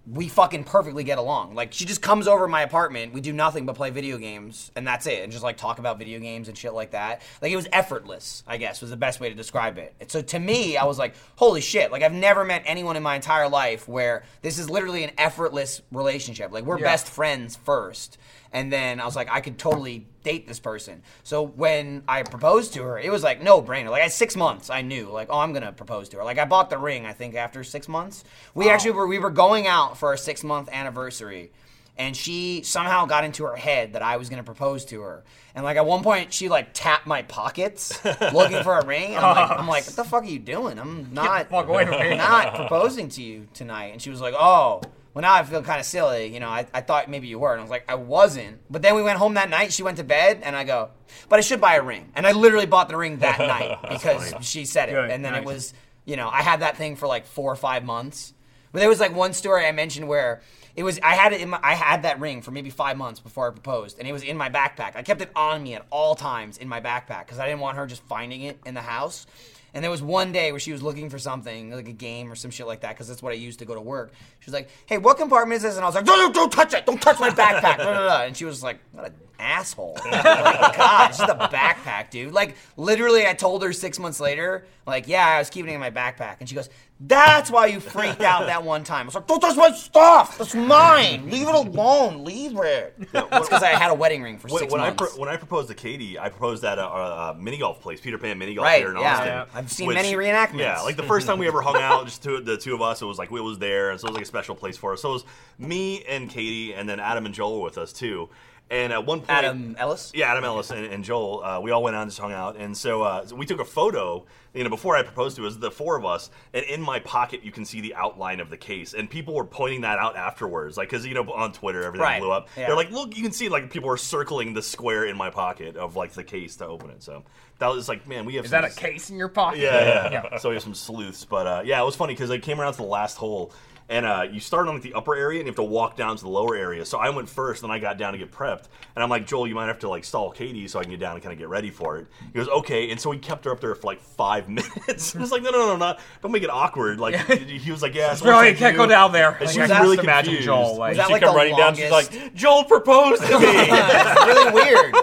we fucking perfectly get along. Like she just comes over to my apartment, we do nothing but play video games, and that's it, and just like talk about video games and shit like that. Like it was effortless, I guess, was the best way to describe it. And so to me, I was like, holy shit! Like I've never met anyone in my entire life where this is literally an effortless relationship. Like we're
Yeah.
best friends first, and then I was like, I could totally date this person. So when I proposed to her, it was like no brainer. Like at six months, I knew like oh I'm gonna propose to her. Like I bought the ring. I think after six months, we actually were we were going out for our six month anniversary, and she somehow got into her head that I was gonna propose to her. And like at one point, she like tapped my pockets looking for a ring. And I'm like I'm like what the fuck are you doing? I'm not
fuck away from me.
not proposing to you tonight. And she was like, oh, well, now I feel kind of silly. You know, I, I thought maybe you were. And I was like, I wasn't. But then we went home that night. She went to bed. And I go, but I should buy a ring. And I literally bought the ring that night because she said it.
Good,
and then it
nice.
was, you know, I had that thing for like four or five months. But there was like one story I mentioned where it was I had it in my, I had that ring for maybe five months before I proposed, and it was in my backpack. I kept it on me at all times in my backpack because I didn't want her just finding it in the house. And there was one day where she was looking for something, like a game or some shit like that, because that's what I used to go to work. She was like, "Hey, what compartment is this?" And I was like, "No, no, don't touch it! Don't touch my backpack!" blah, blah, blah. And she was like, "What an asshole!" Like, God, it's just a backpack, dude. Like, literally, I told her six months later, like, "Yeah, I was keeping it in my backpack," and she goes, "That's why you freaked out that one time." I was like, "Don't touch my stuff! That's mine. Leave it alone. Leave it." It's because I had a wedding ring for
When,
six
when I
months.
pro- when I proposed to Katie, I proposed at a, uh uh mini golf place, Peter Pan mini golf
Right,
here in
yeah.
Austin.
Yeah. I've seen many reenactments.
Yeah, like the first
<laughs>
time we ever hung out, just two, the two of us, it was like we was there, and so it was like a special place for us. So it was me and Katie, and then Adam and Joel were with us too. And at one point,
Adam Ellis.
yeah, Adam Ellis and, and Joel, uh, we all went out and just hung out. And so, uh, so we took a photo, you know, before I proposed to it, it was the four of us. And in my pocket, you can see the outline of the case. And people were pointing that out afterwards. Like, because, you know, on Twitter, everything
Right,
blew up.
yeah.
They're like, look, you can see, like, people were circling the square in my pocket of, like, the case to open it. So that was like, man, we have
Is
some-
that a case in your pocket?
yeah, yeah. So we have some sleuths, but uh, yeah, it was funny because I came around to the last hole, and uh, you start on like the upper area, and you have to walk down to the lower area. So I went first, then I got down to get prepped, and I'm like, Joel, you might have to like stall Katie so I can get down and kind of get ready for it. He goes, okay, and so we kept her up there for like five <laughs> minutes. I was like, no, no, no, not don't make it awkward. Like he was like, yeah, so
Bro,
what's
you
that
can't
do?
go down there.
And
Like,
she was
I can
really
just imagine
confused.
Joel, like-
she
that like
come
the
running down.
longest-
She's like, Joel proposed
<laughs>
to me. <laughs>
It's really weird.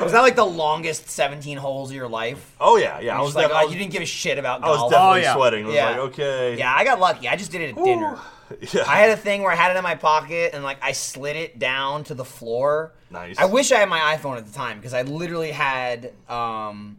Was that like the longest 17 holes of your life?
oh yeah, yeah. I
I
was,
was like,
def- I
oh,
was,
you didn't give a shit about
I was
golf.
definitely
Oh, yeah.
sweating. I was
Yeah.
like, okay,
yeah, I got lucky. I just did it at dinner.
<laughs> yeah.
<laughs> I had a thing where I had it in my pocket and like I slid it down to the floor.
Nice.
I wish I had my iPhone at the time because I literally had um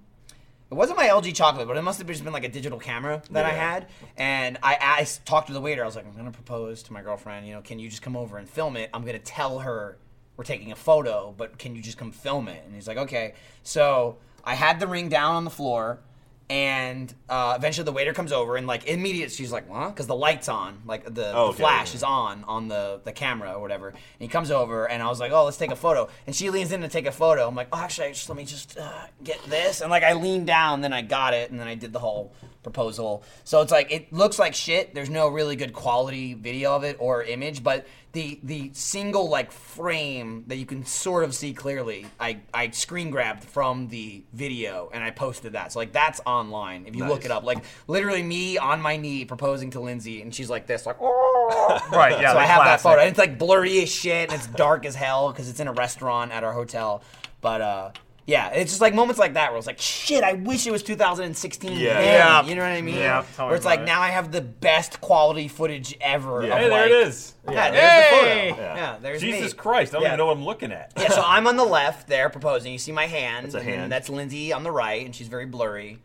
it wasn't my LG chocolate, but it must have just been like a digital camera that I
Yeah.
had. And I, I s- talked to the waiter. I was like, I'm gonna propose to my girlfriend. You know, can you just come over and film it? I'm gonna tell her we're taking a photo, but can you just come film it? And he's like, okay. So I had the ring down on the floor, and uh, eventually the waiter comes over and like immediate. She's like, huh? Because the light's on, like the, the
Okay,
flash
yeah.
is on on the the camera or whatever. And he comes over, and I was like, "Oh, let's take a photo." And she leans in to take a photo. I'm like, "Oh, actually, I just, let me just uh, get this." And like, I leaned down, then I got it, and then I did the whole proposal. So it's like it looks like shit. There's no really good quality video of it or image, but the the single like frame that you can sort of see clearly, I I screen grabbed from the video and I posted that. So like that's online if you look it up. Like literally me on my knee proposing to Lindsay, and she's like this, like. "Oh."
Right, yeah.
So I
the
have
classic.
that photo. And it's like blurry as shit, and it's dark as hell because it's in a restaurant at our hotel. But uh, yeah, it's just like moments like that where it's like, shit, I wish it was 2016.
Yeah.
then.
Yeah.
You know what I mean?
Yeah, tell me
Where it's
about
like
it.
now I have the best quality footage ever.
Yeah.
Of
hey, there
like,
it is.
Yeah,
Hey!
there's the photo. Yeah, there's
Jesus
me.
Christ, I don't
Yeah.
even know what I'm looking at.
Yeah, so I'm on the left there proposing. You see my
a
hand. And then
hand.
that's Lindsay on the right, and she's very blurry.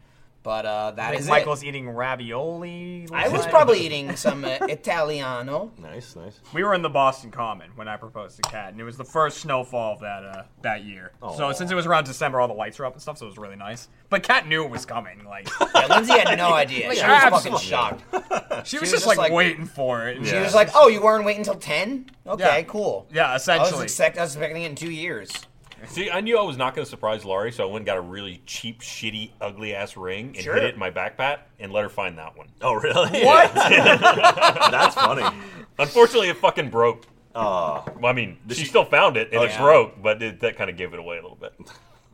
But uh, that is it.
Michael's eating ravioli. <laughs>
I was
like-
probably eating some uh, Italiano.
Nice, nice.
We were in the Boston Common when I proposed to Kat, and it was the first snowfall of that uh, that year.
Oh.
So since it was around December, all the lights were up and stuff, so it was really nice. But Kat knew it was
<laughs>
coming. Like
Yeah, Lindsay had no idea. She was fucking
absolutely.
shocked.
she
was
was just
just
like,
like-
waiting for it. and
She
Yeah.
was like, "Oh, you weren't waiting until 10? Okay,
Yeah.
cool."
yeah,
I was,
essentially.
expect- I was expecting it in two years.
See, I knew I was not going to surprise Laurie, so I went and got a really cheap, shitty, ugly ass ring and
Sure.
hid it in my backpack and let her find that one.
Oh, really? What? <laughs> That's funny.
Unfortunately, it fucking broke. Well, I mean, she still found it and it
Oh, yeah.
broke, but it, that kind of gave it away a little bit.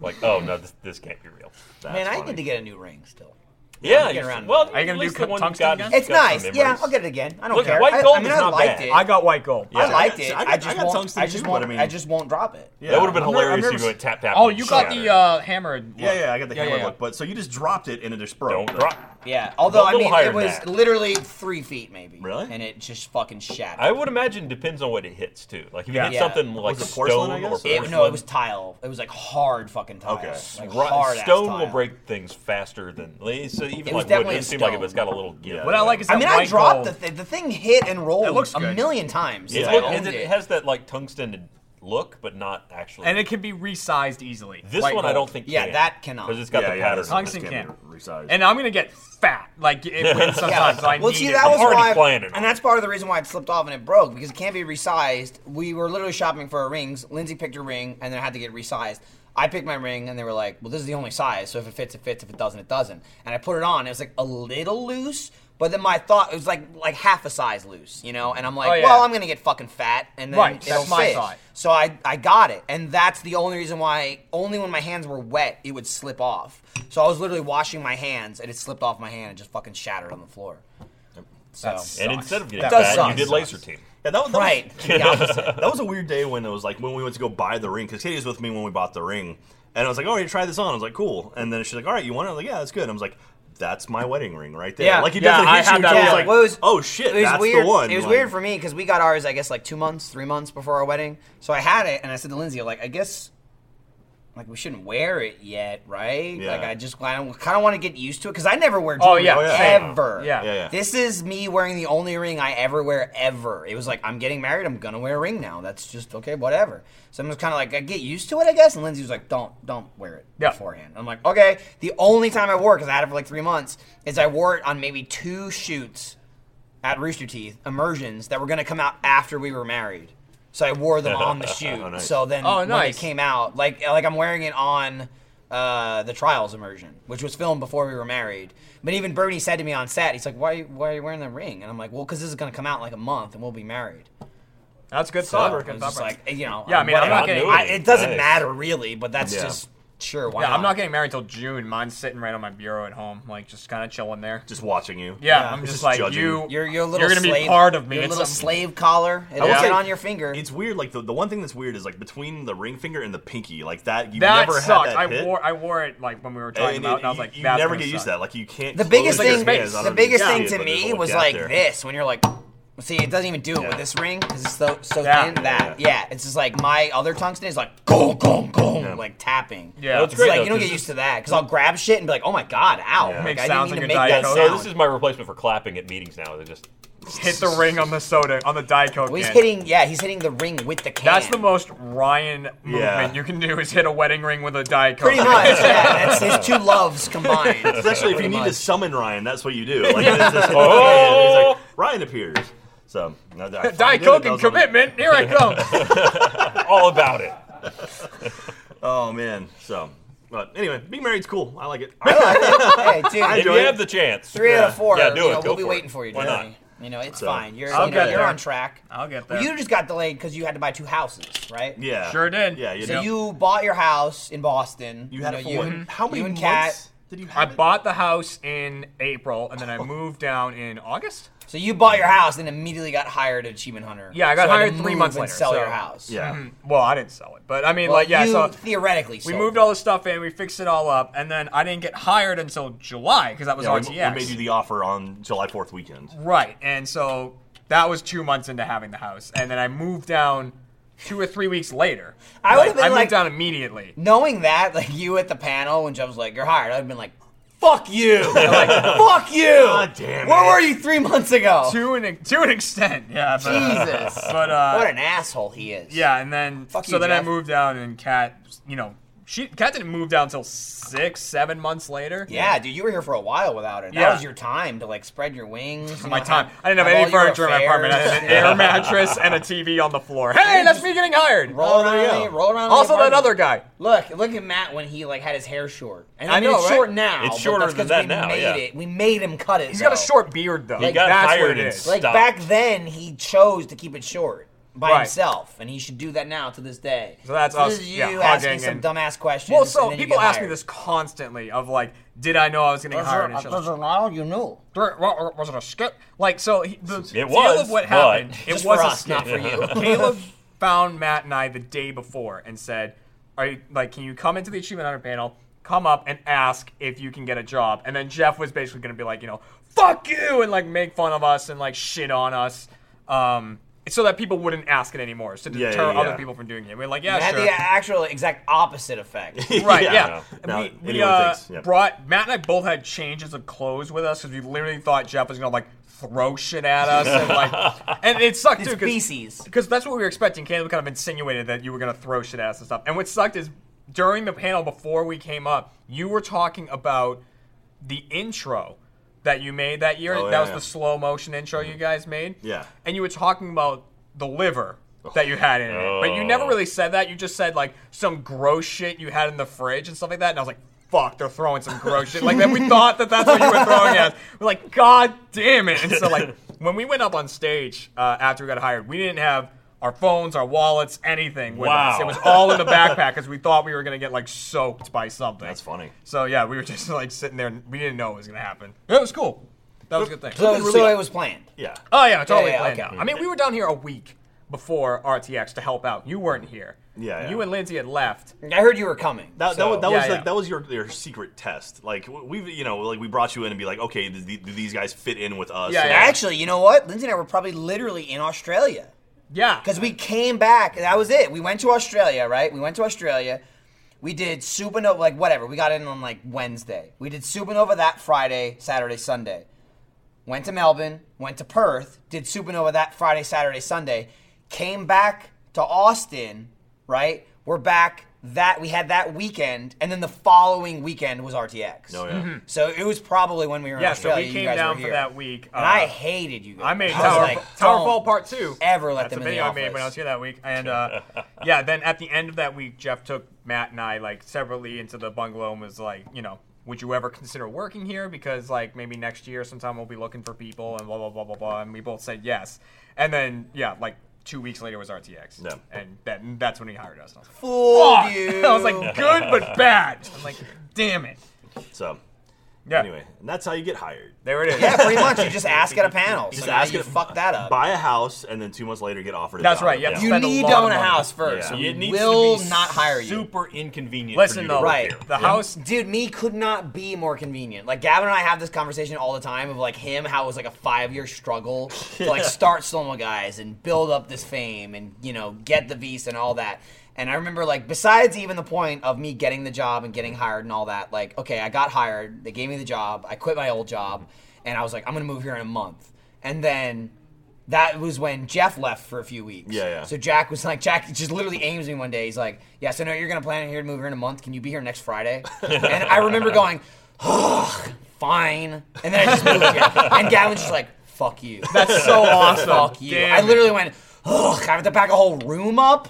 Like, oh no, this, this can't be real.
That's
Man, I
funny.
need to get a new ring still.
Yeah,
get
you-
around to
well,
that.
Are you gonna
at least
do
the one you
tungsten
got-
again?
you
It's
got some
nice. Yeah,
memories.
I'll get it again. I don't
Look,
care.
white
I,
gold
I mean,
is
I
not
liked
bad.
it.
I got white gold.
I liked
I
it.
got-
I,
I
just
got
won't.
tungsten
I just
too, but
won't.
I mean-
I just won't drop it.
Yeah.
That would have been
I'm not-
hilarious
I've
if
never
you went tap tap.
Oh,
and
you got
shatter
the
it.
uh, hammered.
Yeah, yeah, I got the
Yeah,
hammer
yeah.
look, but so you just dropped it and it just broke.
Don't
Like,
drop.
Yeah. Although I
little
mean,
higher
it
than
was
that.
literally three feet maybe.
Really?
And it just fucking shattered.
I would imagine depends on what it hits too. Like if you
Yeah.
hit
Yeah.
something like
Was it porcelain, I
stone or
guess?
It-
porcelain,
no, it was tile. It was like hard fucking tile.
Okay.
Like
Ro-
hard
stone will break things faster than so
It was
even like wood.
definitely a
It seemed like
stone.
if it's got a little give.
What I like is
I
that
mean, I
white
dropped
gold-
the thing. The thing hit and rolled
looks
a
good.
million times.
It's
since I
look-
owned
it,
it.
has that like tungsten look, but not actually.
and it can be resized easily.
this
white
one I
gold.
don't think.
Yeah,
can,
that cannot.
because it's got
Yeah,
the
yeah,
pattern.
this-
on it.
Tungsten
this
can.
be resized.
And I'm gonna get fat. Like
<laughs>
it when sometimes I
well,
need
see,
it.
that was
already
why,
planning on
and
it.
that's part of the reason why it slipped off and it broke because it can't be resized. We were literally shopping for our rings. Lindsay picked her ring, and then I had to get it resized. I picked my ring, and they were like, "Well, this is the only size, so if it fits, it fits. If it doesn't, it doesn't." And I put it on. It was like a little loose, but then my thought it was like like half a size loose, you know. And I'm like,
Oh, yeah.
"Well, I'm gonna get fucking fat," and then
Right,
it'll
that's my
fit.
thought.
So I, I got it, and that's the only reason why. Only when my hands were wet, it would slip off. So I was literally washing my hands, and it slipped off my hand and just fucking shattered on the floor. So
That's-
And instead of getting
That
fat,
sucks.
you did laser team.
<laughs> yeah, that was, that
right,
Was,
the opposite.
that was a weird day when it was like when we went to go buy the ring because Katie was with me when we bought the ring, and I was like, "All right, try this on." I was like, "Cool," and then she's like, "All right, you want it?" I was like, "Yeah, that's good." I was like, "That's my wedding ring right there."
Yeah,
like you
yeah,
definitely
I
hit
had
you,
that
and I was
one.
like,
Well, it was-
"Oh shit,
It was
that's
weird.
the one."
It was
Like,
weird for me because we got ours, I guess, like two months, three months before our wedding. So I had it, and I said to Lindsay, like, I guess like we shouldn't wear it yet, right?
Yeah.
Like I just I kind of want to get used to it because I never wear
Oh,
jewelry
yeah. Oh,
yeah.
ever.
Yeah.
Yeah, yeah.
This is me wearing the only ring I ever wear ever. It was like I'm getting married, I'm gonna wear a ring now. That's just okay, whatever. So I'm just kind of like I get used to it, I guess. And Lindsay was like, "Don't, don't wear it
Yeah.
beforehand." I'm like, "Okay." The only time I wore it because I had it for like three months is I wore it on maybe two shoots at Rooster Teeth immersions that were gonna come out after we were married. So I wore them on the shoot.
nice.
So then
Oh,
when it
nice.
came out, like like I'm wearing it on uh, the trials immersion, which was filmed before we were married. But even Bernie said to me on set, he's like, "Why why are you wearing the ring?" And I'm like, "Well, because this is gonna come out in like a month, and we'll be married."
That's good
So
thought.
I
Good
was
thought
just
process.
like, you know,
Yeah, I mean, I'm not getting-
I, it doesn't
Nice.
matter really, but that's
Yeah.
just sure. Why
yeah, I'm
not
not getting married till June. Mine's sitting right on my bureau at home, like just kind of chilling there.
Just watching you.
Yeah, I'm just,
Just
like
judging.
you.
You're your little
You're gonna
slave,
be part of me.
Your
at
little
some-
slave collar. It'll
will
get
say,
on your finger.
It's weird. Like the, the one thing that's weird is like between the ring finger and the pinky, like that. You
That
never
sucked.
had that
I
hit.
wore I wore it like when we were
And
talking about, it, and I was
you,
like,
you
that's
never
gonna
get used
suck.
to that. Like you can't.
The biggest
close your
thing,
hands. I
the
don't know if you
biggest
can see
thing
it,
to
but there's a
me
little
was
gap
like
there.
this when you're like, see, it doesn't even do it with this ring because it's so so
Yeah.
thin that yeah, it's just like my other tungsten is like gong gong gong like tapping.
Yeah.
it's
That's great,
like
though,
you don't get
'cause
used to that because I'll grab shit and be like, oh my god, ow! Like,
Makes
I didn't mean
sounds like
to
your
make
Diet
that
Coke.
sound.
No,
So this is my replacement for clapping at meetings now. They're just
Hit the ring on the soda on the diet coke.
he's
can.
hitting, yeah, he's hitting the ring with the can.
That's the most Ryan movement
Yeah.
you can do is hit a wedding ring with a diet coke. <laughs>
Pretty much, yeah. That's his two loves combined.
<laughs> Especially if you
Pretty
need
much.
to summon Ryan, that's what you do.
<laughs>
Like, it's just- and he's like, Ryan appears. So
<laughs>
no, I finally
Oh. Diet
did
coke
it. That
and
was on-
commitment. Here I
<laughs>
come.
all
<laughs>
about it.
Oh man. So, but anyway, being married's cool. I
<laughs>
like it.
hey, dude,
If you
enjoy it.
have the chance.
three out of four.
Yeah, do
you
it.
Know,
Go
we'll be
for
waiting
it.
for you,
Why
Jeremy. You know, it's fine. You're, you know,
get
you're
there.
on track.
I'll get
Well,
there.
you just got delayed because you had to buy two houses, right?
yeah.
Sure did.
Yeah. You,
So
know, you,
you bought your house in Boston.
had
know,
it for what?
and-
how many
you and
months
Kat.
did you
I
have? it?
bought the house in April and then I moved down in August.
So you bought your house and immediately got hired at Achievement Hunter.
Yeah, I got
So had to
hired three
move
months
and
later,
Sell
so-
your house.
Yeah.
Well, I didn't sell it, but I mean,
Well,
like, yeah.
you
so
theoretically,
we
sold
moved
it.
all the stuff in, we fixed it all up, and then I didn't get hired until July because that was
Yeah, we,
RTX.
we made you the offer on July Fourth weekend.
Right, and so that was two months into having the house, and then I moved down two or three weeks later.
I
Like,
would've been
I moved
like-
down immediately.
Knowing that, like you at the panel when Jeff was like, "You're hired," I'd been like, "Fuck you!" I'm like, "Fuck you!"
God damn
Where
it.
were you three months
<laughs>
ago?
To an to an extent, yeah. But,
Jesus.
but uh,
what an asshole he is.
yeah, and then
Fuck
so
you,
then I
Jeff.
moved down, and Kat, you know, she Kat didn't move down until six, seven months later.
Yeah, dude, you were here for a while without it. That
Yeah.
was your time to like spread your wings. you
My
know,
time.
have-
I didn't have,
all
any
your
furniture in my apartment. I had an
affairs.
air <laughs> mattress and a TV on the floor. Hey, that's me getting hired.
Roll
Oh, there
around,
you
the-
go.
roll around. the
Also, that
apartment.
other guy.
Look, look at Matt when he like had his hair short. And I,
I
mean,
know,
it's
right?
short now.
It's
but
shorter
that's 'cause
than
we
that now,
Made
yeah.
it. We made him cut it.
He's got a
though.
short beard though.
He got
that's
hired
what it
and
is.
stuck.
Like
Stop.
back then, he chose to keep it short by
Right.
himself, and he should do that now to this day.
So that's us,
This is you
yeah,
asking
hugging
some
and-
dumbass questions.
Well,
and
so
then you
people
get
ask me
hired.
this constantly of like, did I know I was getting hired? And shit like,
now you know.
"Dur- wa- wa- was it a skip? Like, so he, the deal
was,
of what
but-
happened, it
Just
was
for
a
us,
skip.
not for you.
<laughs> Caleb found Matt and I the day before and said, "Are you like, can you come into the achievement hunter panel?" Come up and ask if you can get a job, and then Jeff was basically going to be like, you know, "fuck you," and like make fun of us and like shit on us, um, so that people wouldn't ask it anymore, so to
Yeah,
deter
yeah, yeah.
other people from doing it. We're like, yeah,
It had
sure.
the actual exact opposite
<laughs>
effect.
Right,
Yeah.
yeah.
No,
we we
anyone
uh,
thinks, yeah.
brought Matt and I both had changes of clothes with us because we literally thought Jeff was gonna like throw shit at us
<laughs>
and like, and it sucked too
Species.
because that's what we were expecting. Caleb kind of insinuated that you were gonna throw shit at us and stuff. And what sucked is during the panel before we came up, you were talking about the intro that you made that year.
Oh,
that
yeah,
was
yeah.
the slow motion intro you guys made.
Yeah.
and you were talking about the liver. That you had in it, but you never
Oh.
really really said that. You just said like some gross shit you had in the fridge and stuff like that. And I was like, fuck, they're throwing some gross shit. Like then we thought that that's what you were throwing at. us. We're like, god damn it. And so like when we went up on stage uh, after we got hired, we didn't have our phones, our wallets, anything with
Wow.
us. It was all in the backpack because we thought we were gonna get like soaked by something.
That's funny.
So yeah, we were just like sitting there. and We didn't know it was gonna happen. It was cool. That was a good thing.
So, so it was planned.
Yeah.
Oh yeah, totally
Yeah, yeah,
planned
okay.
out. I mean, we were down here a week before RTX to help out. You weren't here.
Yeah, yeah.
You and Lindsay had left.
I heard you were coming.
That, that,
so-
was, that
yeah,
was
yeah.
like that was your, your secret test. Like w- we've you know like we brought you in and be like okay do, the- do these guys fit in with us?
Yeah,
And
yeah.
Actually, you know what? Lindsay and I were probably literally in Australia.
Yeah.
Because we came back, and that was it. We went to Australia, right? We went to Australia. We did Supernova, like whatever. We got in on like Wednesday. We did Supernova that Friday, Saturday, Sunday. Went to Melbourne, went to Perth, did Supernova that Friday, Saturday, Sunday. Came back to Austin, right? We're back that we had that weekend, and then the following weekend was RTX.
Oh, yeah.
So it was probably when we were in
Yeah, so
Australia.
we
you
came
guys
down
were
for
here.
that week.
And
uh,
I hated you guys.
I made
was <laughs>
Tower,
like,
Tower
don't
Fall Part Two.
Ever let
That's
them
a
in the
video I made when I was
office.
here that week,
<laughs>
and uh, yeah, then at the end of that week, Jeff took Matt and I like separately into the bungalow and was like, you know, would you ever consider working here? Because like maybe next year, sometime we'll be looking for people and blah blah blah blah blah. And we both said yes, and then yeah, like two weeks later was RTX,
Yeah.
and then that's when he hired us. And I was like,
Fooled
"Fuck!"
you.
<laughs> I was like, good <laughs> but bad. I'm like, damn it.
So
Yeah.
anyway, and that's how you get hired.
there it is.
yeah, pretty much. You just ask at a panel.
Just
so
ask
now you
it-
fuck that up.
Buy a house, and then two months later get offered. A
<laughs> That's
job.
right, you have to
You
spend a
need
lot
to
of
own a
money.
house first.
Yeah.
We
It needs to
will
be
not hire you.
Super inconvenient. for
Listen
you
though,
to work
Right.
here.
the house
Dude, me could not be more convenient. Like Gavin and I have this conversation all the time of like him, how it was like a five year
<laughs>
struggle to like start Sloma guys and build up this fame and you know get the visa and all that. And I remember like besides even the point of me getting the job and getting hired and all that, like okay, I got hired, they gave me the job, I quit my old job, and I was like, I'm gonna move here in a month. And then that was when Jeff left for a few weeks.
Yeah, yeah.
So Jack was like, Jack just literally aims me one day. He's like, Yeah, so no, you're gonna plan here to move here in a month. Can you be here
<laughs>
next Friday? and I remember going, Ugh, fine. And then I just moved here. And Gavin's just like, Fuck you. That's
so
<laughs>
awesome.
Fuck you.
Damn
I
it.
literally went, Ugh, I have to pack a whole room up.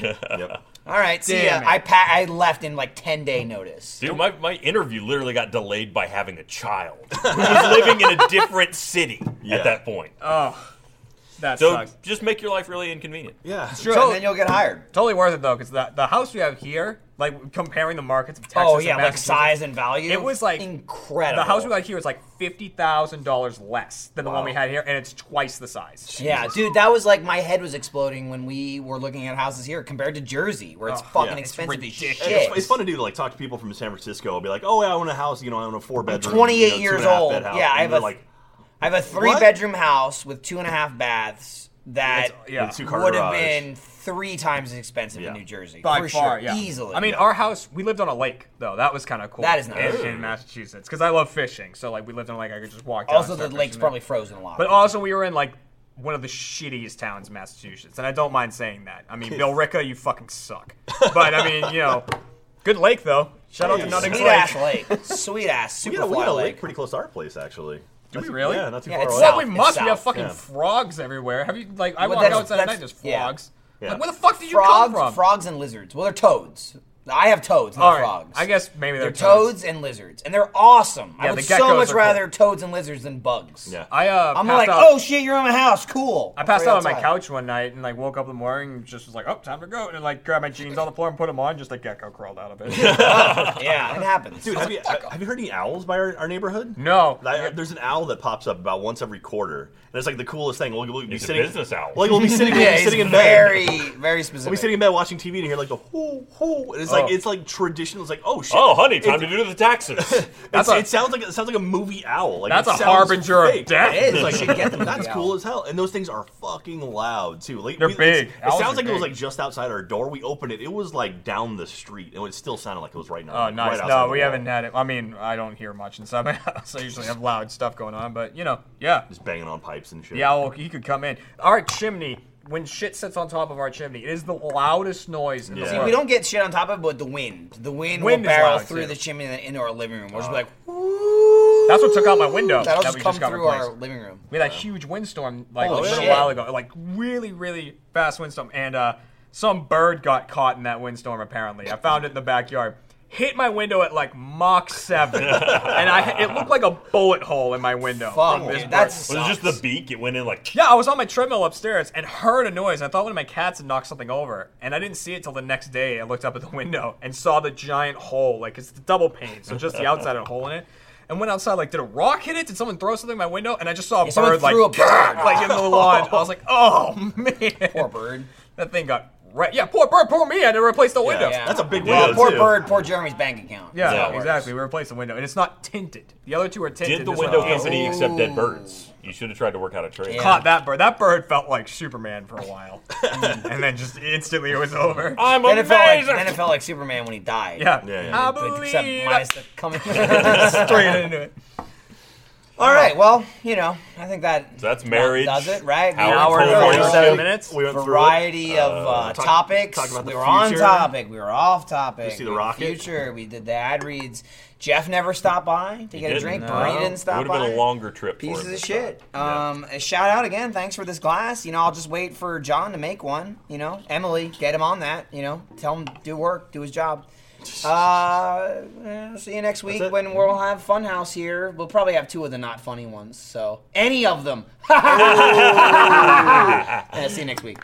Yep.
All right, see ya.
Damn it.
I pa- I left in like ten day notice.
Dude, my, my interview literally got delayed by having a child <laughs> who was living in a different city
Yeah.
at that point.
Oh, that
so
sucks.
just make your life really inconvenient.
Yeah.
True.
So, and then you'll get hired.
Totally worth it though, because the, the house we have here, like comparing the markets of Texas.
Oh yeah,
and
like
Massachusetts,
size and value.
It was like
incredible.
The house we got here is like fifty thousand dollars less than the one we had here, and it's twice the size.
Yeah, dude, that was like my head was exploding when we were looking at houses here compared to Jersey, where it's
Oh,
fucking
yeah. It's
expensive as
ridiculous.
shit.
It's, it's fun to do to like talk to people from San Francisco. I'll be like, oh, yeah, I own a house. You know, I own a four bedroom.
28
you know,
years
two and a half
old.
bed house.
Yeah, I
And
have
they're
a-
like
I have a three bedroom house with two and a half baths that
It's- yeah.
two car
would have
garage.
been three times as expensive
Yeah.
in New Jersey.
By
for
far,
sure.
yeah.
Easily.
I mean, our house, we lived on a lake, though. That was kind of cool.
That is nice.
In, in Massachusetts, because I love fishing. So, like, we lived on a lake. I could just walk down.
also
and
the
start
lake's
fishing
probably
there.
frozen a lot.
But also, we were in, like, one of the shittiest towns in Massachusetts. And I don't mind saying that. I mean, Billerica, you fucking suck. But, I mean, you know, good lake, though. Shout out to
Hey,
Nutting's
sweet
Lake.
ass lake,
we
sweet ass
got, a,
super
we got a lake
lake.
pretty close to our place, actually.
Do we
That's-
really?
Yeah, not too
Yeah,
far
it's
away.
south.
Well, we must. We have
south,
fucking
yeah.
frogs everywhere. Have you like? I
Well,
walk
that's-
outside at night.
that's-
There's
yeah.
frogs.
Yeah.
Like, where the fuck did you come
Frogs,
from?
frogs and lizards. Well, they're toads. I have toads, not
All right.
frogs.
I guess maybe they're,
They're toads and lizards, and they're awesome. I
Yeah,
would
the geckos
so much
are
rather toads and lizards than bugs.
Yeah.
I uh.
I'm like,
passed out.
oh shit, you're in my house. Cool.
I passed
Right
out on my
outside.
couch one night and like woke up in the morning and just was like, oh, time to go and like grabbed my jeans on the floor and put them on. Just a gecko crawled out
<laughs>
of it.
Yeah, it happens.
Dude, have you, have you heard any owls by our, our neighborhood?
no.
I, there's an owl that pops up about once every quarter, and it's like the coolest thing. We'll, we'll be
He's a
sitting
business owl.
Like
<laughs>
we'll be sitting, we'll
yeah,
be
he's
sitting in
very,
bed.
very
We'll be
specific.
sitting in bed watching TV and hear like the hoo hoo, and it's like
Oh.
it's like traditional. It's like oh shit.
Oh, honey,
It's-
time to do the
<laughs>
taxes.
It's,
That's a-
it sounds like it sounds like a movie owl. Like
That's
it
a
sounds
harbinger
fake.
of death.
It is.
Like,
<laughs> you should get them.
That's
Yeah.
cool as hell, and those things are fucking loud too. Like
They're
we-
big.
It
Owls
sounds
are
like it was
big.
like just outside our door. We opened it. It was like down the street, and it still sounded like it was right now.
Oh, nice.
Right outside
no,
the
we
wall.
haven't had it. I mean, I don't hear much inside my house. <laughs> I usually have loud stuff going on, but you know, yeah.
Just banging on pipes and shit.
The owl, he could come in. Our chimney, when shit sits on top of our chimney, it is the loudest noise in
Yeah.
the
See,
world.
we don't get shit on top of it, but the wind. The wind,
Wind
will
is
barrel
loud,
through
too.
the chimney and then into our living room. We'll just be like,
That's what took out my window.
that'll
that
just
we
come
just got
through
replaced.
our living room.
We had a huge windstorm like
Holy
a little
shit.
while ago, like really, really fast windstorm, and uh, some bird got caught in that windstorm. Apparently, I found it in the backyard. Hit my window at like
<laughs>
Mach seven, and I it looked like a bullet hole in my window.
Fuck,
from this
dude, that's
was it just the beak? It went in like.
yeah, I was on my treadmill upstairs and heard a noise. I thought one of my cats had knocked something over, and I didn't see it till the next day. I looked up at the <laughs> window and saw the giant hole. Like it's the double pane, so just the outside had a hole in it. And went outside. Like, did a rock hit it? Did someone throw something in my window? And I just saw a
Yeah, someone
bird <laughs> like
threw a bird.
like in the lawn. I was like, oh man,
<laughs>
Poor bird.
that thing got rent. Yeah, poor bird, poor me. I had to replace the window.
Yeah, That's a big
Well,
window.
Yeah,
poor
too.
bird, poor Jeremy's bank account.
Yeah,
That's how it works.
exactly. We replaced the window, and it's not tinted. The other two are tinted.
Did the
This one
window
is.
company accept dead birds? You should have tried to work out a trade.
Yeah.
caught that bird? That bird felt like Superman for a while, and then just instantly it was over.
I'm
Then it, felt like,
amazing.
then it felt like Superman when he died.
Yeah,
Yeah, yeah.
I
But
believe.
Except minus the coming.
straight <laughs> into it.
<laughs> All right, well, you know, I think that
So that's marriage.
does it, right?
Howard
and
Howard
47
Howard.
minutes.
We went through it.
Variety of uh,
talk-
topics.
talked about the
we were on
future.
topic. We were off topic.
see the
We-
rocket?
Future. We did the ad reads. Jeff never stopped by to get a
didn't.
drink.
No.
Bree didn't
It
stop
would
by.
have been a longer trip. for
Pieces
him
of
this
shit.
time. Yeah.
Um, a shout out again. Thanks for this glass. You know, I'll just wait for John to make one. You know, Emily, get him on that. You know, tell him do work, do
<laughs>
his job. Uh, eh, see you next week
it.
when we'll have Funhouse here. We'll probably have two of the not funny ones. So any of them. <laughs> Yeah, see you next week.